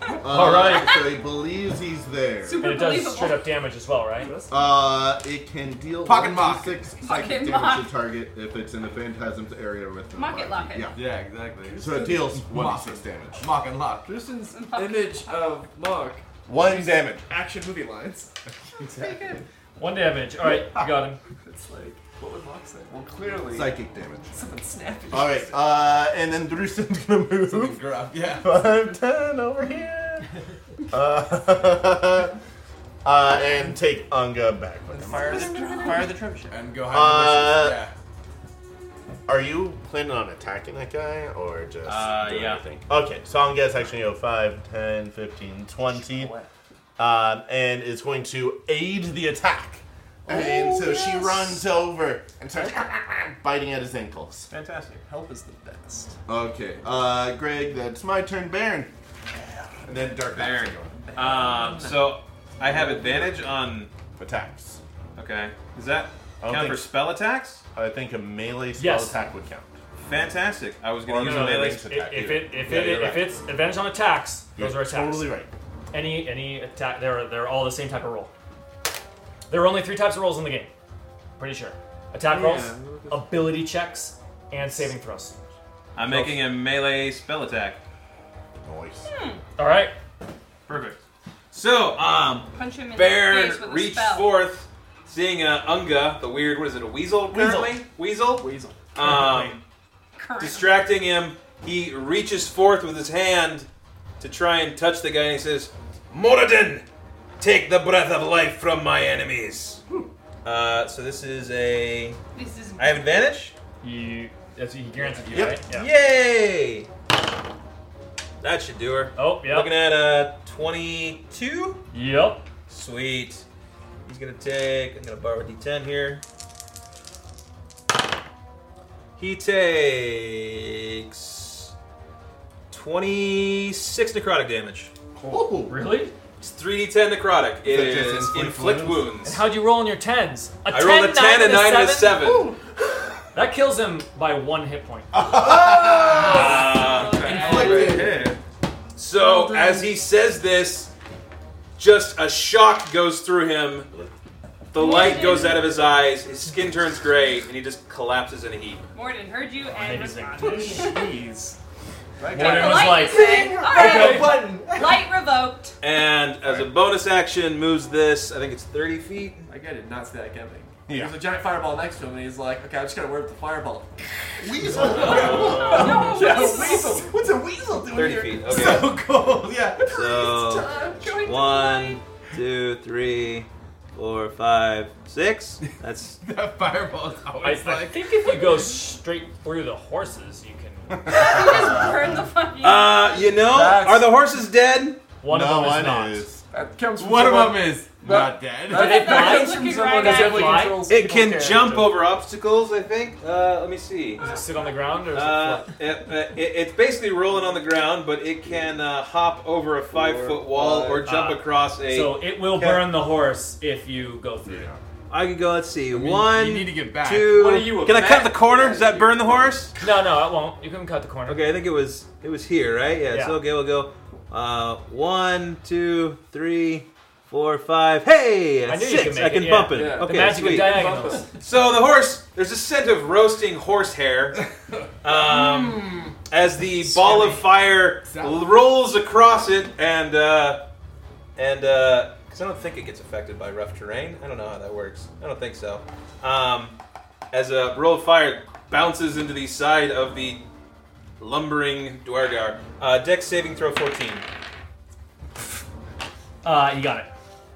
S8: Uh,
S2: All right.
S8: So he believes he's there.
S2: And it does straight up damage as well, right?
S8: Uh, it can deal
S2: Pocket mock.
S8: 6
S2: Pocket
S8: psychic damage
S2: mock.
S8: to target if it's in the phantasm's area with
S7: Mock it, lock it.
S8: Yeah.
S5: Yeah, exactly.
S8: So it deals
S5: Mock.
S8: 1d6 damage.
S5: Mock and lock.
S29: Tristan's image of Mark.
S8: One damage.
S29: Action movie lines. exactly.
S7: good.
S2: One damage. Alright, you got him.
S29: It's like, what would Mark say? Well, clearly.
S8: Psychic damage.
S29: Something snappy.
S8: All right, uh, and then Drustin's gonna move.
S5: yeah.
S8: Five, ten over here. Uh, uh, and take Unga back with him.
S29: Fire the, fire the trebuchet.
S5: And go
S8: Uh, Are you planning on attacking that guy or just
S9: Uh,
S8: doing
S9: yeah.
S8: anything? Okay, so I'm guessing actually you know, 5, 10, 15, 20. Um, and is going to aid the attack. and so she runs over and starts biting at his ankles.
S9: Fantastic.
S29: Help is the best.
S8: Okay, uh, Greg, that's my turn, Baron. And then Dark
S9: Baron. Um, so I have advantage on
S8: attacks.
S9: Okay. Does that
S8: I don't
S9: count for
S8: think-
S9: spell attacks?
S8: I think a melee spell
S9: Yes.
S8: attack would count.
S9: Fantastic. I was
S8: Or
S9: going to use
S8: no,
S9: a melee
S8: ranged
S9: sp-
S8: attack
S2: If
S8: either.
S2: it if
S8: Yeah,
S2: it
S8: you're
S2: if
S8: right.
S2: it's advantage on attacks, those are
S8: You're
S2: attacks.
S8: totally right.
S2: Any any attack they're they're all the same type of roll. There are only three types of rolls in the game. Pretty sure. Attack
S9: Yeah.
S2: rolls, ability checks, and saving throws.
S9: I'm making a melee spell attack.
S8: Nice.
S9: Hmm.
S2: Alright.
S9: Perfect. So, um,
S7: Punch him in the
S9: Baron
S7: face with a
S9: reached
S7: spell.
S9: forth, seeing uh, Unga, the weird, what is it, a weasel
S7: Weasel.
S9: currently? Weasel?
S29: Weasel.
S9: Um, distracting him, he reaches forth with his hand to try and touch the guy, and he says, Moradin, take the breath of life from my enemies. Uh, so this is a.
S7: This is
S9: I have advantage?
S2: You. That's, he guaranteed you,
S9: yep.
S2: right? Yeah.
S9: Yay! That should do her.
S2: Oh, yeah.
S9: Looking at a 22?
S2: Yep.
S9: Sweet. He's gonna take. I'm gonna borrow a d10 here. He takes 26 necrotic damage.
S8: Oh,
S2: really?
S9: It's 3d10 necrotic. It
S2: Is that
S9: is
S2: just
S9: inflict wounds.
S2: And how'd you roll on your tens? A
S9: I rolled a 10, a 9, and a 7.
S2: That kills him by one hit point.
S5: Uh, So as he says this, just a shock goes through him. The light goes out of his eyes. His skin turns gray, and he just collapses in a heap.
S7: Morden heard you and responded.
S5: Jeez.
S7: Morden was like,
S5: Okay.
S7: light revoked.
S5: And as a bonus action, moves this. I think it's thirty feet.
S10: Like I did not see that coming.
S5: Yeah.
S10: There's a giant fireball next to him, and he's like, "Okay, I'm just gonna work the fireball."
S8: Weasel.
S10: no,
S8: Yeah,
S10: weasel. What's a weasel doing
S33: Thirty
S10: here?
S33: feet. Okay.
S10: So cold. Yeah.
S33: So one, two, three, four, five, six. That's
S9: that fireball is
S2: I,
S9: always
S2: I
S9: like.
S2: think if you go straight through the horses, you can.
S7: burn the fucking.
S5: Uh, you know, are the horses dead?
S2: One of
S5: No,
S2: them is
S5: I know
S2: not.
S5: it is.
S10: That comes
S5: One of
S10: someone-
S5: them is
S10: That-
S5: not dead.
S10: that-
S5: Do they
S10: that
S5: fly?
S10: comes from
S5: Looking
S10: someone
S5: right
S10: who
S5: at
S10: definitely
S5: it.
S10: controls
S5: It
S10: people's
S5: can
S10: character.
S5: jump over obstacles, I think. Uh, let me see. Does
S2: it sit on the ground or? Is
S5: uh, it, uh, it- it's basically rolling on the ground, but it can uh, hop over a five-foot wall or jump
S2: Uh,
S10: ah.
S5: across a.
S2: So it will
S5: Yeah.
S2: burn the horse if you go through.
S5: I can go. Let's see.
S2: mean,
S5: One.
S2: you need to get back.
S5: Two.
S2: What are you, a
S5: Can I
S2: bat?
S5: cut the corner? Does that burn the horse?
S2: No, no, it won't. You can cut the corner.
S33: Okay, I think it was it was here, right? Yeah.
S2: Yeah.
S33: So okay, we'll go. Uh, one, two, three, four, five. Hey,
S5: I knew you
S33: six.
S5: could make
S33: I can
S5: it,
S33: bump
S5: yeah.
S33: it.
S5: Yeah. The
S33: Okay,
S5: magic of
S33: sweet.
S5: diagonals. So the horse, there's a scent of roasting horsehair
S33: Hmm.
S5: um, as the ball of fire l- rolls across it, and uh, and uh, because I don't think it gets affected by rough terrain. I don't know how that works. I don't think so. Um, as a roll of fire bounces into the side of the lumbering Dwargar, uh, Dex saving throw 14.
S2: Uh, you got it.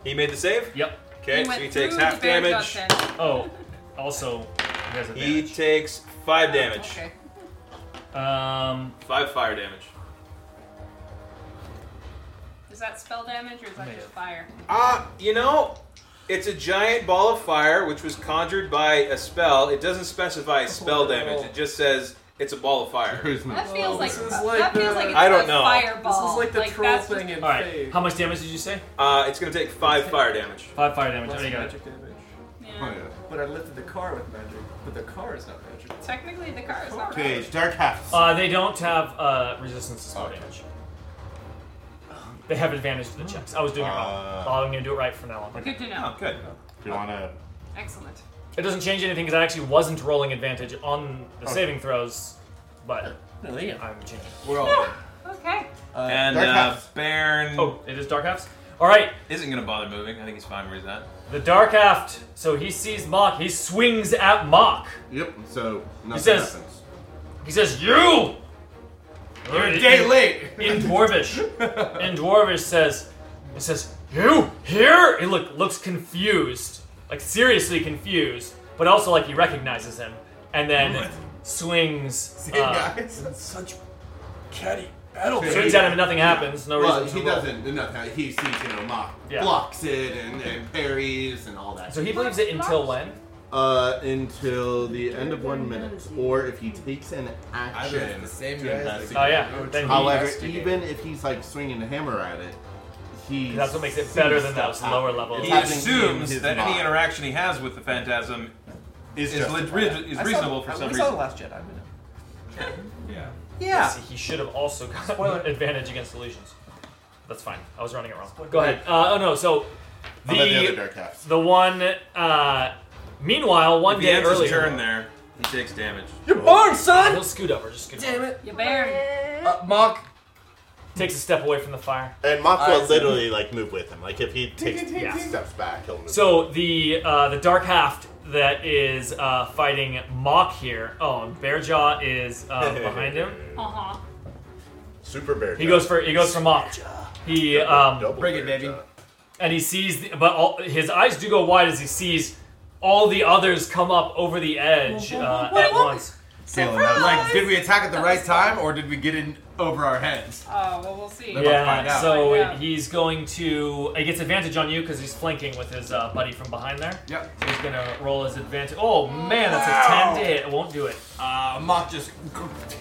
S5: He made the save.
S2: Yep.
S5: Okay, so he takes half damage.
S2: Oh, also, he has
S5: He takes five damage.
S2: a. Um,
S5: Five fire damage.
S7: Is that spell damage or is that just fire?
S5: Ah, you know, it's a giant ball of fire which was conjured by a spell. It doesn't specify spell damage. It just says it's a ball of fire.
S7: That feels like,
S10: is
S7: that
S10: like
S7: feels
S10: the-
S7: like it's
S5: I don't
S7: a
S5: know.
S7: fireball.
S10: This is like the troll
S7: that's
S10: thing in
S7: just-
S2: all right. How much damage did you say?
S5: Uh, it's gonna take five fire damage.
S2: Five fire damage. Oh, you got it.
S10: magic damage.
S2: Oh,
S10: But I lifted the car with magic, but the car is not magic.
S7: Technically, the car is not
S8: Okay,
S7: right.
S8: dark half.
S2: Uh, they don't have uh, resistance to spell damage. They have advantage to the checks. I was doing it wrong.
S34: Uh,
S2: So I'm going to do it right from now on.
S7: Oh, Good to know.
S5: good.
S34: Do you want to?
S7: Excellent.
S2: It doesn't change anything because I actually wasn't rolling advantage on the
S5: Okay.
S2: saving throws, but
S10: No, yeah.
S2: I'm changing.
S10: We're all
S7: Okay.
S5: and
S2: Dark
S5: uh,
S2: halves.
S5: Baron.
S2: Oh, it is dark halves. All right.
S5: Isn't gonna bother moving. I think he's fine where he's at.
S2: The dark aft. So he sees Mock. He swings at Mock.
S8: Yep. So nothing
S2: he says.
S8: happens.
S2: He says, "You."
S8: You're a day
S2: In-
S8: late.
S2: In dwarvish. in dwarvish says, "It says you here." He look looks confused, like seriously confused, but also like he recognizes him, and then swings. Uh,
S10: such catty
S2: battle. Swings at him and nothing happens. No
S8: well,
S2: reason to
S8: He
S2: roll.
S8: doesn't. Nothing. He sees you know mock
S2: Yeah.
S8: blocks it and, and parries and all that.
S2: so he believes it until when?
S8: Uh, until the end of one minute, or if he takes an action.
S9: I was the same
S8: to
S9: guy as the
S8: investigate.
S2: guy. Oh, yeah, then he
S8: However,
S2: investigates.
S8: even if he's like swinging a hammer at it, he
S2: That's what makes it
S8: sees
S2: better than
S8: stuff
S2: those lower
S8: happen.
S2: level-
S8: It's
S5: He
S8: happening in
S5: assumes
S8: his
S5: that any
S8: mind.
S5: interaction he has with the phantasm is is, lit-
S10: justified.
S5: is
S10: I saw-
S5: reasonable for
S10: I-
S5: some
S10: we
S5: reason.
S10: saw The Last Jedi.
S2: Yeah.
S10: Yeah.
S2: he should have also gotten advantage against illusions. That's fine. I was running it wrong. Go ahead. Uh, oh no. So the
S8: How about the other dark halves?
S2: the one. Uh, meanwhile, one
S5: if he
S2: day
S5: ends his
S2: earlier.
S5: turn there, he takes damage.
S10: You're born, son.
S2: He'll scoot over. Just scoot over.
S10: Damn it.
S7: You bear.
S10: Uh, Mock.
S2: Takes a step away from the fire.
S35: And Mock will literally like move with him. Like if he takes
S2: Yeah.
S35: steps back, he'll move.
S2: So the uh, the dark haft that is uh, fighting Mock here. Oh, and Bearjaw is uh, behind him.
S7: Uh huh.
S35: Super Bear.
S2: He goes for he goes for Mock. He um,
S9: Bring it, baby.
S2: and he sees, the, but all, his eyes do go wide as he sees all the others come up over the edge uh, at once.
S9: Like, did we attack at the right time, or did we get in over our heads?
S7: Oh, well, we'll see.
S9: Then we'll find
S2: Yeah,
S9: out.
S2: so
S9: Find out.
S2: he's going to. He gets advantage on you because he's flanking with his uh, buddy from behind there. Yep. So he's going to roll his advantage. Oh, man, that's
S9: Wow.
S2: a 10 to hit. It won't do it.
S9: Uh, Mock just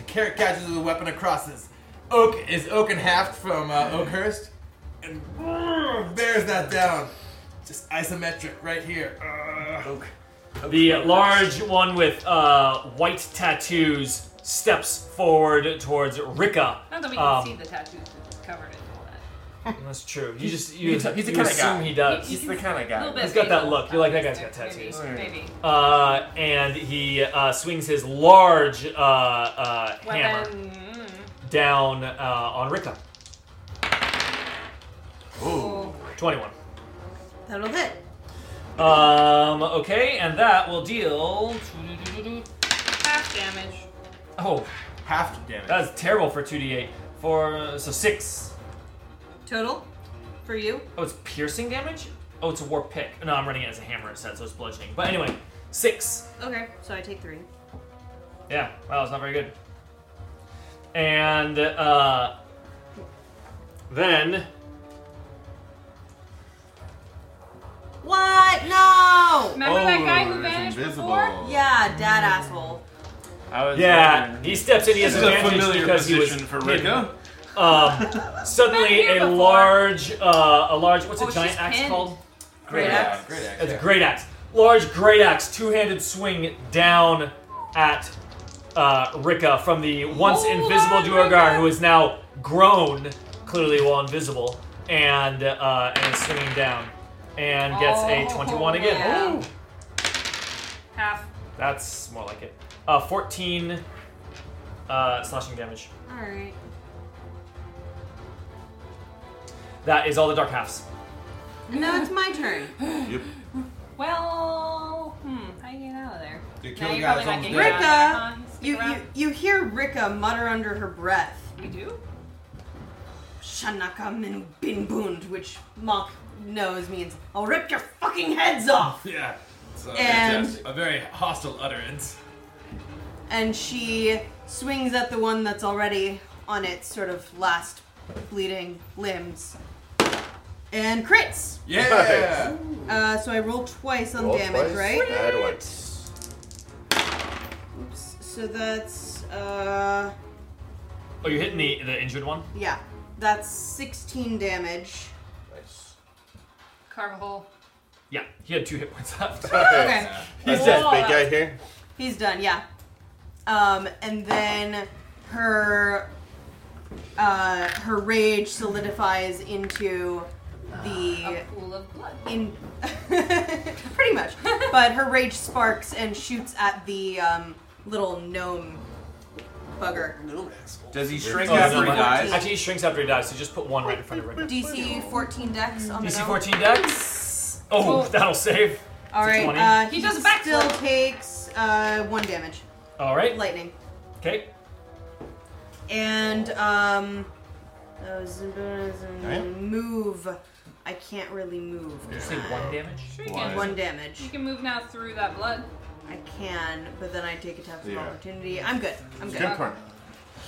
S9: carrot catches the weapon across his oak is oak and half from uh, Oakhurst, and brrr, bears that down. Just isometric right here. Uh, oak.
S2: The large one with uh, white tattoos steps forward towards Rika.
S7: Not that we can
S2: Um, uh,
S7: see the tattoos that's covered in all that.
S2: That's true. You
S7: He's-
S2: just
S7: he's
S2: you,
S7: the- he's the
S2: you
S7: kinda
S2: assume
S7: guy.
S2: he does.
S7: He- he's He's the kinda guy. little bit
S2: He's got that
S7: feeble.
S2: look. You're like that guy's got tattoos.
S7: Maybe, maybe.
S2: Uh, and he uh, swings his large uh, uh, hammer
S7: Weapon. Mm-hmm.
S2: down uh, on Rika. Ooh, twenty-one.
S3: That'll hit.
S2: Um, okay, and that will deal.
S7: Half damage.
S2: Oh, half damage. That's terrible for two d8. For uh, so six.
S3: Total for you.
S2: Oh, it's piercing damage. Oh, it's a warp pick. No, I'm running it as a hammer instead, so it's bludgeoning. But anyway, six.
S3: Okay, so I take three.
S2: Yeah, wow, it's not very good. And uh, then
S3: What? No!
S7: Remember that
S2: Oh,
S7: guy who vanished before?
S3: Yeah, dad asshole.
S2: yeah, he steps in. He has
S9: This is a
S2: advantage
S9: familiar
S2: because he was
S9: position for
S2: hidden.
S9: Rika.
S2: Um, suddenly, a large, uh, a large. What's a giant axe called?
S9: Great Great axe. axe. Great axe,
S2: That's a
S9: yeah.
S2: great axe. Large great axe, two-handed swing down at uh, Rika from the once invisible Duergar, who is now grown, clearly while invisible, and uh, and is swinging down, and gets a
S7: Oh,
S2: twenty-one again.
S7: yeah. Half.
S2: That's more like it. Uh, 14 uh, slashing damage.
S3: Alright.
S2: That is all the dark halves.
S3: Now it's my turn.
S2: Yep.
S7: Well, hmm, how do you get out of there?
S2: Dude,
S7: Now
S2: kill
S7: you're
S2: the guy,
S7: probably
S2: someone's
S7: not
S2: dead.
S7: getting out
S3: Rika,
S7: of there, huh?
S3: Uh-huh,
S7: Stick
S3: you, you
S7: around.
S3: you hear Rika mutter under her breath.
S7: You do?
S3: Shanaka min bin bund, which Mock knows means I'll rip your fucking heads off.
S5: Yeah. It's a,
S3: And-
S5: fantastic- a very hostile utterance.
S3: And she swings at the one that's already on its sort of last bleeding limbs. And crits.
S36: Yeah.
S3: Uh, so I roll twice on
S36: Roll
S3: damage,
S36: twice,
S3: right?
S36: add once.
S3: Oops. So that's uh
S2: Oh, you're hitting the, the injured one?
S3: yeah. That's 16 damage.
S2: Nice.
S7: Carve a hole.
S2: Yeah, he had two hit points left.
S3: Okay.
S2: He's
S3: Whoa,
S2: dead.
S3: Big guy
S2: here.
S3: He's done, yeah. Um, and then her uh, her rage solidifies into the
S7: pool of blood.
S3: In pretty much, but her rage sparks and shoots at the um, little gnome bugger.
S2: Does he
S9: shrink after he dies?
S2: Oh, Actually, he shrinks after he dies, so just put one right in front of him.
S3: DC 14 dex on the
S2: DC
S3: gnome.
S2: 14 dex. Oh,
S3: Oh.
S2: that'll save.
S3: All
S2: It's a
S3: right,
S2: 20.
S3: uh, he, does still takes uh, one damage.
S2: All right.
S3: lightning.
S2: Okay.
S3: And um, uh, zoom, zoom, zoom,
S2: Alright.
S3: move. I can't really move.
S2: Did Oh, you say one damage?
S7: Sure you
S3: One,
S7: can.
S3: damage.
S7: You can move now through that blood.
S3: I can, but then I take attacks of
S7: Yeah.
S3: opportunity. I'm good. I'm good.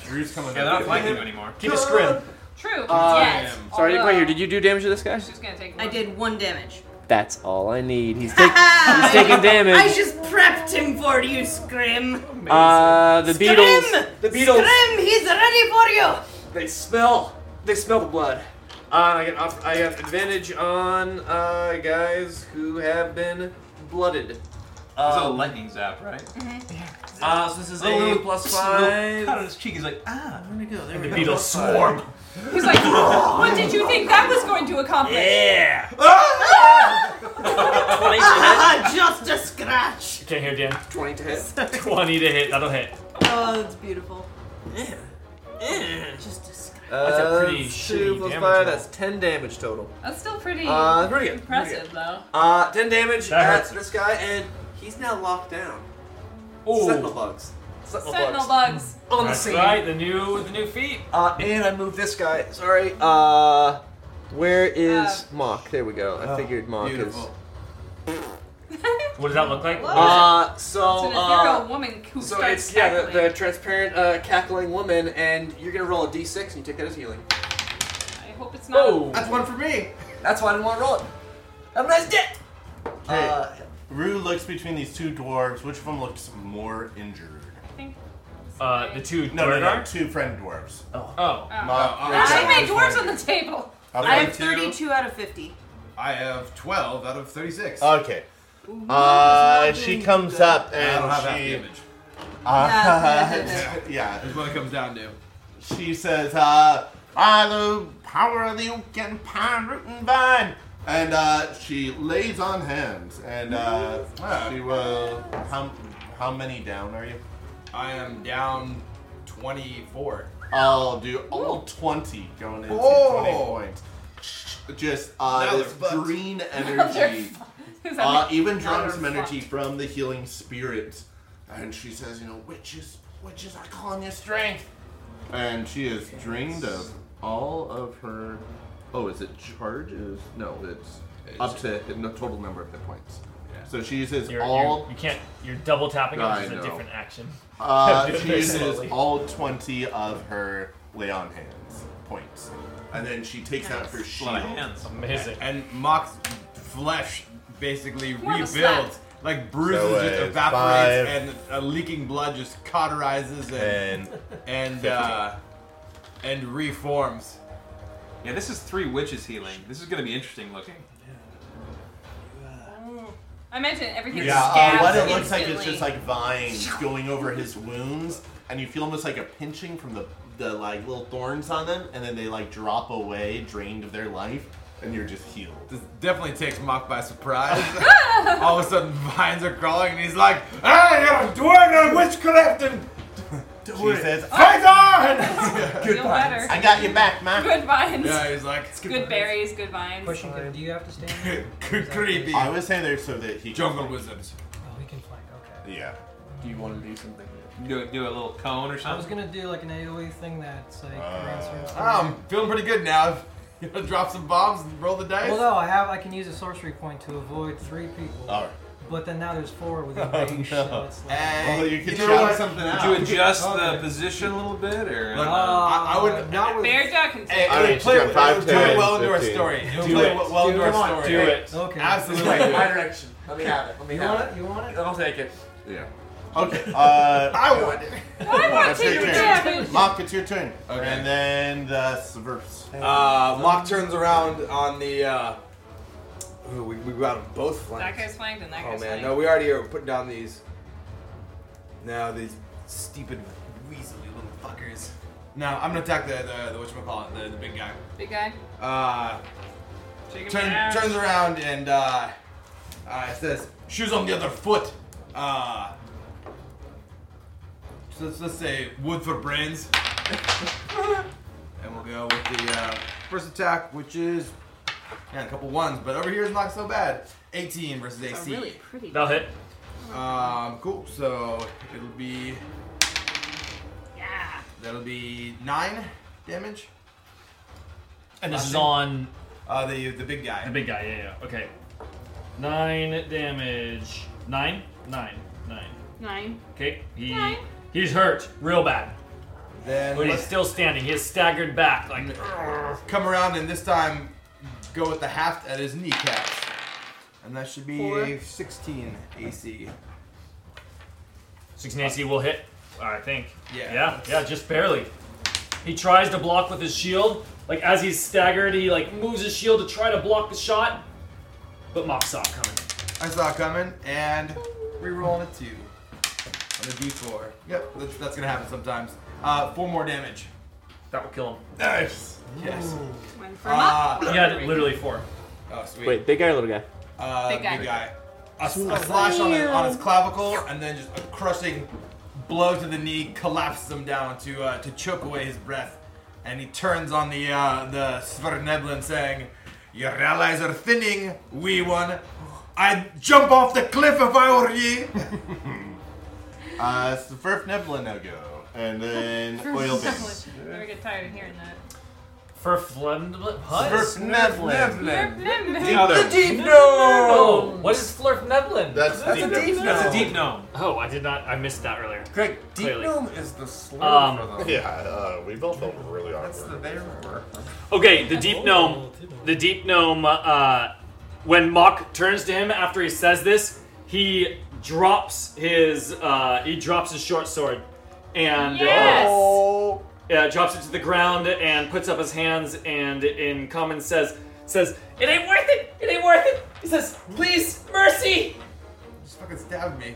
S36: Drew's coming
S9: Yeah, they're not flanking you anymore.
S2: Keep it scrim.
S7: True.
S10: Uh,
S7: yes.
S10: Sorry, I didn't quite
S7: Although-
S10: hear. Did you do damage to this guy?
S7: She's gonna take.
S3: I did one damage.
S10: That's all I need. He's, take, he's taking
S3: I
S10: damage.
S3: just prepped him for you, Scrim.
S10: Uh, the Beatles.
S3: Scrim!
S10: The Beatles.
S3: Scrim, he's ready for you.
S10: They smell. They smell the blood. Uh, I get off, I have advantage on uh, guys who have been blooded.
S9: This is a
S10: Um,
S9: lightning zap, right?
S10: Uh, so this is
S9: Little-
S32: Oh,
S10: a plus
S9: just a little
S10: five.
S9: Pat on his cheek. He's like, ah, where'd it go? There
S10: And
S9: we
S10: the
S9: go.
S10: beetles
S9: Plus
S10: swarm.
S9: five.
S7: He's like, what did you think that was going to accomplish?
S9: Yeah.
S3: just a scratch.
S2: You can't hear Dan.
S10: 20 to hit.
S2: 20 to hit. That'll hit.
S3: Oh, that's beautiful. Just a scratch.
S2: That's a pretty
S10: Uh, two
S2: shitty
S10: plus
S2: damage
S10: five.
S2: roll.
S10: That's ten damage total.
S7: That's still pretty
S10: Uh, pretty good,
S7: impressive,
S10: pretty
S7: though.
S10: Uh, ten damage
S7: That
S10: at
S7: hurts.
S10: this guy, and he's now locked down.
S2: Ooh.
S10: Sentinel bugs. Sentinel,
S7: Sentinel bugs.
S10: on
S2: That's
S10: the scene.
S2: right, the new the new feat.
S10: Uh, and I moved this guy. Sorry. Uh, where
S7: Uh,
S10: is Mock? There we go. I
S2: Oh,
S10: figured Mock is.
S2: beautiful. What does that look like?
S10: Uh, so
S7: It's an ethereal
S10: uh,
S7: woman who
S10: so
S7: starts
S10: it's yeah, the, the transparent uh, cackling woman, and you're gonna roll a d6 and you take that as healing.
S7: I hope it's not.
S10: Oh, that's one for me. That's why I didn't want to roll it. Have a nice day.
S36: Hey,
S10: Uh,
S36: Rue looks between these two dwarves. Which one looks more injured?
S2: Uh, the two
S36: No, no, no,
S2: dwarves.
S36: two friend dwarves.
S2: Oh.
S36: Not-
S7: Oh.
S36: not
S7: There's too
S36: that
S7: many
S36: one
S7: dwarves on
S36: friend.
S7: the table.
S36: I've
S3: I
S36: got
S3: have
S36: two.
S3: 32 out of 50.
S8: Oh,
S5: I have 12 out of 36.
S36: Okay.
S8: Uh, she comes up and
S5: I don't have
S8: she.
S5: that image.
S8: Uh,
S5: Yeah.
S8: yeah,
S5: That's what it comes down to.
S8: she says, uh, by the power of the oak and pine root and vine. And uh, she lays on hands, and uh, she will. How, how many down are you?
S5: I am down 24.
S8: I'll do all 20 going into
S5: Oh.
S8: 20 points. Just uh,
S5: Now
S8: this
S5: they're fucked.
S8: green
S5: Now they're
S8: energy,
S5: fucked.
S8: uh, even
S5: Now
S8: drawing
S5: they're
S8: some energy
S5: fucked.
S8: from the healing spirit. And she says, you know, witches, witches are calling your strength. And she is drained of all of her. Oh, is it charges? No, it's, up to the total number of hit points. So she uses
S2: You're,
S8: all
S2: you're, you can't. You're double tapping.
S8: I
S2: It's a
S8: know.
S2: different action.
S8: uh,
S2: Do it
S8: she
S2: very
S8: uses
S2: slowly.
S8: all 20 of her lay on hands points. And then she takes out her shield.
S11: Uh,
S5: And Mock's flesh basically
S8: More of a
S5: rebuilds. Like bruises
S8: So
S5: just
S8: it's
S5: evaporates
S8: five.
S5: and uh, leaking blood just cauterizes and and, uh, and reforms.
S9: Yeah, this is three witches healing. This is going to be interesting looking.
S7: I imagine everything
S8: Yeah, uh,
S7: scabs
S8: what it looks like is
S7: instantly.
S8: just like vines going over his wounds, and you feel almost like a pinching from the, the like little thorns on them, and then they like drop away, drained of their life, and you're just healed.
S5: This definitely takes Mock by surprise. All of a sudden, vines are crawling, and he's like, "Hey, I'm doing a witchcraft and." she says, "Fight on!"
S7: Feel better.
S8: I got your back, man.
S7: Good vines.
S5: Yeah, he's like,
S7: good, berries, good vines.
S11: Question: Do you have to stand?
S5: creepy.
S8: I was saying there so that he
S5: jungle wizards.
S11: Oh, he can flank. Okay.
S8: Yeah.
S10: Do you want to do something?
S9: Do, do a little cone or
S11: I was
S9: something.
S11: gonna do like an AOE thing that's like. around certain
S5: Ah, I'm feeling pretty good now. You wanna drop some bombs and roll the dice?
S11: Well, no, I have. I can use a sorcery point to avoid three people.
S5: All right.
S11: But then now there's four within
S5: Oh,
S11: range,
S5: no.
S11: so it's like.
S5: Hey, Well, you could
S9: know
S5: shout
S9: what?
S5: something
S9: Would
S5: out.
S9: you adjust the
S5: Okay.
S9: position a little bit, or uh,
S5: Look, I- I would-
S9: Oh, not with
S7: Bear Jack can
S5: Hey,
S9: All
S5: it'll
S9: right,
S5: play,
S9: she's got five,
S5: it'll play
S9: ten,
S5: well into our
S9: fifteen.
S5: story. It'll
S9: Do
S5: play
S9: it.
S5: well into
S9: Do
S5: our
S9: it.
S5: story.
S9: Do it.
S11: Okay.
S5: Absolutely.
S29: My direction. Let me have it. Let me
S11: You
S29: have
S11: want
S29: it.
S11: it? You want it?
S29: I'll take it.
S8: Yeah. Okay. Uh,
S29: I would.
S8: Come on,
S29: not
S8: it's your
S29: taking
S8: turn.
S29: damage?
S8: Mock, it's your turn.
S29: Okay.
S8: And then the subverse.
S29: Uh, Mock turns around on the. Uh, ooh, we, we got them both
S7: That
S29: flanked.
S7: guy's flanked and that
S29: Oh
S7: guy's
S29: man,
S7: flanked.
S29: no, we already are putting down these. Now these stupid, weaselly little fuckers.
S5: Now I'm gonna attack the the, the whatchamacallit, the, the big guy.
S7: Big guy.
S5: Uh,
S7: Take him
S5: turn,
S7: down.
S5: turns around and uh, uh, says, "Shoes on the other foot." Uh, so let's, let's say wood for brains, and we'll go with the uh, first attack, which is yeah, a couple ones, but over here is not so bad. 18
S7: Oh,
S5: versus
S2: It's a
S5: AC.
S2: really pretty That'll hit.
S5: Um, cool. So it'll be. Yeah. That'll be nine damage.
S2: And this is
S5: Nothing.
S2: on
S5: Uh, the the big guy.
S2: The big guy. Yeah. Yeah. Okay. Nine damage. Nine. Nine. Nine.
S7: Nine.
S2: Okay. He
S7: Nine.
S2: he's hurt real bad.
S5: Then
S2: but he's
S5: let's-
S2: still standing. He is staggered back. Like
S5: Come around and this time go with the haft at his kneecaps. And that should be
S2: Four.
S5: 16 AC.
S2: sixteen AC will hit. I think.
S5: Yeah.
S2: Yeah. Yeah. Just barely. He tries to block with his shield. Like as he's staggered, he like moves his shield to try to block the shot, but Mock saw it coming.
S5: I saw it coming and rerolling a 2 on a d4. Yep, that's, that's gonna happen sometimes. Uh, four more damage.
S2: That will kill him.
S5: Nice! Yes.
S7: Went for
S5: Uh,
S7: him up.
S2: four.
S5: Oh, sweet.
S28: Wait, big guy or little guy?
S5: Uh,
S7: Big
S5: big
S7: guy.
S5: guy. A, s- a slash on his, on his clavicle, and then just a crushing blow to the knee collapses him down to uh, to choke away his breath. And he turns on the uh, the Sverneblin, saying, "Your allies are thinning, wee one. I'd jump off the cliff if I were ye."
S8: Uh, Subverse Neblin now go. And then Oil Base.
S7: I never get tired of hearing that.
S2: For Flendlin? What?
S8: Swerf Nevlin.
S7: Nevlin. Nevlin.
S2: The other.
S7: The deep
S2: No,
S7: gnome.
S2: no, no. What is Flurf Nevlin?
S8: That's That's
S29: deep a deep gnome. gnome.
S2: That's a deep gnome. Oh, I did not. I missed that earlier.
S29: Greg, deep
S2: Clearly.
S29: gnome is the slur
S2: Um,
S29: for them.
S2: yeah,
S29: uh,
S8: we both felt really
S29: awkward. That's the their word.
S2: Okay, the deep gnome. The deep gnome. Uh, when Mock turns to him after he says this, he drops his uh, he drops his short sword, and uh,
S7: Yes!
S8: Oh.
S2: yeah, drops it to the ground and puts up his hands and in common says says it ain't worth it. It ain't worth it. He says, please mercy,
S5: stabbed me.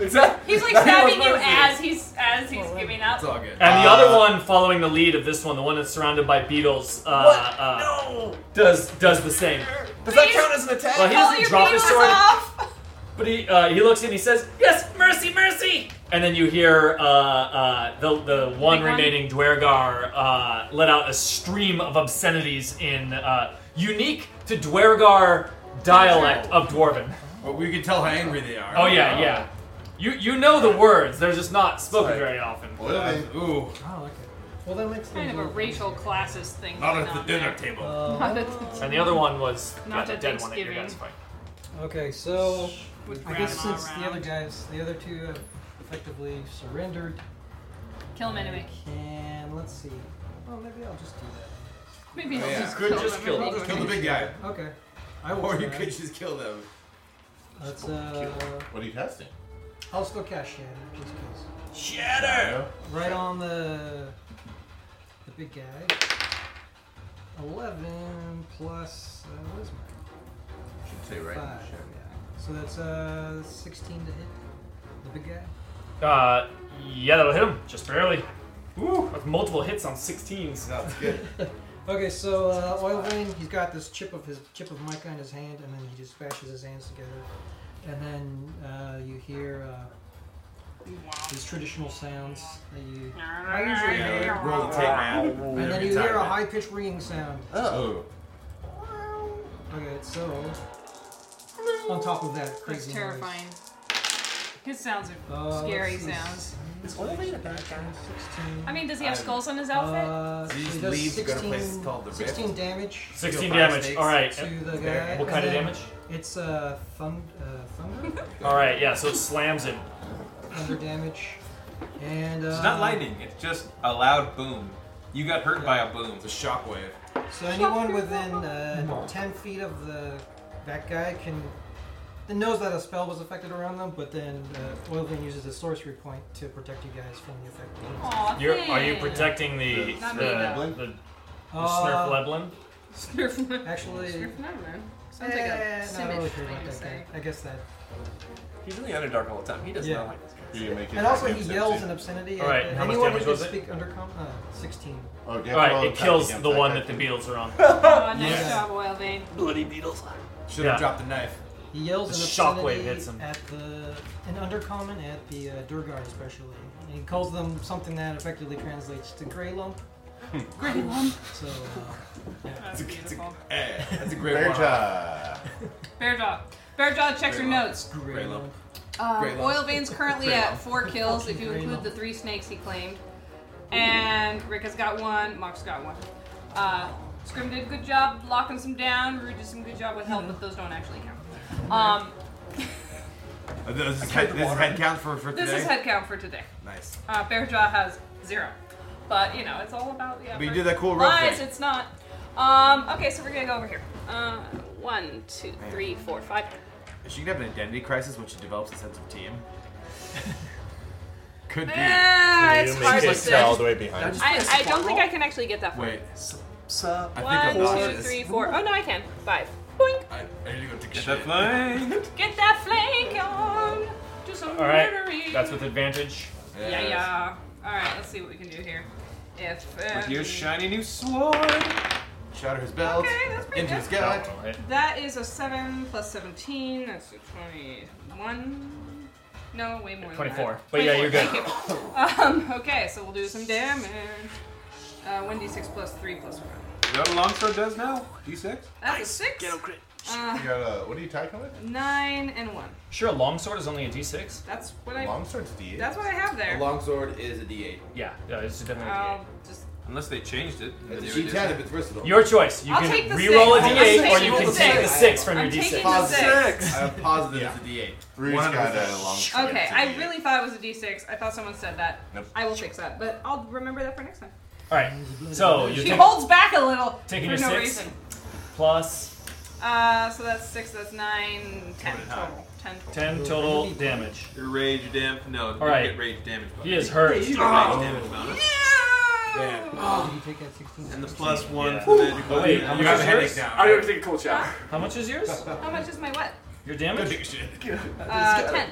S37: exactly.
S7: He's like stabbing you as he's as he's giving up.
S2: And the other one, following the lead of this one, the one that's surrounded by beetles, uh,
S7: What?
S2: uh,
S7: No!
S2: does does the same.
S37: Does that count as an attack?
S2: Well, he doesn't drop his sword,
S7: off.
S2: but he uh, he looks and he says, "Yes, mercy, mercy!" And then you hear uh, uh, the the one
S7: Big one?
S2: remaining Dwergar uh, let out a stream of obscenities in uh, unique to Dwergar dialect of Dwarven.
S5: But we can tell how angry they are.
S2: Oh yeah, yeah. You you know the words. They're just not spoken very often.
S5: Ooh.
S10: oh, Well, that makes
S7: Kind of a racial classes thing.
S2: Not
S7: going
S2: at the
S7: on
S2: dinner
S7: there.
S2: table.
S10: Uh,
S7: Not at the
S2: And the other one was
S7: Not
S2: yeah,
S7: at
S2: the dead one at your
S7: Thanksgiving.
S2: guys' fight.
S10: Okay, so
S7: With
S10: I guess
S7: grandma
S10: since the other guys, the other two have effectively surrendered.
S7: Kill him
S10: I
S7: anyway.
S10: Can let's see. Well, maybe I'll just do that.
S7: Maybe Oh, I'll yeah. just Good, kill just them kill anyway. them.
S5: Kill the big guy.
S10: Okay. I will.
S5: or
S10: do
S5: you
S10: that.
S5: could just kill them.
S10: Let's uh.
S8: What are you testing?
S10: I'll still cast shatter just in case.
S5: Shatter!
S10: Right on the the big guy. Eleven plus uh, what is mine?
S8: Should say right in the
S10: Five, yeah. So that's uh sixteen to hit the big guy.
S2: Uh, yeah, that'll hit him just barely. Ooh, with multiple hits on 16s. That's good.
S10: Okay, so uh, oil vein. He's got this chip of his chip of mica in his hand, and then he just bashes his hands together, and then uh, you hear uh, these traditional sounds that you. I usually
S5: Yeah,
S10: hear.
S5: like roll the tape, man.
S10: And then
S5: Every
S10: you hear a
S5: time.
S10: high pitched ringing sound.
S5: Oh.
S10: Okay, so on top of that
S7: That's
S10: crazy noise.
S7: terrifying. His sounds are
S10: Uh, let's
S7: scary
S10: see.
S7: sounds.
S10: Is oil vein a bad guy? Sixteen.
S7: I mean, does he have
S10: I'm-
S7: skulls on his outfit?
S10: Uh, so
S5: These
S10: he does
S5: leaves go to
S10: 16,
S5: a place called the Rift.
S10: 16 damage.
S2: 16 damage, alright.
S10: To the guy.
S2: There. What kind of
S10: and then
S2: damage?
S10: It's uh, thun- uh, thunder.
S2: Alright, yeah, so it slams him.
S10: Thunder damage. And uh,
S9: It's not lightning. It's just a loud boom. You got hurt by a boom. It's a shockwave.
S10: So anyone within uh, 10 feet of the that guy can that knows that a spell was affected around them, but then uh, Oilvin uses a sorcery point to protect you guys from the effect.
S7: Aw,
S2: You're, are you protecting the
S10: Not
S2: the,
S10: me, though.
S2: the, the
S10: Uh,
S2: Snurf Leblin?
S7: Snurf
S10: Actually,
S7: Snurf Neverland. Sounds like
S10: eh,
S7: a
S10: no, I don't really
S7: Simic
S10: care
S7: thing
S10: about
S7: to
S10: that guy.
S7: say.
S10: I guess that.
S37: He's in the Underdark all the time. He does
S10: Yeah.
S37: not like this guy.
S8: You make
S10: And also, he yells an obscenity.
S2: Alright,
S10: at,
S2: how much
S10: anyone
S2: damage
S10: who
S2: was
S10: can
S2: it?
S10: speak undercom- uh, 16.
S36: Oh,
S2: Alright, it kills the one that the Beatles are on.
S7: Oh, nice
S2: Yeah.
S7: job, Oil Vein.
S2: Bloody Beatles.
S5: Should have dropped the knife.
S10: He yells
S2: The
S10: an
S2: shockwave
S10: obscenity
S2: hits him.
S10: at the an undercommon at the uh, Durgar especially. And he calls them something that effectively translates to Grey Lump.
S7: Grey Lump.
S10: So uh, yeah.
S7: That's beautiful.
S5: Eh, that's a great
S8: Bear
S5: one.
S8: jaw.
S7: Bearjaw. Bearjaw checks her
S5: Grey lump.
S7: notes.
S5: Grey lump.
S7: Um,
S5: Grey lump.
S7: Oil Vein's currently
S5: Grey
S7: at
S5: lump.
S7: four kills if you
S10: Grey
S7: include
S10: lump.
S7: the three snakes he claimed. And Rick has got one, Mox got one. Uh, Scrim did a good job locking some down, Rue did some good job with help, but those don't actually count. Um,
S5: Uh, This is, head, this is head count for, for
S7: this
S5: today.
S7: is head count for today.
S5: Nice.
S7: Uh, Bearjaw has zero. But, you know, it's all about the effort.
S5: But you did that cool rope
S7: Lies,
S5: thing.
S7: it's not. Um, okay, so we're gonna go over here. Uh, one, two, three, four, five.
S5: She could have an identity crisis when she develops a sense of team. could be.
S7: Ah, it's hard to say. I, I don't think
S5: I.
S7: I can actually get that far.
S5: Wait.
S37: Sub.
S7: One,
S5: I'm not.
S7: two, three, four. Oh no, I can. Five. Boink.
S5: I need to go take
S9: Get that flank.
S7: Get that flank on. Do some
S2: Alright,
S7: murdering.
S2: that's with advantage.
S7: Yeah, yeah. All right, let's see what we can do here. If uh,
S9: With your shiny new sword.
S5: Shatter his belt.
S7: Okay, that's pretty
S5: into
S7: good.
S5: his gut.
S7: that is a seven plus seventeen, that's a twenty-one. No, way more. Than
S2: 24.
S7: that.
S2: But yeah, you're
S7: 24,
S2: good.
S7: thank you. Um, okay, so we'll do some damage. Uh, one d6 plus three plus one.
S9: Is that what longsword does now? D6?
S7: That's a six. Uh,
S8: You got a, what are you attacking with?
S7: nine and one.
S2: Sure, a longsword is only a d6?
S7: That's what I.
S8: Longsword's D8.
S7: That's what I have there.
S38: A longsword is a D8.
S2: Yeah, yeah it's definitely
S7: I'll just
S9: Unless they changed it.
S38: It's a
S9: They
S38: D10
S9: did.
S38: if it's versatile.
S2: Your choice. You
S7: Um, I'll
S2: can
S7: take the
S2: reroll a
S7: six.
S2: d8
S7: I'm
S2: or you
S7: taking
S2: can
S7: the
S2: take the
S7: six.
S2: 6 from
S7: I'm
S2: your
S7: taking
S2: d6.
S7: the Positive. six.
S8: I have positive
S5: Yeah.
S8: it's a D8.
S5: Rue's
S8: One of
S5: got
S8: us
S5: a
S8: is-
S5: long sword.
S7: Okay, I really thought it was a D6. I thought someone said that.
S5: Nope.
S7: I will fix that, but I'll remember that for next time.
S2: Alright, so you
S7: she
S2: take,
S7: holds back a little
S2: taking
S7: for
S2: your
S7: no
S2: 6
S7: reason.
S2: plus
S7: Uh, so that's six. That's nine, ten total. Ten total.
S2: 10 total damage.
S9: Your rage damage. No, you
S2: Alright.
S9: get rage damage.
S2: He is hurt.
S9: You get
S2: Oh.
S9: rage damage bonus.
S10: Did you take that 16?
S9: And the plus one
S2: Yeah.
S9: for magical.
S2: Oh, wait,
S9: damage.
S2: how much is yours?
S7: How much is my what?
S2: Your damage?
S5: Good shit.
S7: Uh, ten.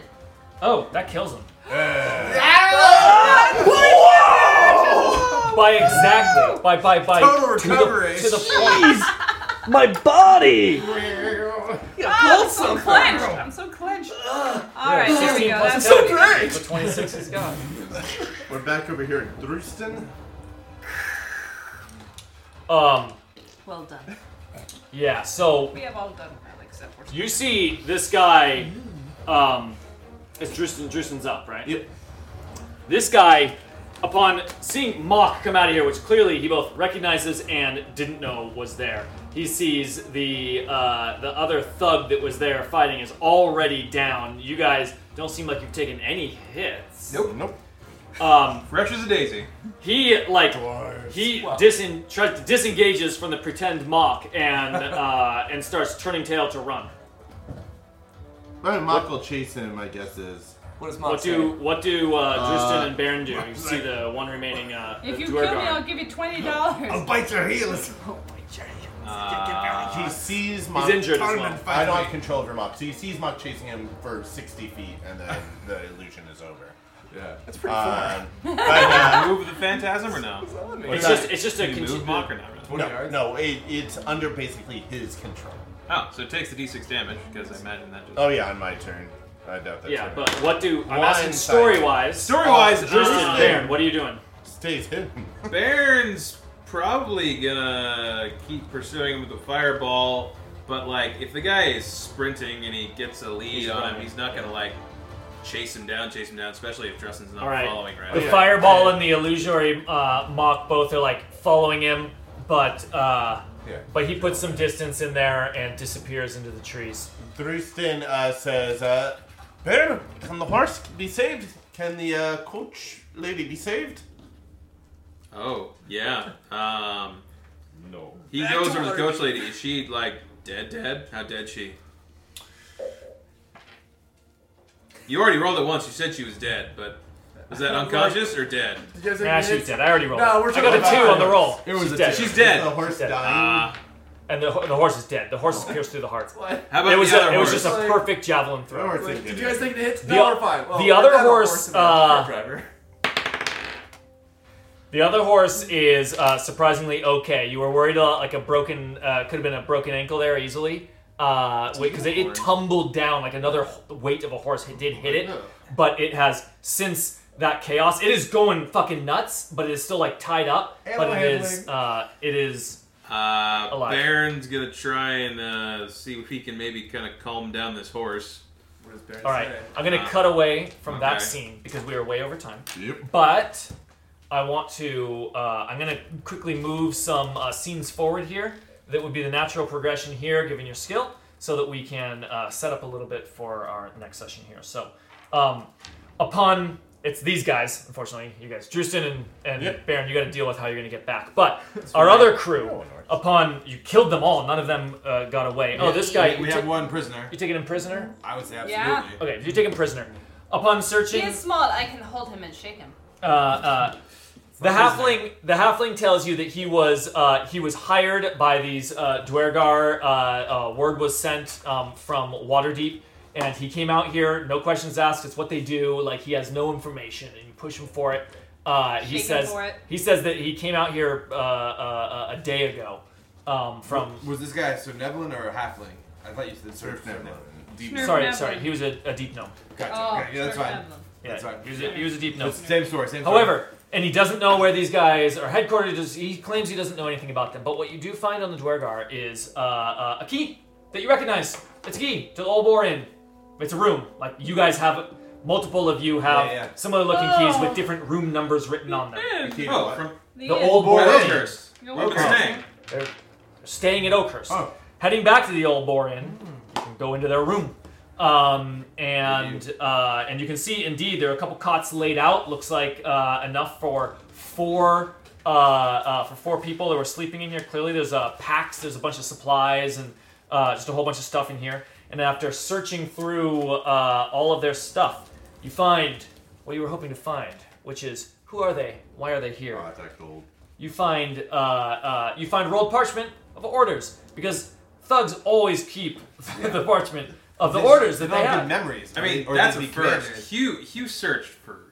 S2: Oh, that kills him.
S7: Ah!
S2: By exactly. By by by.
S12: Total
S2: to the-
S12: recovery.
S2: To the,
S39: Jeez, my body.
S7: Ah, I'm
S12: pulled
S7: so
S12: something.
S7: clenched. I'm so clenched. All right,
S12: Yeah,
S7: there we
S12: 16
S7: go.
S12: plus
S7: That's
S12: two.
S7: great.
S12: So 26 is gone.
S8: We're back over here at Drewston.
S2: Um.
S7: Well done.
S2: Yeah. So
S7: We have all done well except for.
S2: You see this guy, um, it's Drustin, Drustin's up, right? Yep. This guy, upon seeing Mock come out of here, which clearly he both recognizes and didn't know was there, he sees the uh, the other thug that was there fighting is already down. You guys don't seem like you've taken any hits.
S9: Nope.
S2: Nope. Um,
S9: Fresh as a daisy.
S2: He like he disen- tries to disengages from the pretend Mock and uh, and starts turning tail to run.
S8: Right, Mock will chase him, my guess is.
S29: What does
S2: What do what do uh,
S8: Uh,
S2: Drustin and Baron do? You see the one remaining. Uh,
S7: If
S2: the
S7: you kill me,
S2: Duergar.
S7: I'll give you twenty dollars.
S2: I'll
S36: bite your heels.
S29: Oh
S2: Uh,
S36: he sees
S2: he's
S36: Mach.
S2: injured as well.
S36: I don't have control over Mop, so he sees Mop chasing him for 60 feet, and then the illusion is over. Um, uh, Yeah,
S9: That's
S32: pretty
S36: far.
S32: far. Move the phantasm or no? It's just- it's just a Can you move conti- Mach or not, really? Twenty
S36: No,
S32: yards?
S36: no it, it's under basically his control.
S32: Oh, so it takes the d6 damage because I imagine that
S28: Uh,
S32: just.
S36: Oh yeah, on my turn. I doubt that.
S2: Yeah, but what do- I'm asking story-wise. Story-wise, Uh, Drustin, uh, Baron, what are you doing?
S36: Stays hidden.
S9: Baron's probably gonna keep pursuing him with a fireball, but like if the guy is sprinting and he gets a lead
S2: He's
S9: on him,
S2: running.
S9: he's not gonna like chase him down, chase him down, especially if Justin's not
S2: All right.
S9: following right.
S2: The fireball and the illusory uh, mock both are like following him, but uh,
S36: Yeah.
S2: but he puts some distance in there and disappears into the trees.
S36: Drustin uh, says, uh, Baron, can the horse be saved? Can the uh, coach lady be saved?
S9: Oh yeah. Um,
S36: no.
S9: He
S36: Back
S9: goes
S36: to
S9: over to
S36: her.
S9: the coach lady. Is she like dead? Dead? How dead she? You already rolled it once. You said she was dead, but was that unconscious or dead?
S29: Did you guys have Nah, any she's hits? dead. I already rolled
S2: No, we're I got a talking two about- on the roll. It was She's a dead. Uh, two.
S9: Oh, She's dead.
S2: The horse dying. and the, the horse is dead. The horse is pierced through the heart.
S9: How about
S2: it was
S9: the
S2: a-
S9: other
S2: It was
S9: horse?
S2: just a perfect javelin throw.
S9: That horse didn't Did you
S29: guys take the hits?
S2: The,
S29: No, we're fine. Well,
S2: the
S29: we're
S2: other
S29: not a
S2: horse,
S29: horse, we're a truck
S2: uh,
S29: driver.
S2: the other horse is uh, surprisingly okay. You were worried about like a broken, uh, could have been a broken ankle there easily, because it, it tumbled down like another h- weight of a horse hit- did hit it, but it has since that chaos. It is going fucking nuts, but it is still like tied up.
S9: Animal
S2: But it is, uh, it is
S9: Uh,
S2: alive.
S9: Baron's gonna try and uh, see if he can maybe kind of calm down this horse. What does Baron
S2: All right, I'm gonna cut away from that scene because we are way over time. But I want to. Uh, I'm gonna quickly move some uh, scenes forward here. That would be the natural progression here, given your skill, so that we can uh, set up a little bit for our next session here. So, um, upon it's these guys, unfortunately, you guys, Drustin and, and Baron, you got to deal with how you're gonna get back. But our
S5: right.
S2: other crew, upon you killed them all, none of them uh, got away. Oh, this guy,
S5: We, we
S2: you
S5: have
S2: took-
S5: one prisoner.
S2: You taking him prisoner?
S5: I would say absolutely.
S7: Yeah.
S2: Okay, you take him prisoner. Upon
S7: He
S2: searching,
S7: is small. I can hold him and shake him.
S2: uh, uh, the halfling the halfling tells you that he was uh, he was hired by these uh, Dwergar. Uh, uh, word was sent um, from Waterdeep, and he came out here. No questions asked. It's what they do. Like he has no information, and you push him for it. Uh, he
S7: Shake him
S2: says
S7: for it.
S2: he says that he came out here uh, uh, uh, a day ago um, from
S5: Was this guy Sir Nevelin or a halfling? I thought you said Sir Nevelin. Deep-
S2: sorry sorry he was a, a deep gnome.
S5: Gotcha.
S7: Oh,
S5: okay, yeah, that's fine.
S2: Yeah,
S5: That's fine.
S2: He was a, he was a deep gnome.
S5: It's the Same story. Same story.
S2: However, and he doesn't know where these guys are headquartered. Just- He claims he doesn't know anything about them. But what you do find on the Dwergar is uh, uh, a key that you recognize. It's a key to the Old Boar Inn. It's a room. Like you guys have, multiple of you have
S5: Yeah, yeah.
S2: similar looking keys
S7: Oh.
S2: with different room numbers written on them.
S5: key to Oh, what? from-
S2: the,
S7: The inn.
S2: Old Boar
S7: The
S2: Inn.
S7: Oakhurst. The Old Oakhurst. Boar Inn.
S2: Staying. They're staying at Oakhurst.
S7: Oh.
S2: Heading back to the Old Boar Inn. You can go into their room. Um, and uh, and you can see indeed there are a couple cots laid out. Looks like uh, enough for four uh, uh, for four people that were sleeping in here. Clearly, there's uh, packs, there's a bunch of supplies, and uh, just a whole bunch of stuff in here. And after searching through uh, all of their stuff, you find what you were hoping to find, which is who are they? Why are they here? You find uh, uh, you find rolled parchment of orders because thugs always keep the parchment of the orders that they
S36: develop
S2: had.
S36: good memories.
S9: I mean,
S36: or
S9: that's
S36: they'd
S9: a
S36: be
S9: first.
S36: commanders.
S9: Hugh Hugh searched for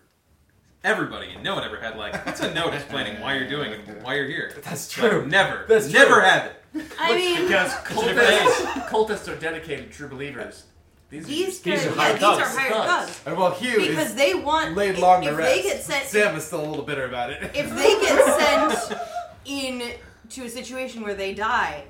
S9: everybody, and no one ever had like that's a note explaining why you're doing it, and why you're here. That's
S2: true.
S9: never.
S2: That's
S9: never
S2: true.
S9: had it.
S3: I mean,
S29: because cultists,
S3: cultists-
S29: cultists are dedicated true believers. These,
S3: These guys- yeah, these are hired thugs.
S29: And well, Hugh
S3: Because they want-
S29: laid
S3: if-
S29: long
S3: if
S29: to
S3: they
S29: rest.
S3: get sent-
S29: Sam is still a little bitter about it.
S3: if they get sent in to a situation where they die,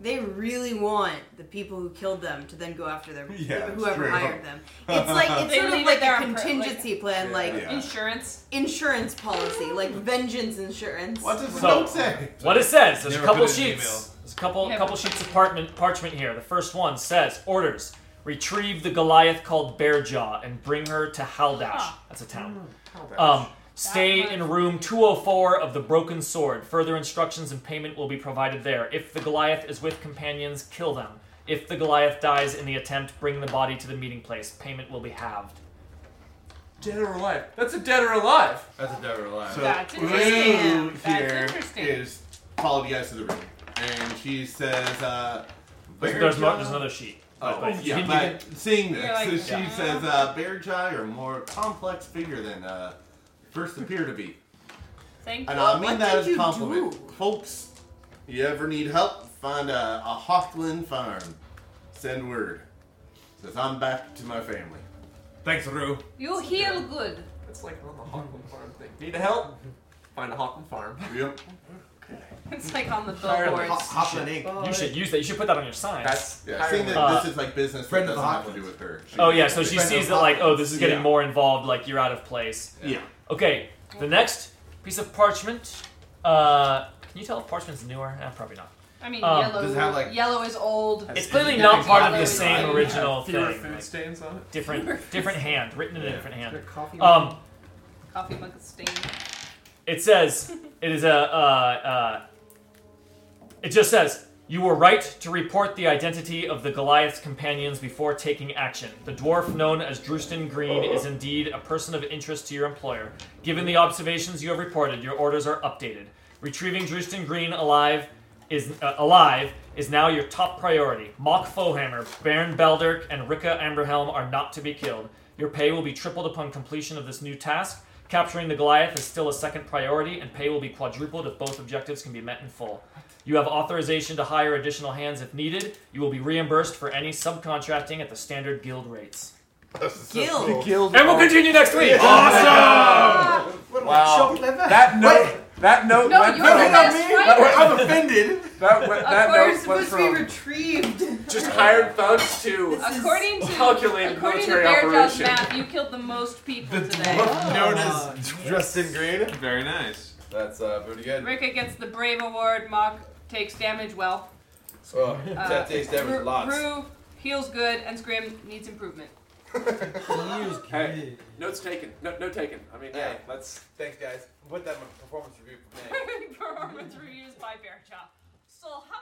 S3: they really want the people who killed them to then go after their
S7: Yeah, that's
S3: whoever
S7: true.
S3: hired them. It's like it's
S7: They
S3: sort of
S7: leave
S3: like
S7: it there
S3: a
S7: on pur- like-
S3: contingency plan,
S7: Yeah.
S3: like
S7: Yeah.
S3: insurance, insurance policy, like vengeance insurance.
S2: What does the So, note say? What it says, there's a
S9: Never
S2: couple
S9: put it in an
S2: sheets. There's a couple
S3: Never.
S2: couple sheets of parchment, parchment here. The first one says orders. Retrieve the Goliath called Bearjaw and bring her to Haldash. That's a town.
S9: Mm, Haldash.
S2: Um, stay in room 204 of the Broken Sword. Further instructions and payment will be provided there. If the Goliath is with companions, kill them. If the Goliath dies in the attempt, bring the body to the meeting place. Payment will be halved.
S29: Dead or alive? That's a dead or alive.
S5: That's a never lie.
S8: So
S29: That's
S8: Lou
S29: interesting. That's
S8: here
S29: interesting.
S8: is followed you guys to the room, and she says, uh,
S2: There's-
S8: Bear
S2: there's
S8: Jaw-
S2: not- there's another sheet.
S8: Oh,
S2: But-
S8: yeah,
S2: but-
S8: but seeing this,
S2: You're like, uh-huh.
S8: so she
S2: yeah.
S8: says, uh, Bear Jaw, you're a more complex figure than uh, first appear to be.
S7: Thank
S8: And
S7: you.
S8: I mean that as a compliment. Folks, you ever need help, find a, a Hawkland farm. Send word. Says, I'm back to my family.
S5: Thanks, Rue.
S7: You heal good.
S29: It's like on the Hawkland farm thing. Need help?
S10: Mm-hmm.
S29: Find a Hawkland farm.
S8: Yep.
S7: It's like on the
S29: Hire the
S7: billboards.
S29: ho- Hawkland Inc.
S2: You should use that. You should put that on your sign.
S29: That's-
S8: Yeah, seeing that
S2: Uh,
S8: this is like business that
S5: friend of
S8: doesn't
S5: the
S8: have to do with her.
S2: oh yeah, so she
S8: Friend of
S2: sees
S8: the
S2: that like, oh, this is
S8: Hawklands.
S2: getting
S8: Yeah.
S2: more involved. Like you're out of place.
S8: Yeah.
S2: Okay, the next piece of parchment. Uh, can you tell if parchment's newer? Eh, probably not.
S7: I mean,
S2: Um,
S7: yellow. yellow is old.
S2: It's clearly not part of the
S7: Yellow is
S2: same
S7: old.
S2: original
S29: Fewer
S2: thing.
S29: food
S2: like,
S29: stains on it?
S7: Fewer
S2: Different, different hand, written in a
S29: Yeah.
S2: different hand.
S29: Is there coffee on
S2: Um,
S7: Coffee mug stain.
S2: it says it is a. Uh, uh, it just says you were right to report the identity of the Goliath's companions before taking action. The dwarf known as Drustin Green is indeed a person of interest to your employer. Given the observations you have reported, your orders are updated. Retrieving Drustin Green alive is uh, alive is now your top priority. Mock Fohammer, Baron Belderk, and Rika Amberhelm are not to be killed. Your pay will be tripled upon completion of this new task. Capturing the Goliath is still a second priority, and pay will be quadrupled if both objectives can be met in full. You have authorization to hire additional hands if needed. You will be reimbursed for any subcontracting at the standard guild rates.
S29: Guild. Guild.
S2: And we'll continue next week.
S29: Yeah. Awesome! Wow. That note. That note
S3: No,
S29: went
S3: you're the
S29: from-
S3: best
S29: That
S2: oh,
S29: went-
S3: writer.
S29: I'm offended. That went. That
S3: We're
S29: note went
S3: supposed to be
S29: from
S3: retrieved.
S29: just hired thugs to
S7: According to
S29: calculated
S7: according to
S29: military
S7: Bear Jaw's
S29: operation.
S7: map, you killed the most people today.
S29: Known as dressed in green.
S9: Very nice.
S29: That's uh, pretty good.
S7: Rika gets the brave award. Mock takes damage well.
S28: Oh,
S7: Uh,
S28: that tastes
S7: Ru-
S28: different. Lots.
S7: Rue heals good, and Scrim needs improvement.
S29: Hey, notes taken. No, note taken. I mean, yeah. Let's.
S28: Thanks, guys. Put that in my performance review for me.
S7: Performance reviews by Bear Jaw. So how
S29: Uh,
S5: Uh,